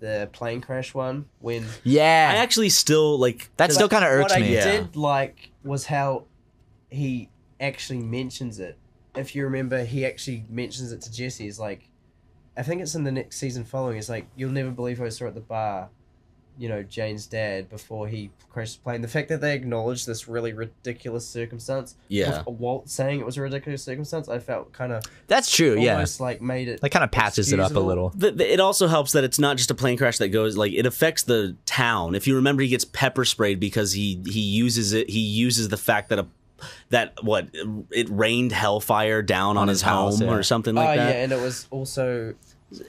[SPEAKER 3] the plane crash one when
[SPEAKER 1] I
[SPEAKER 2] yeah,
[SPEAKER 1] actually still like
[SPEAKER 2] that still kind of
[SPEAKER 3] what
[SPEAKER 2] irked
[SPEAKER 3] I
[SPEAKER 2] me.
[SPEAKER 3] did like was how he actually mentions it. If you remember, he actually mentions it to Jesse. He's like, I think it's in the next season following. It's like, you'll never believe who I saw at the bar, you know, Jane's dad before he crashed the plane. The fact that they acknowledged this really ridiculous circumstance,
[SPEAKER 1] Yeah.
[SPEAKER 3] with Walt saying it was a ridiculous circumstance, I felt kind of
[SPEAKER 2] That's true. Yeah,
[SPEAKER 3] almost like made it.
[SPEAKER 2] that kind of patches it up a
[SPEAKER 3] excusable.
[SPEAKER 2] little.
[SPEAKER 1] the, the- it also helps that it's not just a plane crash that goes like it affects the town. If you remember, he gets pepper sprayed because he he uses it. He uses the fact that a that what it rained hellfire down on,
[SPEAKER 2] his
[SPEAKER 1] his,
[SPEAKER 2] house,
[SPEAKER 1] home
[SPEAKER 2] yeah.
[SPEAKER 1] or something
[SPEAKER 3] Oh,
[SPEAKER 1] like
[SPEAKER 3] yeah,
[SPEAKER 1] that,
[SPEAKER 3] and it was also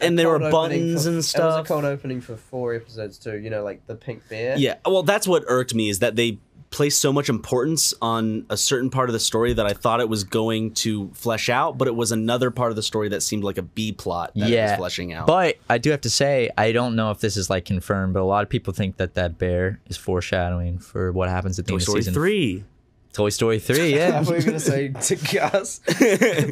[SPEAKER 1] and, there were
[SPEAKER 3] cold opening
[SPEAKER 1] buttons
[SPEAKER 3] for-
[SPEAKER 1] and
[SPEAKER 3] It was
[SPEAKER 1] stuff.
[SPEAKER 3] a cold opening for four episodes too. You know, like the pink bear.
[SPEAKER 1] yeah, well, that's what irked me is that they placed so much importance on a certain part of the story that I thought it was going to flesh out, but it was another part of the story that seemed like a B plot that it
[SPEAKER 2] Yeah,
[SPEAKER 1] was fleshing out.
[SPEAKER 2] But I do have to say, I don't know if this is like confirmed, but a lot of people think that that bear is foreshadowing for what happens at the
[SPEAKER 1] Toy
[SPEAKER 2] end
[SPEAKER 1] Story
[SPEAKER 2] of season
[SPEAKER 1] three.
[SPEAKER 2] Toy Story three.
[SPEAKER 3] I
[SPEAKER 2] Yeah,
[SPEAKER 3] thought you were gonna say to Gus,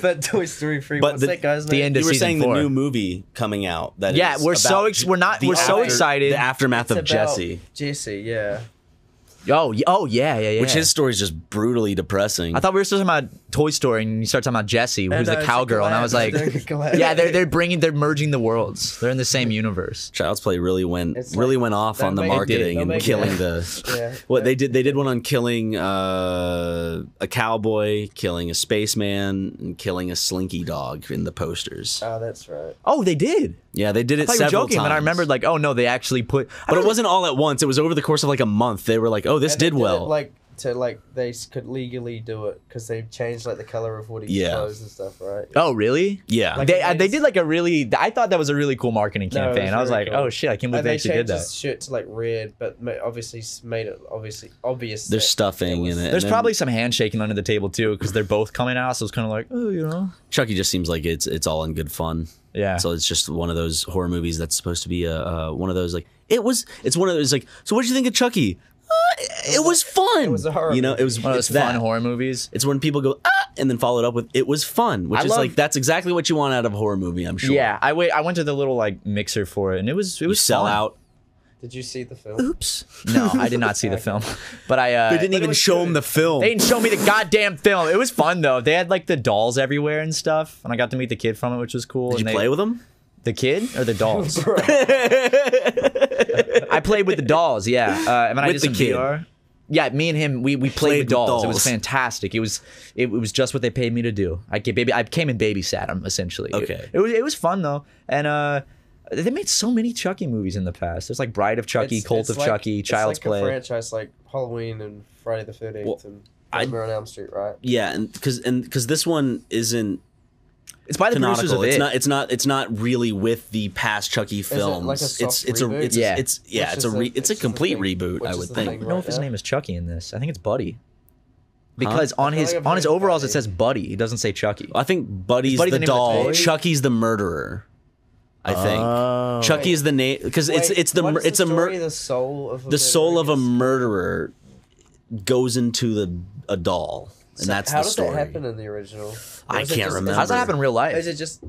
[SPEAKER 3] but Toy Story three.
[SPEAKER 1] But
[SPEAKER 3] What's
[SPEAKER 1] the-
[SPEAKER 3] that guy's
[SPEAKER 2] the
[SPEAKER 3] name?
[SPEAKER 2] end
[SPEAKER 1] You
[SPEAKER 2] of
[SPEAKER 1] were
[SPEAKER 2] season
[SPEAKER 1] saying
[SPEAKER 2] four.
[SPEAKER 1] the new movie coming out. That
[SPEAKER 2] Yeah,
[SPEAKER 1] is
[SPEAKER 2] we're so
[SPEAKER 1] about
[SPEAKER 2] ex- we're not-
[SPEAKER 1] the
[SPEAKER 2] we're so excited.
[SPEAKER 1] The aftermath
[SPEAKER 3] It's
[SPEAKER 1] of
[SPEAKER 3] about
[SPEAKER 1] Jesse,
[SPEAKER 3] Jesse, yeah.
[SPEAKER 2] oh, y- oh yeah, yeah, yeah.
[SPEAKER 1] which his story is just brutally depressing.
[SPEAKER 2] I thought we were still talking about Toy Story, and you start talking about Jessie, who's
[SPEAKER 3] no,
[SPEAKER 2] the
[SPEAKER 3] it's a
[SPEAKER 2] cowgirl, and I
[SPEAKER 3] collab.
[SPEAKER 2] was like,
[SPEAKER 3] They're doing a collab.
[SPEAKER 2] yeah, they're they're bringing they're merging the worlds. They're in the same universe.
[SPEAKER 1] Child's Play really went
[SPEAKER 3] It's
[SPEAKER 1] really
[SPEAKER 3] like-
[SPEAKER 1] went off
[SPEAKER 3] they'll
[SPEAKER 1] on the
[SPEAKER 3] make it-
[SPEAKER 1] marketing
[SPEAKER 3] they'll
[SPEAKER 1] and
[SPEAKER 3] make it-
[SPEAKER 1] killing the.
[SPEAKER 3] Yeah.
[SPEAKER 1] What they did, they did one on killing uh, a cowboy, killing a spaceman, and killing a slinky dog in the posters.
[SPEAKER 3] Oh, that's right.
[SPEAKER 2] Oh, they did.
[SPEAKER 1] Yeah, they did
[SPEAKER 2] I
[SPEAKER 1] it
[SPEAKER 2] thought you were
[SPEAKER 1] several
[SPEAKER 2] joking,
[SPEAKER 1] times.
[SPEAKER 2] but I remembered like, oh no, they actually put. I
[SPEAKER 1] but
[SPEAKER 2] don't
[SPEAKER 1] it wasn't all at once. It was over the course of like a month. They were like, "Oh, this
[SPEAKER 3] And they
[SPEAKER 1] did
[SPEAKER 3] it,
[SPEAKER 1] well."
[SPEAKER 3] like to like they s- could legally do it because they changed like the color of Woody's
[SPEAKER 1] Yeah.
[SPEAKER 3] clothes and stuff, right?
[SPEAKER 2] know- Oh really?
[SPEAKER 1] yeah,
[SPEAKER 3] like-
[SPEAKER 2] They
[SPEAKER 3] I
[SPEAKER 2] uh, they
[SPEAKER 3] just-
[SPEAKER 2] did like a really. I thought that was a really cool marketing
[SPEAKER 3] No, it was
[SPEAKER 2] campaign. I was
[SPEAKER 3] very
[SPEAKER 2] like,
[SPEAKER 3] cool.
[SPEAKER 2] oh shit, I can't believe
[SPEAKER 3] And
[SPEAKER 2] they
[SPEAKER 3] they
[SPEAKER 2] actually did
[SPEAKER 3] changed
[SPEAKER 2] that.
[SPEAKER 3] his shirt to like red, but ma- obviously s- made it obviously obvious.
[SPEAKER 1] there's
[SPEAKER 3] that
[SPEAKER 1] stuffing
[SPEAKER 3] was-
[SPEAKER 1] in it. and
[SPEAKER 2] There's
[SPEAKER 1] then-
[SPEAKER 2] probably some handshaking under the table too, because they're both coming out. So it's kind of like, oh, you know,
[SPEAKER 1] Chucky just seems like it's it's all in good fun.
[SPEAKER 2] yeah.
[SPEAKER 1] So it's just one of those horror movies that's supposed to be a uh, one of those like it was. It's one of those like. So what did you think of Chucky? Uh, it was fun. It
[SPEAKER 3] was a horror
[SPEAKER 1] You know,
[SPEAKER 3] movie.
[SPEAKER 1] it was
[SPEAKER 2] One of
[SPEAKER 1] it's
[SPEAKER 2] those fun
[SPEAKER 1] that.
[SPEAKER 2] horror movies.
[SPEAKER 1] It's when people go ah, and then follow it up with it was fun, which
[SPEAKER 2] I
[SPEAKER 1] is
[SPEAKER 2] love-
[SPEAKER 1] like that's exactly what you want out of a horror movie. I'm sure.
[SPEAKER 2] Yeah, I wait. I went to the little like mixer for it, and it was it
[SPEAKER 1] You
[SPEAKER 2] was
[SPEAKER 1] sell
[SPEAKER 2] fun.
[SPEAKER 1] out.
[SPEAKER 3] Did you see the film?
[SPEAKER 1] Oops.
[SPEAKER 2] No, I did not see the film, but I uh,
[SPEAKER 1] They didn't even
[SPEAKER 3] was
[SPEAKER 1] show
[SPEAKER 3] good.
[SPEAKER 1] him the film.
[SPEAKER 2] They didn't show me the goddamn film. It was fun though. They had like the dolls everywhere and stuff, and I got to meet the kid from it, which was cool.
[SPEAKER 1] Did you
[SPEAKER 2] and they-
[SPEAKER 1] play with him?
[SPEAKER 2] the kid or the dolls? I played with the dolls. Yeah, uh, and I
[SPEAKER 1] With
[SPEAKER 2] did
[SPEAKER 1] the
[SPEAKER 2] some
[SPEAKER 1] kid.
[SPEAKER 2] VR. Yeah, me and him, we, we played,
[SPEAKER 1] Played
[SPEAKER 2] with
[SPEAKER 1] with
[SPEAKER 2] dolls. It
[SPEAKER 1] dolls.
[SPEAKER 2] was fantastic. It was it, it was just what they paid me to do. I get baby. I came and babysat him essentially.
[SPEAKER 1] Okay.
[SPEAKER 2] It, it was it was fun though, and uh, They made so many Chucky movies in the past. There's like Bride of Chucky,
[SPEAKER 3] It's-
[SPEAKER 2] Cult
[SPEAKER 3] it's
[SPEAKER 2] of
[SPEAKER 3] like-
[SPEAKER 2] Chucky,
[SPEAKER 3] it's
[SPEAKER 2] Child's
[SPEAKER 3] like
[SPEAKER 2] Play.
[SPEAKER 3] A franchise like Halloween and Friday the Thirteenth
[SPEAKER 1] Well,
[SPEAKER 3] and
[SPEAKER 1] I-
[SPEAKER 3] Nightmare on Elm Street, right?
[SPEAKER 1] Yeah, and because and because this one isn't
[SPEAKER 2] It's by the producers
[SPEAKER 1] canonical.
[SPEAKER 2] of it.
[SPEAKER 1] It's not. It's not. It's not really with the past Chucky
[SPEAKER 3] it like a
[SPEAKER 1] films.
[SPEAKER 3] soft
[SPEAKER 1] it's it's a
[SPEAKER 3] reboot?
[SPEAKER 1] it's
[SPEAKER 2] Yeah.
[SPEAKER 1] yeah. it's yeah.
[SPEAKER 3] Which
[SPEAKER 1] It's
[SPEAKER 3] is
[SPEAKER 1] a
[SPEAKER 3] the-
[SPEAKER 1] re, it's a
[SPEAKER 3] which is the
[SPEAKER 1] complete
[SPEAKER 3] thing-
[SPEAKER 1] reboot.
[SPEAKER 3] which
[SPEAKER 1] I
[SPEAKER 3] is
[SPEAKER 1] would
[SPEAKER 3] the
[SPEAKER 2] I
[SPEAKER 1] think.
[SPEAKER 3] thing.
[SPEAKER 2] don't know if his
[SPEAKER 3] Right, yeah.
[SPEAKER 2] name is Chucky in this. I think it's Buddy. Because on
[SPEAKER 3] I feel
[SPEAKER 2] his
[SPEAKER 3] like I've
[SPEAKER 2] on his
[SPEAKER 3] heard
[SPEAKER 2] overalls it
[SPEAKER 3] Buddy.
[SPEAKER 2] says Buddy. It doesn't say Chucky.
[SPEAKER 1] I think Buddy's
[SPEAKER 2] Is Buddy
[SPEAKER 1] the,
[SPEAKER 2] the name of the
[SPEAKER 1] doll.
[SPEAKER 2] toy?
[SPEAKER 1] Chucky's the murderer. I think
[SPEAKER 3] Uh,
[SPEAKER 4] Oh.
[SPEAKER 1] Chucky is the name because it's
[SPEAKER 3] Wait,
[SPEAKER 1] it's the
[SPEAKER 3] what
[SPEAKER 1] mur-
[SPEAKER 3] is
[SPEAKER 1] it's a
[SPEAKER 3] story of
[SPEAKER 1] mur-
[SPEAKER 3] the soul of a
[SPEAKER 1] the soul of a
[SPEAKER 3] murderer
[SPEAKER 1] murderer goes into the a doll, and
[SPEAKER 3] gets-
[SPEAKER 1] that's
[SPEAKER 3] How
[SPEAKER 1] the
[SPEAKER 3] does
[SPEAKER 1] story.
[SPEAKER 3] that happen in the original? Or
[SPEAKER 1] I
[SPEAKER 3] is it
[SPEAKER 1] can't
[SPEAKER 3] just-
[SPEAKER 1] remember.
[SPEAKER 2] How does that happen in real life?
[SPEAKER 3] Is it just?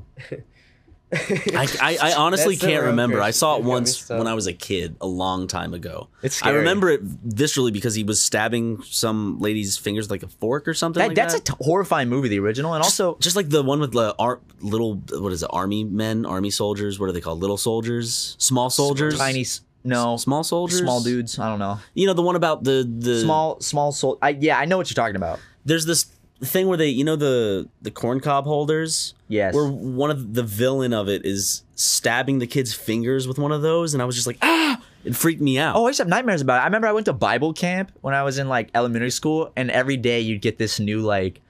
[SPEAKER 1] I, I, I honestly
[SPEAKER 3] That's the
[SPEAKER 1] can't
[SPEAKER 3] real
[SPEAKER 1] remember. I
[SPEAKER 3] question.
[SPEAKER 1] saw it
[SPEAKER 3] You've got me
[SPEAKER 1] once
[SPEAKER 3] stuck.
[SPEAKER 1] when I was a kid, a long time ago.
[SPEAKER 2] It's
[SPEAKER 1] I
[SPEAKER 2] scary.
[SPEAKER 1] remember it viscerally because he was stabbing some lady's fingers with, like a fork or something.
[SPEAKER 2] That-
[SPEAKER 1] like
[SPEAKER 2] that's
[SPEAKER 1] that.
[SPEAKER 2] a t- horrifying movie, the original, and also
[SPEAKER 1] just like the one with the ar- little what is it? Army men, army soldiers. What are they called? Little soldiers, small soldiers,
[SPEAKER 2] tiny. s- No,
[SPEAKER 1] small soldiers, Hmm.
[SPEAKER 2] small dudes. I don't know.
[SPEAKER 1] You know the one about the the
[SPEAKER 2] Small, small soul. I, yeah, I know what you're talking about.
[SPEAKER 1] There's this thing where they, you know, the the corn cob holders.
[SPEAKER 2] Yes.
[SPEAKER 1] Where one of the villain of it is stabbing the kid's fingers with one of those, and I was just like, ah! It freaked me out.
[SPEAKER 2] Oh, I used to have nightmares about it. I remember I went to Bible camp when I was in like elementary school, and every day you'd get this new like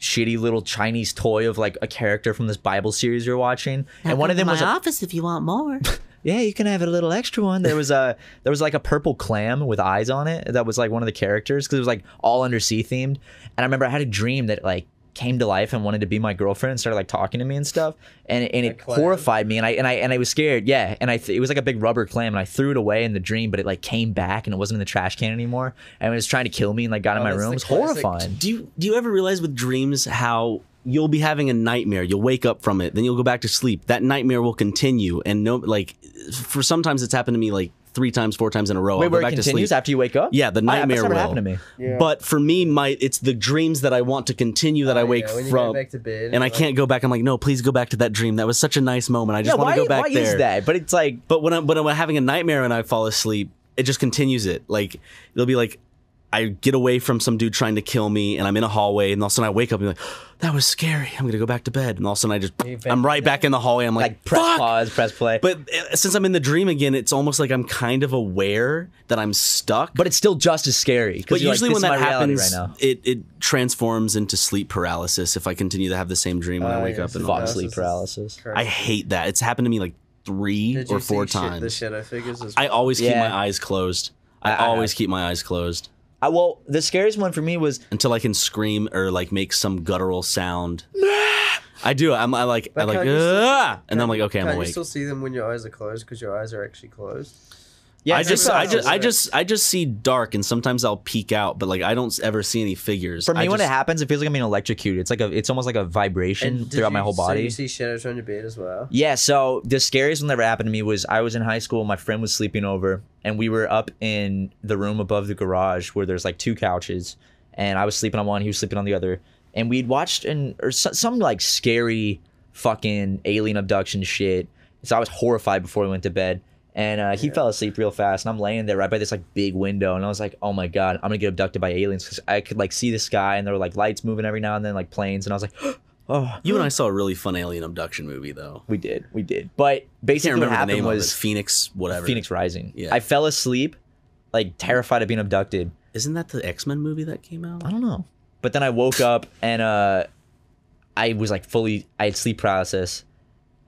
[SPEAKER 2] shitty little Chinese toy of like a character from this Bible series you're watching, and one of them was a,
[SPEAKER 1] office if you want more.
[SPEAKER 2] yeah, you can have a little extra one. There was a there was like a purple clam with eyes on it that was like one of the characters because it was like all undersea themed. And I remember I had a dream that like came to life and wanted to be my girlfriend and started like talking to me and stuff. And and it
[SPEAKER 3] clam?
[SPEAKER 2] horrified me and I and I and I was scared. Yeah, and I th- it was like a big rubber clam and I threw it away in the dream, but it like came back and it wasn't in the trash can anymore. And it was trying to kill me and like got in
[SPEAKER 3] Oh,
[SPEAKER 2] my
[SPEAKER 3] that's
[SPEAKER 2] room.
[SPEAKER 3] the
[SPEAKER 2] It was
[SPEAKER 3] classic-
[SPEAKER 2] horrifying.
[SPEAKER 1] do you do you ever realize with dreams how you'll be having a nightmare, you'll wake up from it, then you'll go back to sleep. That nightmare will continue, and no, like for sometimes it's happened to me like three times, four times in a row.
[SPEAKER 2] Wait,
[SPEAKER 1] I'll go
[SPEAKER 2] where
[SPEAKER 1] back
[SPEAKER 2] it continues
[SPEAKER 1] to sleep.
[SPEAKER 2] after you wake up?
[SPEAKER 1] Yeah, the
[SPEAKER 2] I- that's
[SPEAKER 1] nightmare
[SPEAKER 2] never
[SPEAKER 1] will
[SPEAKER 2] happened to me.
[SPEAKER 3] Yeah.
[SPEAKER 1] But for me, my it's the dreams that I want to continue that I
[SPEAKER 3] yeah,
[SPEAKER 1] wake
[SPEAKER 3] when you go
[SPEAKER 1] from,
[SPEAKER 3] back to bed
[SPEAKER 1] and
[SPEAKER 3] and
[SPEAKER 1] I
[SPEAKER 3] like-
[SPEAKER 1] can't go back. I'm like, no, please go back to that dream. That was such a nice moment. I
[SPEAKER 2] Yeah,
[SPEAKER 1] just want
[SPEAKER 2] why,
[SPEAKER 1] to go back
[SPEAKER 2] why
[SPEAKER 1] there.
[SPEAKER 2] is that? But it's like
[SPEAKER 1] But when I'm, when I'm having a nightmare and I fall asleep, it just continues it. Like it'll be like I get away from some dude trying to kill me, and I'm in a hallway, and all of a sudden I wake up and be like, that was scary. I'm gonna go back to bed, and all of a sudden I just
[SPEAKER 3] back
[SPEAKER 1] I'm right back in the hallway. I'm like,
[SPEAKER 2] like press
[SPEAKER 1] fuck.
[SPEAKER 2] pause, press play.
[SPEAKER 1] But uh, since I'm in the dream again, it's almost like I'm kind of aware that I'm stuck.
[SPEAKER 2] but it's still just as scary. 'cause
[SPEAKER 1] But
[SPEAKER 2] you're like,
[SPEAKER 1] usually
[SPEAKER 2] this
[SPEAKER 1] when that
[SPEAKER 2] is my reality
[SPEAKER 1] happens,
[SPEAKER 2] right now.
[SPEAKER 1] it it transforms into sleep paralysis if I continue to have the same dream when I
[SPEAKER 3] Oh,
[SPEAKER 1] wake
[SPEAKER 3] yeah,
[SPEAKER 1] up.
[SPEAKER 3] so
[SPEAKER 1] And
[SPEAKER 2] Fuck
[SPEAKER 3] Paralysis
[SPEAKER 2] sleep
[SPEAKER 3] is
[SPEAKER 2] paralysis.
[SPEAKER 3] crazy.
[SPEAKER 1] I hate that. It's happened to me like three
[SPEAKER 3] Did you
[SPEAKER 1] or four
[SPEAKER 3] see shit- the
[SPEAKER 1] times.
[SPEAKER 3] shadow figures. As
[SPEAKER 1] I always keep
[SPEAKER 2] Yeah.
[SPEAKER 1] my eyes closed. I,
[SPEAKER 2] I- I
[SPEAKER 1] always keep my eyes closed
[SPEAKER 2] I, well, the scariest one for me was
[SPEAKER 1] until I can scream or like make some guttural sound. I do. I'm I like I
[SPEAKER 3] But
[SPEAKER 1] like
[SPEAKER 3] can't you still-
[SPEAKER 1] "Ah!" and I'm like okay, I'm
[SPEAKER 3] Can't you
[SPEAKER 1] awake.
[SPEAKER 3] still see them when your eyes are closed because your eyes are actually closed?
[SPEAKER 2] yeah.
[SPEAKER 1] I
[SPEAKER 2] it's
[SPEAKER 1] just
[SPEAKER 2] like-
[SPEAKER 1] I just I
[SPEAKER 3] paralysis.
[SPEAKER 1] just I just see dark and sometimes I'll peek out, but like I don't ever see any figures.
[SPEAKER 2] for me
[SPEAKER 1] I
[SPEAKER 2] when it
[SPEAKER 1] just-
[SPEAKER 2] happens, it feels like I'm being electrocuted. It's like a it's almost like a vibration
[SPEAKER 3] did
[SPEAKER 2] throughout my
[SPEAKER 3] you-
[SPEAKER 2] whole
[SPEAKER 3] So
[SPEAKER 2] body.
[SPEAKER 3] you see shadows on your bed as well.
[SPEAKER 2] Yeah, so the scariest one that ever happened to me was I was in high school, my friend was sleeping over, and we were up in the room above the garage where there's like two couches, and I was sleeping on one, he was sleeping on the other, and we'd watched an or so, some like scary fucking alien abduction shit. So I was horrified before we went to bed. And uh, he fell asleep real fast, and I'm laying there right by this like big window, and I was like, "Oh my god, I'm gonna get abducted by aliens." Because I could like see the sky, and there were like lights moving every now and then, like planes, and I was like, "Oh,
[SPEAKER 1] You and I saw a really fun alien abduction movie though.
[SPEAKER 2] we did, we did." But
[SPEAKER 1] I can't
[SPEAKER 2] basically, what
[SPEAKER 1] remember the
[SPEAKER 2] happened
[SPEAKER 1] name of
[SPEAKER 2] was
[SPEAKER 1] it. Phoenix, whatever.
[SPEAKER 2] Phoenix Rising.
[SPEAKER 1] Yeah.
[SPEAKER 2] I fell asleep, like terrified of being abducted.
[SPEAKER 1] Isn't that the X Men movie that came out?
[SPEAKER 2] I don't know. But then I woke up and uh I was like fully I had sleep paralysis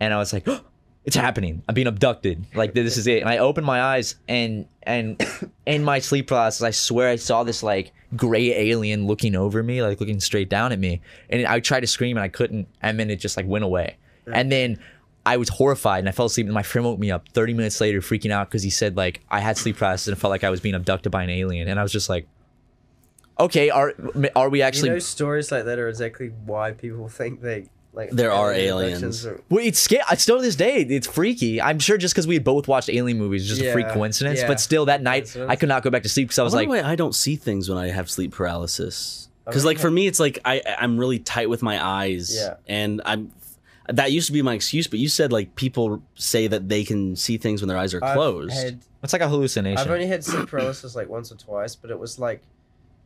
[SPEAKER 2] and I was like "Oh, it's happening. I'm being abducted. Like this is it. And I opened my eyes and and in my sleep paralysis I swear I saw this like gray alien looking over me, like looking straight down at me. And I tried to scream and I couldn't and then it just like went away. And then I was horrified and I fell asleep and my friend woke me up 30 minutes later freaking out because he said like I had sleep paralysis and felt like I was being abducted by an alien and I was just like okay are are we
[SPEAKER 3] You
[SPEAKER 2] actually
[SPEAKER 3] know, stories like that are exactly why people think they like.
[SPEAKER 1] There are
[SPEAKER 3] alien
[SPEAKER 1] aliens.
[SPEAKER 3] abductions are-
[SPEAKER 2] well, it's scary. Still to this day, it's freaky. I'm sure just because we had both watched Alien movies, it's just a freak
[SPEAKER 3] Yeah,
[SPEAKER 2] coincidence.
[SPEAKER 3] yeah.
[SPEAKER 2] But still, that night,
[SPEAKER 3] Coincidence.
[SPEAKER 2] I could not go back to sleep because I was
[SPEAKER 1] I
[SPEAKER 2] like,
[SPEAKER 1] wonder why I don't see things when I have sleep paralysis. Because
[SPEAKER 3] Okay.
[SPEAKER 1] like for me, it's like I I'm really tight with my eyes.
[SPEAKER 3] Yeah.
[SPEAKER 1] And I'm that used to be my excuse, but you said like people say that they can see things when their eyes are
[SPEAKER 3] I've
[SPEAKER 1] closed.
[SPEAKER 3] had-
[SPEAKER 2] it's like a hallucination.
[SPEAKER 3] I've only had sleep paralysis like once or twice, but it was like,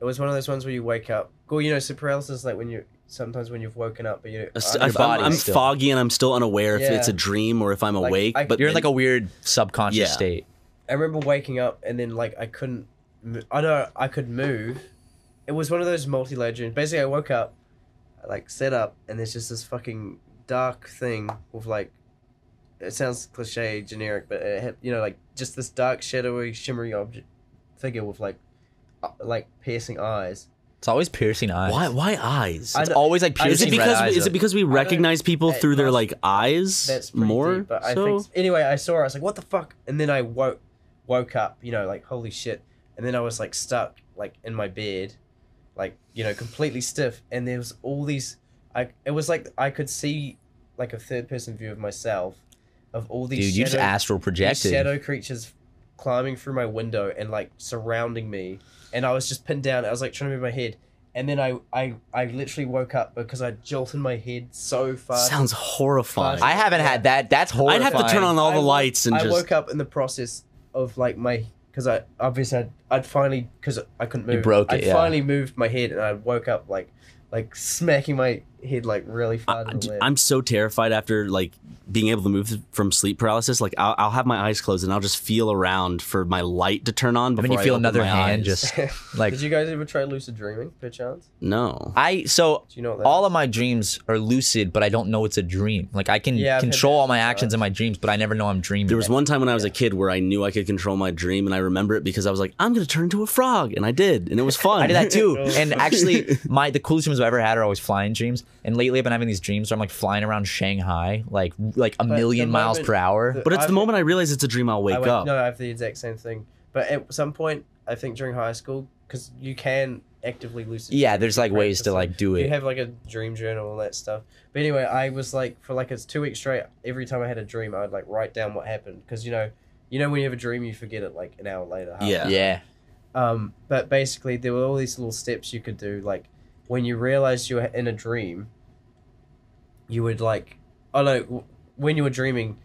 [SPEAKER 3] it was one of those ones where you wake up. Well, you know, sleep paralysis is like when you sometimes when you've woken up, but you
[SPEAKER 1] St-
[SPEAKER 3] I-
[SPEAKER 1] if I'm,
[SPEAKER 2] body
[SPEAKER 1] I'm
[SPEAKER 2] still.
[SPEAKER 1] foggy and I'm still unaware if
[SPEAKER 3] Yeah.
[SPEAKER 1] it's a dream or if I'm
[SPEAKER 3] Like,
[SPEAKER 1] awake.
[SPEAKER 3] I-
[SPEAKER 1] but
[SPEAKER 2] You're in like a weird subconscious
[SPEAKER 1] Yeah.
[SPEAKER 2] state.
[SPEAKER 3] I remember waking up and then like I couldn't. mo- I don't. I could move. It was one of those multi-layer dreams. Basically, I woke up, I like set up, and there's just this fucking dark thing with like. It sounds cliche, generic, but it had, you know, like just this dark, shadowy, shimmery object figure with like, uh, like piercing eyes.
[SPEAKER 2] It's always piercing eyes.
[SPEAKER 1] why? Why eyes?
[SPEAKER 3] I
[SPEAKER 2] It's
[SPEAKER 3] don't-
[SPEAKER 2] always like
[SPEAKER 3] I-
[SPEAKER 1] is
[SPEAKER 2] piercing
[SPEAKER 1] it
[SPEAKER 2] red eyes.
[SPEAKER 1] because is it
[SPEAKER 2] up.
[SPEAKER 1] because we recognize people
[SPEAKER 3] Hey,
[SPEAKER 1] through their
[SPEAKER 3] that's-
[SPEAKER 1] like eyes
[SPEAKER 3] That's pretty
[SPEAKER 1] more?
[SPEAKER 3] deep, but I
[SPEAKER 1] so?
[SPEAKER 3] think anyway, I saw. her, I was like, "What the fuck?" And then I woke, woke up. You know, like holy shit. And then I was like stuck, like in my bed, like you know, completely stiff. And there was all these. I it was like I could see, like a third person view of myself, of all these.
[SPEAKER 2] dude? You just
[SPEAKER 3] shadow-
[SPEAKER 2] astral
[SPEAKER 3] these
[SPEAKER 2] projected.
[SPEAKER 3] shadow creatures climbing through my window and like surrounding me and i was just pinned down i was like trying to move my head and then i i, I literally woke up because i jolted my head so fast
[SPEAKER 1] Sounds horrifying.
[SPEAKER 2] I
[SPEAKER 1] I,
[SPEAKER 2] haven't had that. That's
[SPEAKER 1] would
[SPEAKER 2] horrifying.
[SPEAKER 1] have to turn on all
[SPEAKER 3] I
[SPEAKER 1] the
[SPEAKER 3] woke-
[SPEAKER 1] lights and
[SPEAKER 3] I
[SPEAKER 1] just.
[SPEAKER 3] woke up in the process of like my because I obviously I'd, I'd finally because I couldn't move.
[SPEAKER 2] broke it,
[SPEAKER 3] I
[SPEAKER 2] yeah.
[SPEAKER 3] finally moved my head and I woke up like like smacking my head like really
[SPEAKER 1] I,
[SPEAKER 3] far. to the left.
[SPEAKER 1] am so terrified after like being able to move from sleep paralysis. Like I'll, I'll have my eyes closed and I'll just feel around for my light to turn on.
[SPEAKER 2] And
[SPEAKER 1] Before
[SPEAKER 2] then you
[SPEAKER 1] I
[SPEAKER 2] feel
[SPEAKER 1] open
[SPEAKER 2] another
[SPEAKER 1] my
[SPEAKER 2] hand
[SPEAKER 1] eyes.
[SPEAKER 2] just like
[SPEAKER 3] Did you guys ever try lucid dreaming perchance?
[SPEAKER 1] no.
[SPEAKER 2] I so
[SPEAKER 3] Do you know what that
[SPEAKER 2] all of my dreams are lucid, but I don't know it's a dream. Like I can
[SPEAKER 3] Yeah, I've had
[SPEAKER 2] control
[SPEAKER 3] that
[SPEAKER 2] all my
[SPEAKER 3] as well.
[SPEAKER 2] actions in my dreams, but I never know I'm dreaming.
[SPEAKER 1] There was one time when I was a kid where I knew I could control my dream, and I remember it because I was like, "I'm going to turn into a frog," and I did, and it was fun.
[SPEAKER 2] I did that too.
[SPEAKER 3] Oh.
[SPEAKER 2] and actually, my the coolest dreams I've ever had are always flying dreams. And lately, I've been having these dreams where I'm like flying around Shanghai, like like a million
[SPEAKER 3] the
[SPEAKER 2] miles
[SPEAKER 3] moment-
[SPEAKER 2] per hour.
[SPEAKER 3] the-
[SPEAKER 1] But it's the
[SPEAKER 3] I've-
[SPEAKER 1] moment I realize it's a dream. I'll wake
[SPEAKER 3] I went-
[SPEAKER 1] up.
[SPEAKER 3] No, I have the exact same thing. But at some point, I think during high school, because you can actively lucid.
[SPEAKER 2] yeah,
[SPEAKER 3] dream
[SPEAKER 2] there's like ways to
[SPEAKER 3] practice.
[SPEAKER 2] like do
[SPEAKER 3] You
[SPEAKER 2] it.
[SPEAKER 3] have like a dream journal and all that stuff. But anyway, I was like for like it's two weeks straight. Every time I had a dream, I'd like write down what happened because you know, you know when you have a dream, you forget it like an hour later. half.
[SPEAKER 1] Yeah.
[SPEAKER 2] Yeah,
[SPEAKER 3] Um, but basically, there were all these little steps you could do. Like when you realized you were in a dream, you would like, oh no, w- when you were dreaming,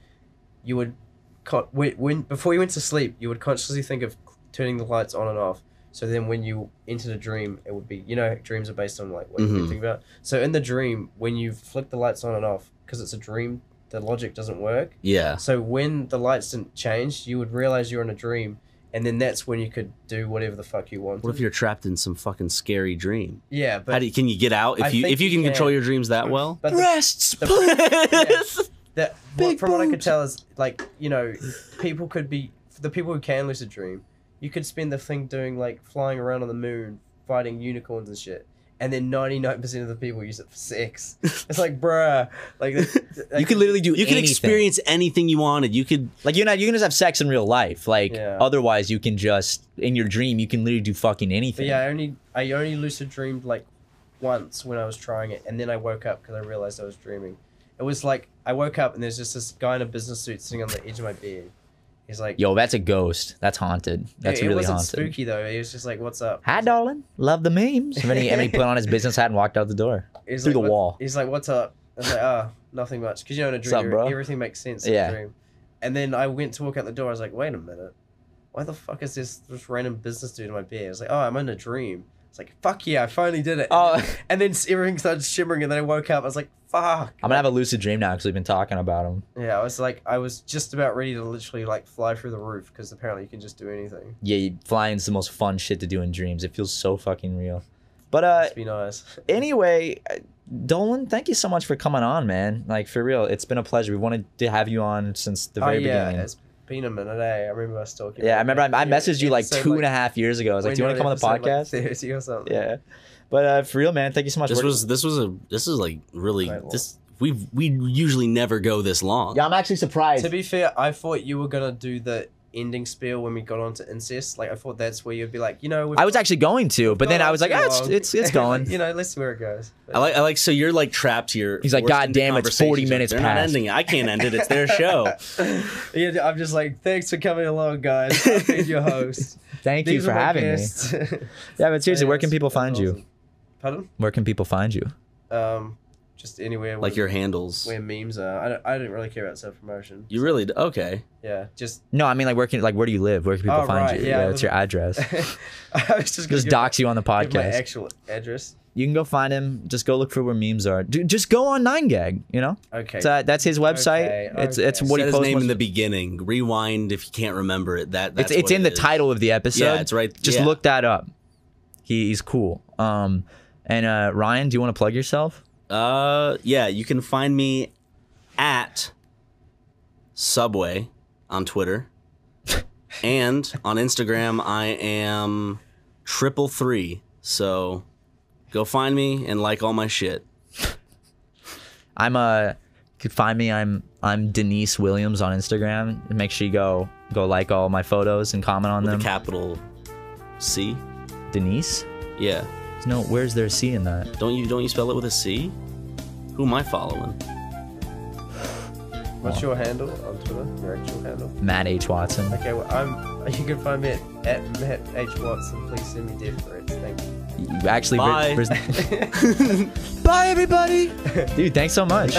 [SPEAKER 3] you would, con- when, when before you went to sleep, you would consciously think of turning the lights on and off. So then, when you entered a dream, it would be you know dreams are based on like what you
[SPEAKER 1] Mhm.
[SPEAKER 3] think about. So in the dream, when you flick the lights on and off, because it's a dream, the logic doesn't work.
[SPEAKER 1] Yeah.
[SPEAKER 3] So when the lights didn't change, you would realize you're in a dream, and then that's when you could do whatever the fuck you wanted.
[SPEAKER 1] What if you're trapped in some fucking scary dream?
[SPEAKER 3] yeah,
[SPEAKER 1] How
[SPEAKER 3] but
[SPEAKER 1] do you, can you get out if
[SPEAKER 3] I
[SPEAKER 1] you
[SPEAKER 3] think
[SPEAKER 1] if you
[SPEAKER 3] you
[SPEAKER 1] can control
[SPEAKER 3] can.
[SPEAKER 1] your dreams that well?
[SPEAKER 3] but the,
[SPEAKER 2] breasts.
[SPEAKER 3] the-
[SPEAKER 2] please.
[SPEAKER 3] that what, from what I could tell is like you know, people could be the people who can lucid dream. You could spend the thing doing like flying around on the moon, fighting unicorns and shit, and then ninety nine percent of the people use it for sex. It's like bruh, like
[SPEAKER 2] You could literally do.
[SPEAKER 1] You can
[SPEAKER 2] anything.
[SPEAKER 1] experience anything you wanted. You could
[SPEAKER 2] Like you're not you can just have sex in real life. Like
[SPEAKER 3] Yeah.
[SPEAKER 2] otherwise you can just in your dream you can literally do fucking
[SPEAKER 3] But
[SPEAKER 2] anything.
[SPEAKER 3] yeah, I only I only lucid dreamed like once when I was trying it, and then I woke up because I realized I was dreaming. It was like I woke up and there's just this guy in a business suit sitting on the edge of my bed. He's like,
[SPEAKER 2] Yo, that's a ghost. That's haunted. That's
[SPEAKER 3] it, it
[SPEAKER 2] really
[SPEAKER 3] wasn't
[SPEAKER 2] haunted.
[SPEAKER 3] spooky though. He was just like, "What's up?"
[SPEAKER 2] Hi,
[SPEAKER 3] He's like-
[SPEAKER 2] darling. Love the memes. And then he, and he put on his business hat and walked out the door.
[SPEAKER 3] he's
[SPEAKER 2] Through
[SPEAKER 3] like,
[SPEAKER 2] the
[SPEAKER 3] "What-"
[SPEAKER 2] wall.
[SPEAKER 3] He's like, "What's up?" I was like, "Oh, nothing much." Because you know, in a
[SPEAKER 2] up,
[SPEAKER 3] dream,
[SPEAKER 2] bro?
[SPEAKER 3] everything makes sense. In
[SPEAKER 2] Yeah.
[SPEAKER 3] a dream. And then I went to walk out the door. I was like, "Wait a minute, why the fuck is this this random business dude in my bed?" I was like, "Oh, I'm in a dream." It's like, "Fuck yeah, I finally did it."
[SPEAKER 2] Oh,
[SPEAKER 3] And then everything started shimmering, and then I woke up. I was like, "Fuck!"
[SPEAKER 2] I'm gonna have a lucid dream now because we've been talking about him.
[SPEAKER 3] yeah, I was like, I was just about ready to literally like fly through the roof because apparently you can just do anything.
[SPEAKER 2] Yeah, you- flying's the most fun shit to do in dreams. It feels so fucking real. But uh,
[SPEAKER 3] Must be nice.
[SPEAKER 2] anyway, uh, Dolan, thank you so much for coming on, man. Like for real, it's been a pleasure. We wanted to have you on since the
[SPEAKER 3] oh
[SPEAKER 2] very
[SPEAKER 3] yeah,
[SPEAKER 2] beginning.
[SPEAKER 3] it's been a minute. Eh? I remember us talking.
[SPEAKER 2] Yeah, I
[SPEAKER 3] about
[SPEAKER 2] remember I,
[SPEAKER 3] that.
[SPEAKER 2] I messaged you like
[SPEAKER 3] episode,
[SPEAKER 2] two and a half years ago. I was like,
[SPEAKER 3] when
[SPEAKER 2] "Do you want
[SPEAKER 3] you're
[SPEAKER 2] to come on the podcast?"
[SPEAKER 3] episode, like, 30 or something.
[SPEAKER 2] yeah, but uh, for real, man, thank you so much.
[SPEAKER 1] this
[SPEAKER 2] We're-
[SPEAKER 1] was this was a this is like really
[SPEAKER 3] Quite long.
[SPEAKER 1] this we we usually never go this long.
[SPEAKER 2] yeah, I'm actually surprised.
[SPEAKER 3] To be fair, I thought you were gonna do the ending spiel when we got onto incest. Like I thought that's where you'd be like, you know, we've
[SPEAKER 2] I was actually going to, but then
[SPEAKER 3] gone
[SPEAKER 2] I
[SPEAKER 3] on
[SPEAKER 2] was like,
[SPEAKER 3] Oh, too
[SPEAKER 2] ah, it's,
[SPEAKER 3] long."
[SPEAKER 2] it's it's going.
[SPEAKER 3] you know, let's see where it goes.
[SPEAKER 1] I like I like so you're like trapped here.
[SPEAKER 2] He's like,
[SPEAKER 1] forced
[SPEAKER 2] "God
[SPEAKER 1] into
[SPEAKER 2] damn, it's 40
[SPEAKER 1] conversations.
[SPEAKER 2] minutes
[SPEAKER 1] They're not
[SPEAKER 2] past."
[SPEAKER 1] ending it. I can't end it. It's their show.
[SPEAKER 3] yeah, I'm just like, thanks for coming along, guys. I've been your host.
[SPEAKER 2] Thank you
[SPEAKER 3] These
[SPEAKER 2] for
[SPEAKER 3] are my
[SPEAKER 2] having me.
[SPEAKER 3] guests.
[SPEAKER 2] Yeah, but seriously,
[SPEAKER 3] Yeah,
[SPEAKER 2] where can
[SPEAKER 3] that's-
[SPEAKER 2] people
[SPEAKER 3] that's
[SPEAKER 2] find you?
[SPEAKER 3] awesome. Pardon?
[SPEAKER 2] Where can people find you?
[SPEAKER 3] Um, just anywhere.
[SPEAKER 1] Like
[SPEAKER 3] where-
[SPEAKER 1] your handles.
[SPEAKER 3] where memes are. I don't. I don't really care about self promotion.
[SPEAKER 1] You really d- okay?
[SPEAKER 3] Yeah. Just.
[SPEAKER 2] No, I mean like where can like where do you live? Where can people
[SPEAKER 3] Oh,
[SPEAKER 2] find
[SPEAKER 3] right,
[SPEAKER 2] you?
[SPEAKER 3] yeah,
[SPEAKER 2] Yeah,
[SPEAKER 3] I
[SPEAKER 2] what's your address?
[SPEAKER 3] I was just gonna
[SPEAKER 2] Just
[SPEAKER 3] give-
[SPEAKER 2] dox you on the
[SPEAKER 3] give my
[SPEAKER 2] podcast.
[SPEAKER 3] actual address.
[SPEAKER 2] You can go find him. Just go look for where memes are. Dude, just go on Nine Gag. You know.
[SPEAKER 3] Okay.
[SPEAKER 2] So uh, that's his website.
[SPEAKER 3] Okay,
[SPEAKER 2] It's
[SPEAKER 3] okay.
[SPEAKER 2] it's
[SPEAKER 1] Said
[SPEAKER 2] what he
[SPEAKER 1] his
[SPEAKER 2] posts.
[SPEAKER 1] name in
[SPEAKER 2] once-
[SPEAKER 1] the beginning. Rewind if you can't remember it. That
[SPEAKER 2] it's
[SPEAKER 1] that's
[SPEAKER 2] it's
[SPEAKER 1] what
[SPEAKER 2] in the
[SPEAKER 1] it is.
[SPEAKER 2] title of the episode.
[SPEAKER 1] Yeah, it's right-
[SPEAKER 2] Just
[SPEAKER 1] yeah.
[SPEAKER 2] look that up. He, he's cool. Um, and uh, Ryan, do you want to plug yourself?
[SPEAKER 1] Uh, yeah, you can find me at Subway on Twitter and on Instagram. I am triple three. So go find me and like all my shit.
[SPEAKER 2] I'm uh could find me. I'm I'm Denise Williams on Instagram. Make sure you go go like all my photos and comment on
[SPEAKER 1] The
[SPEAKER 2] them.
[SPEAKER 1] capital C.
[SPEAKER 2] Denise?
[SPEAKER 1] Yeah.
[SPEAKER 2] No, where's there a C in that?
[SPEAKER 1] Don't you don't you spell it with a C? Who am I following?
[SPEAKER 3] What's your handle on Twitter? Your actual handle?
[SPEAKER 2] Matt H Watson.
[SPEAKER 3] Okay, well, I'm. You can find me at, at Matt H Watson. Please send me death threats. Thank you.
[SPEAKER 2] Actually,
[SPEAKER 1] Bye.
[SPEAKER 2] Bye everybody. Dude, thanks so much.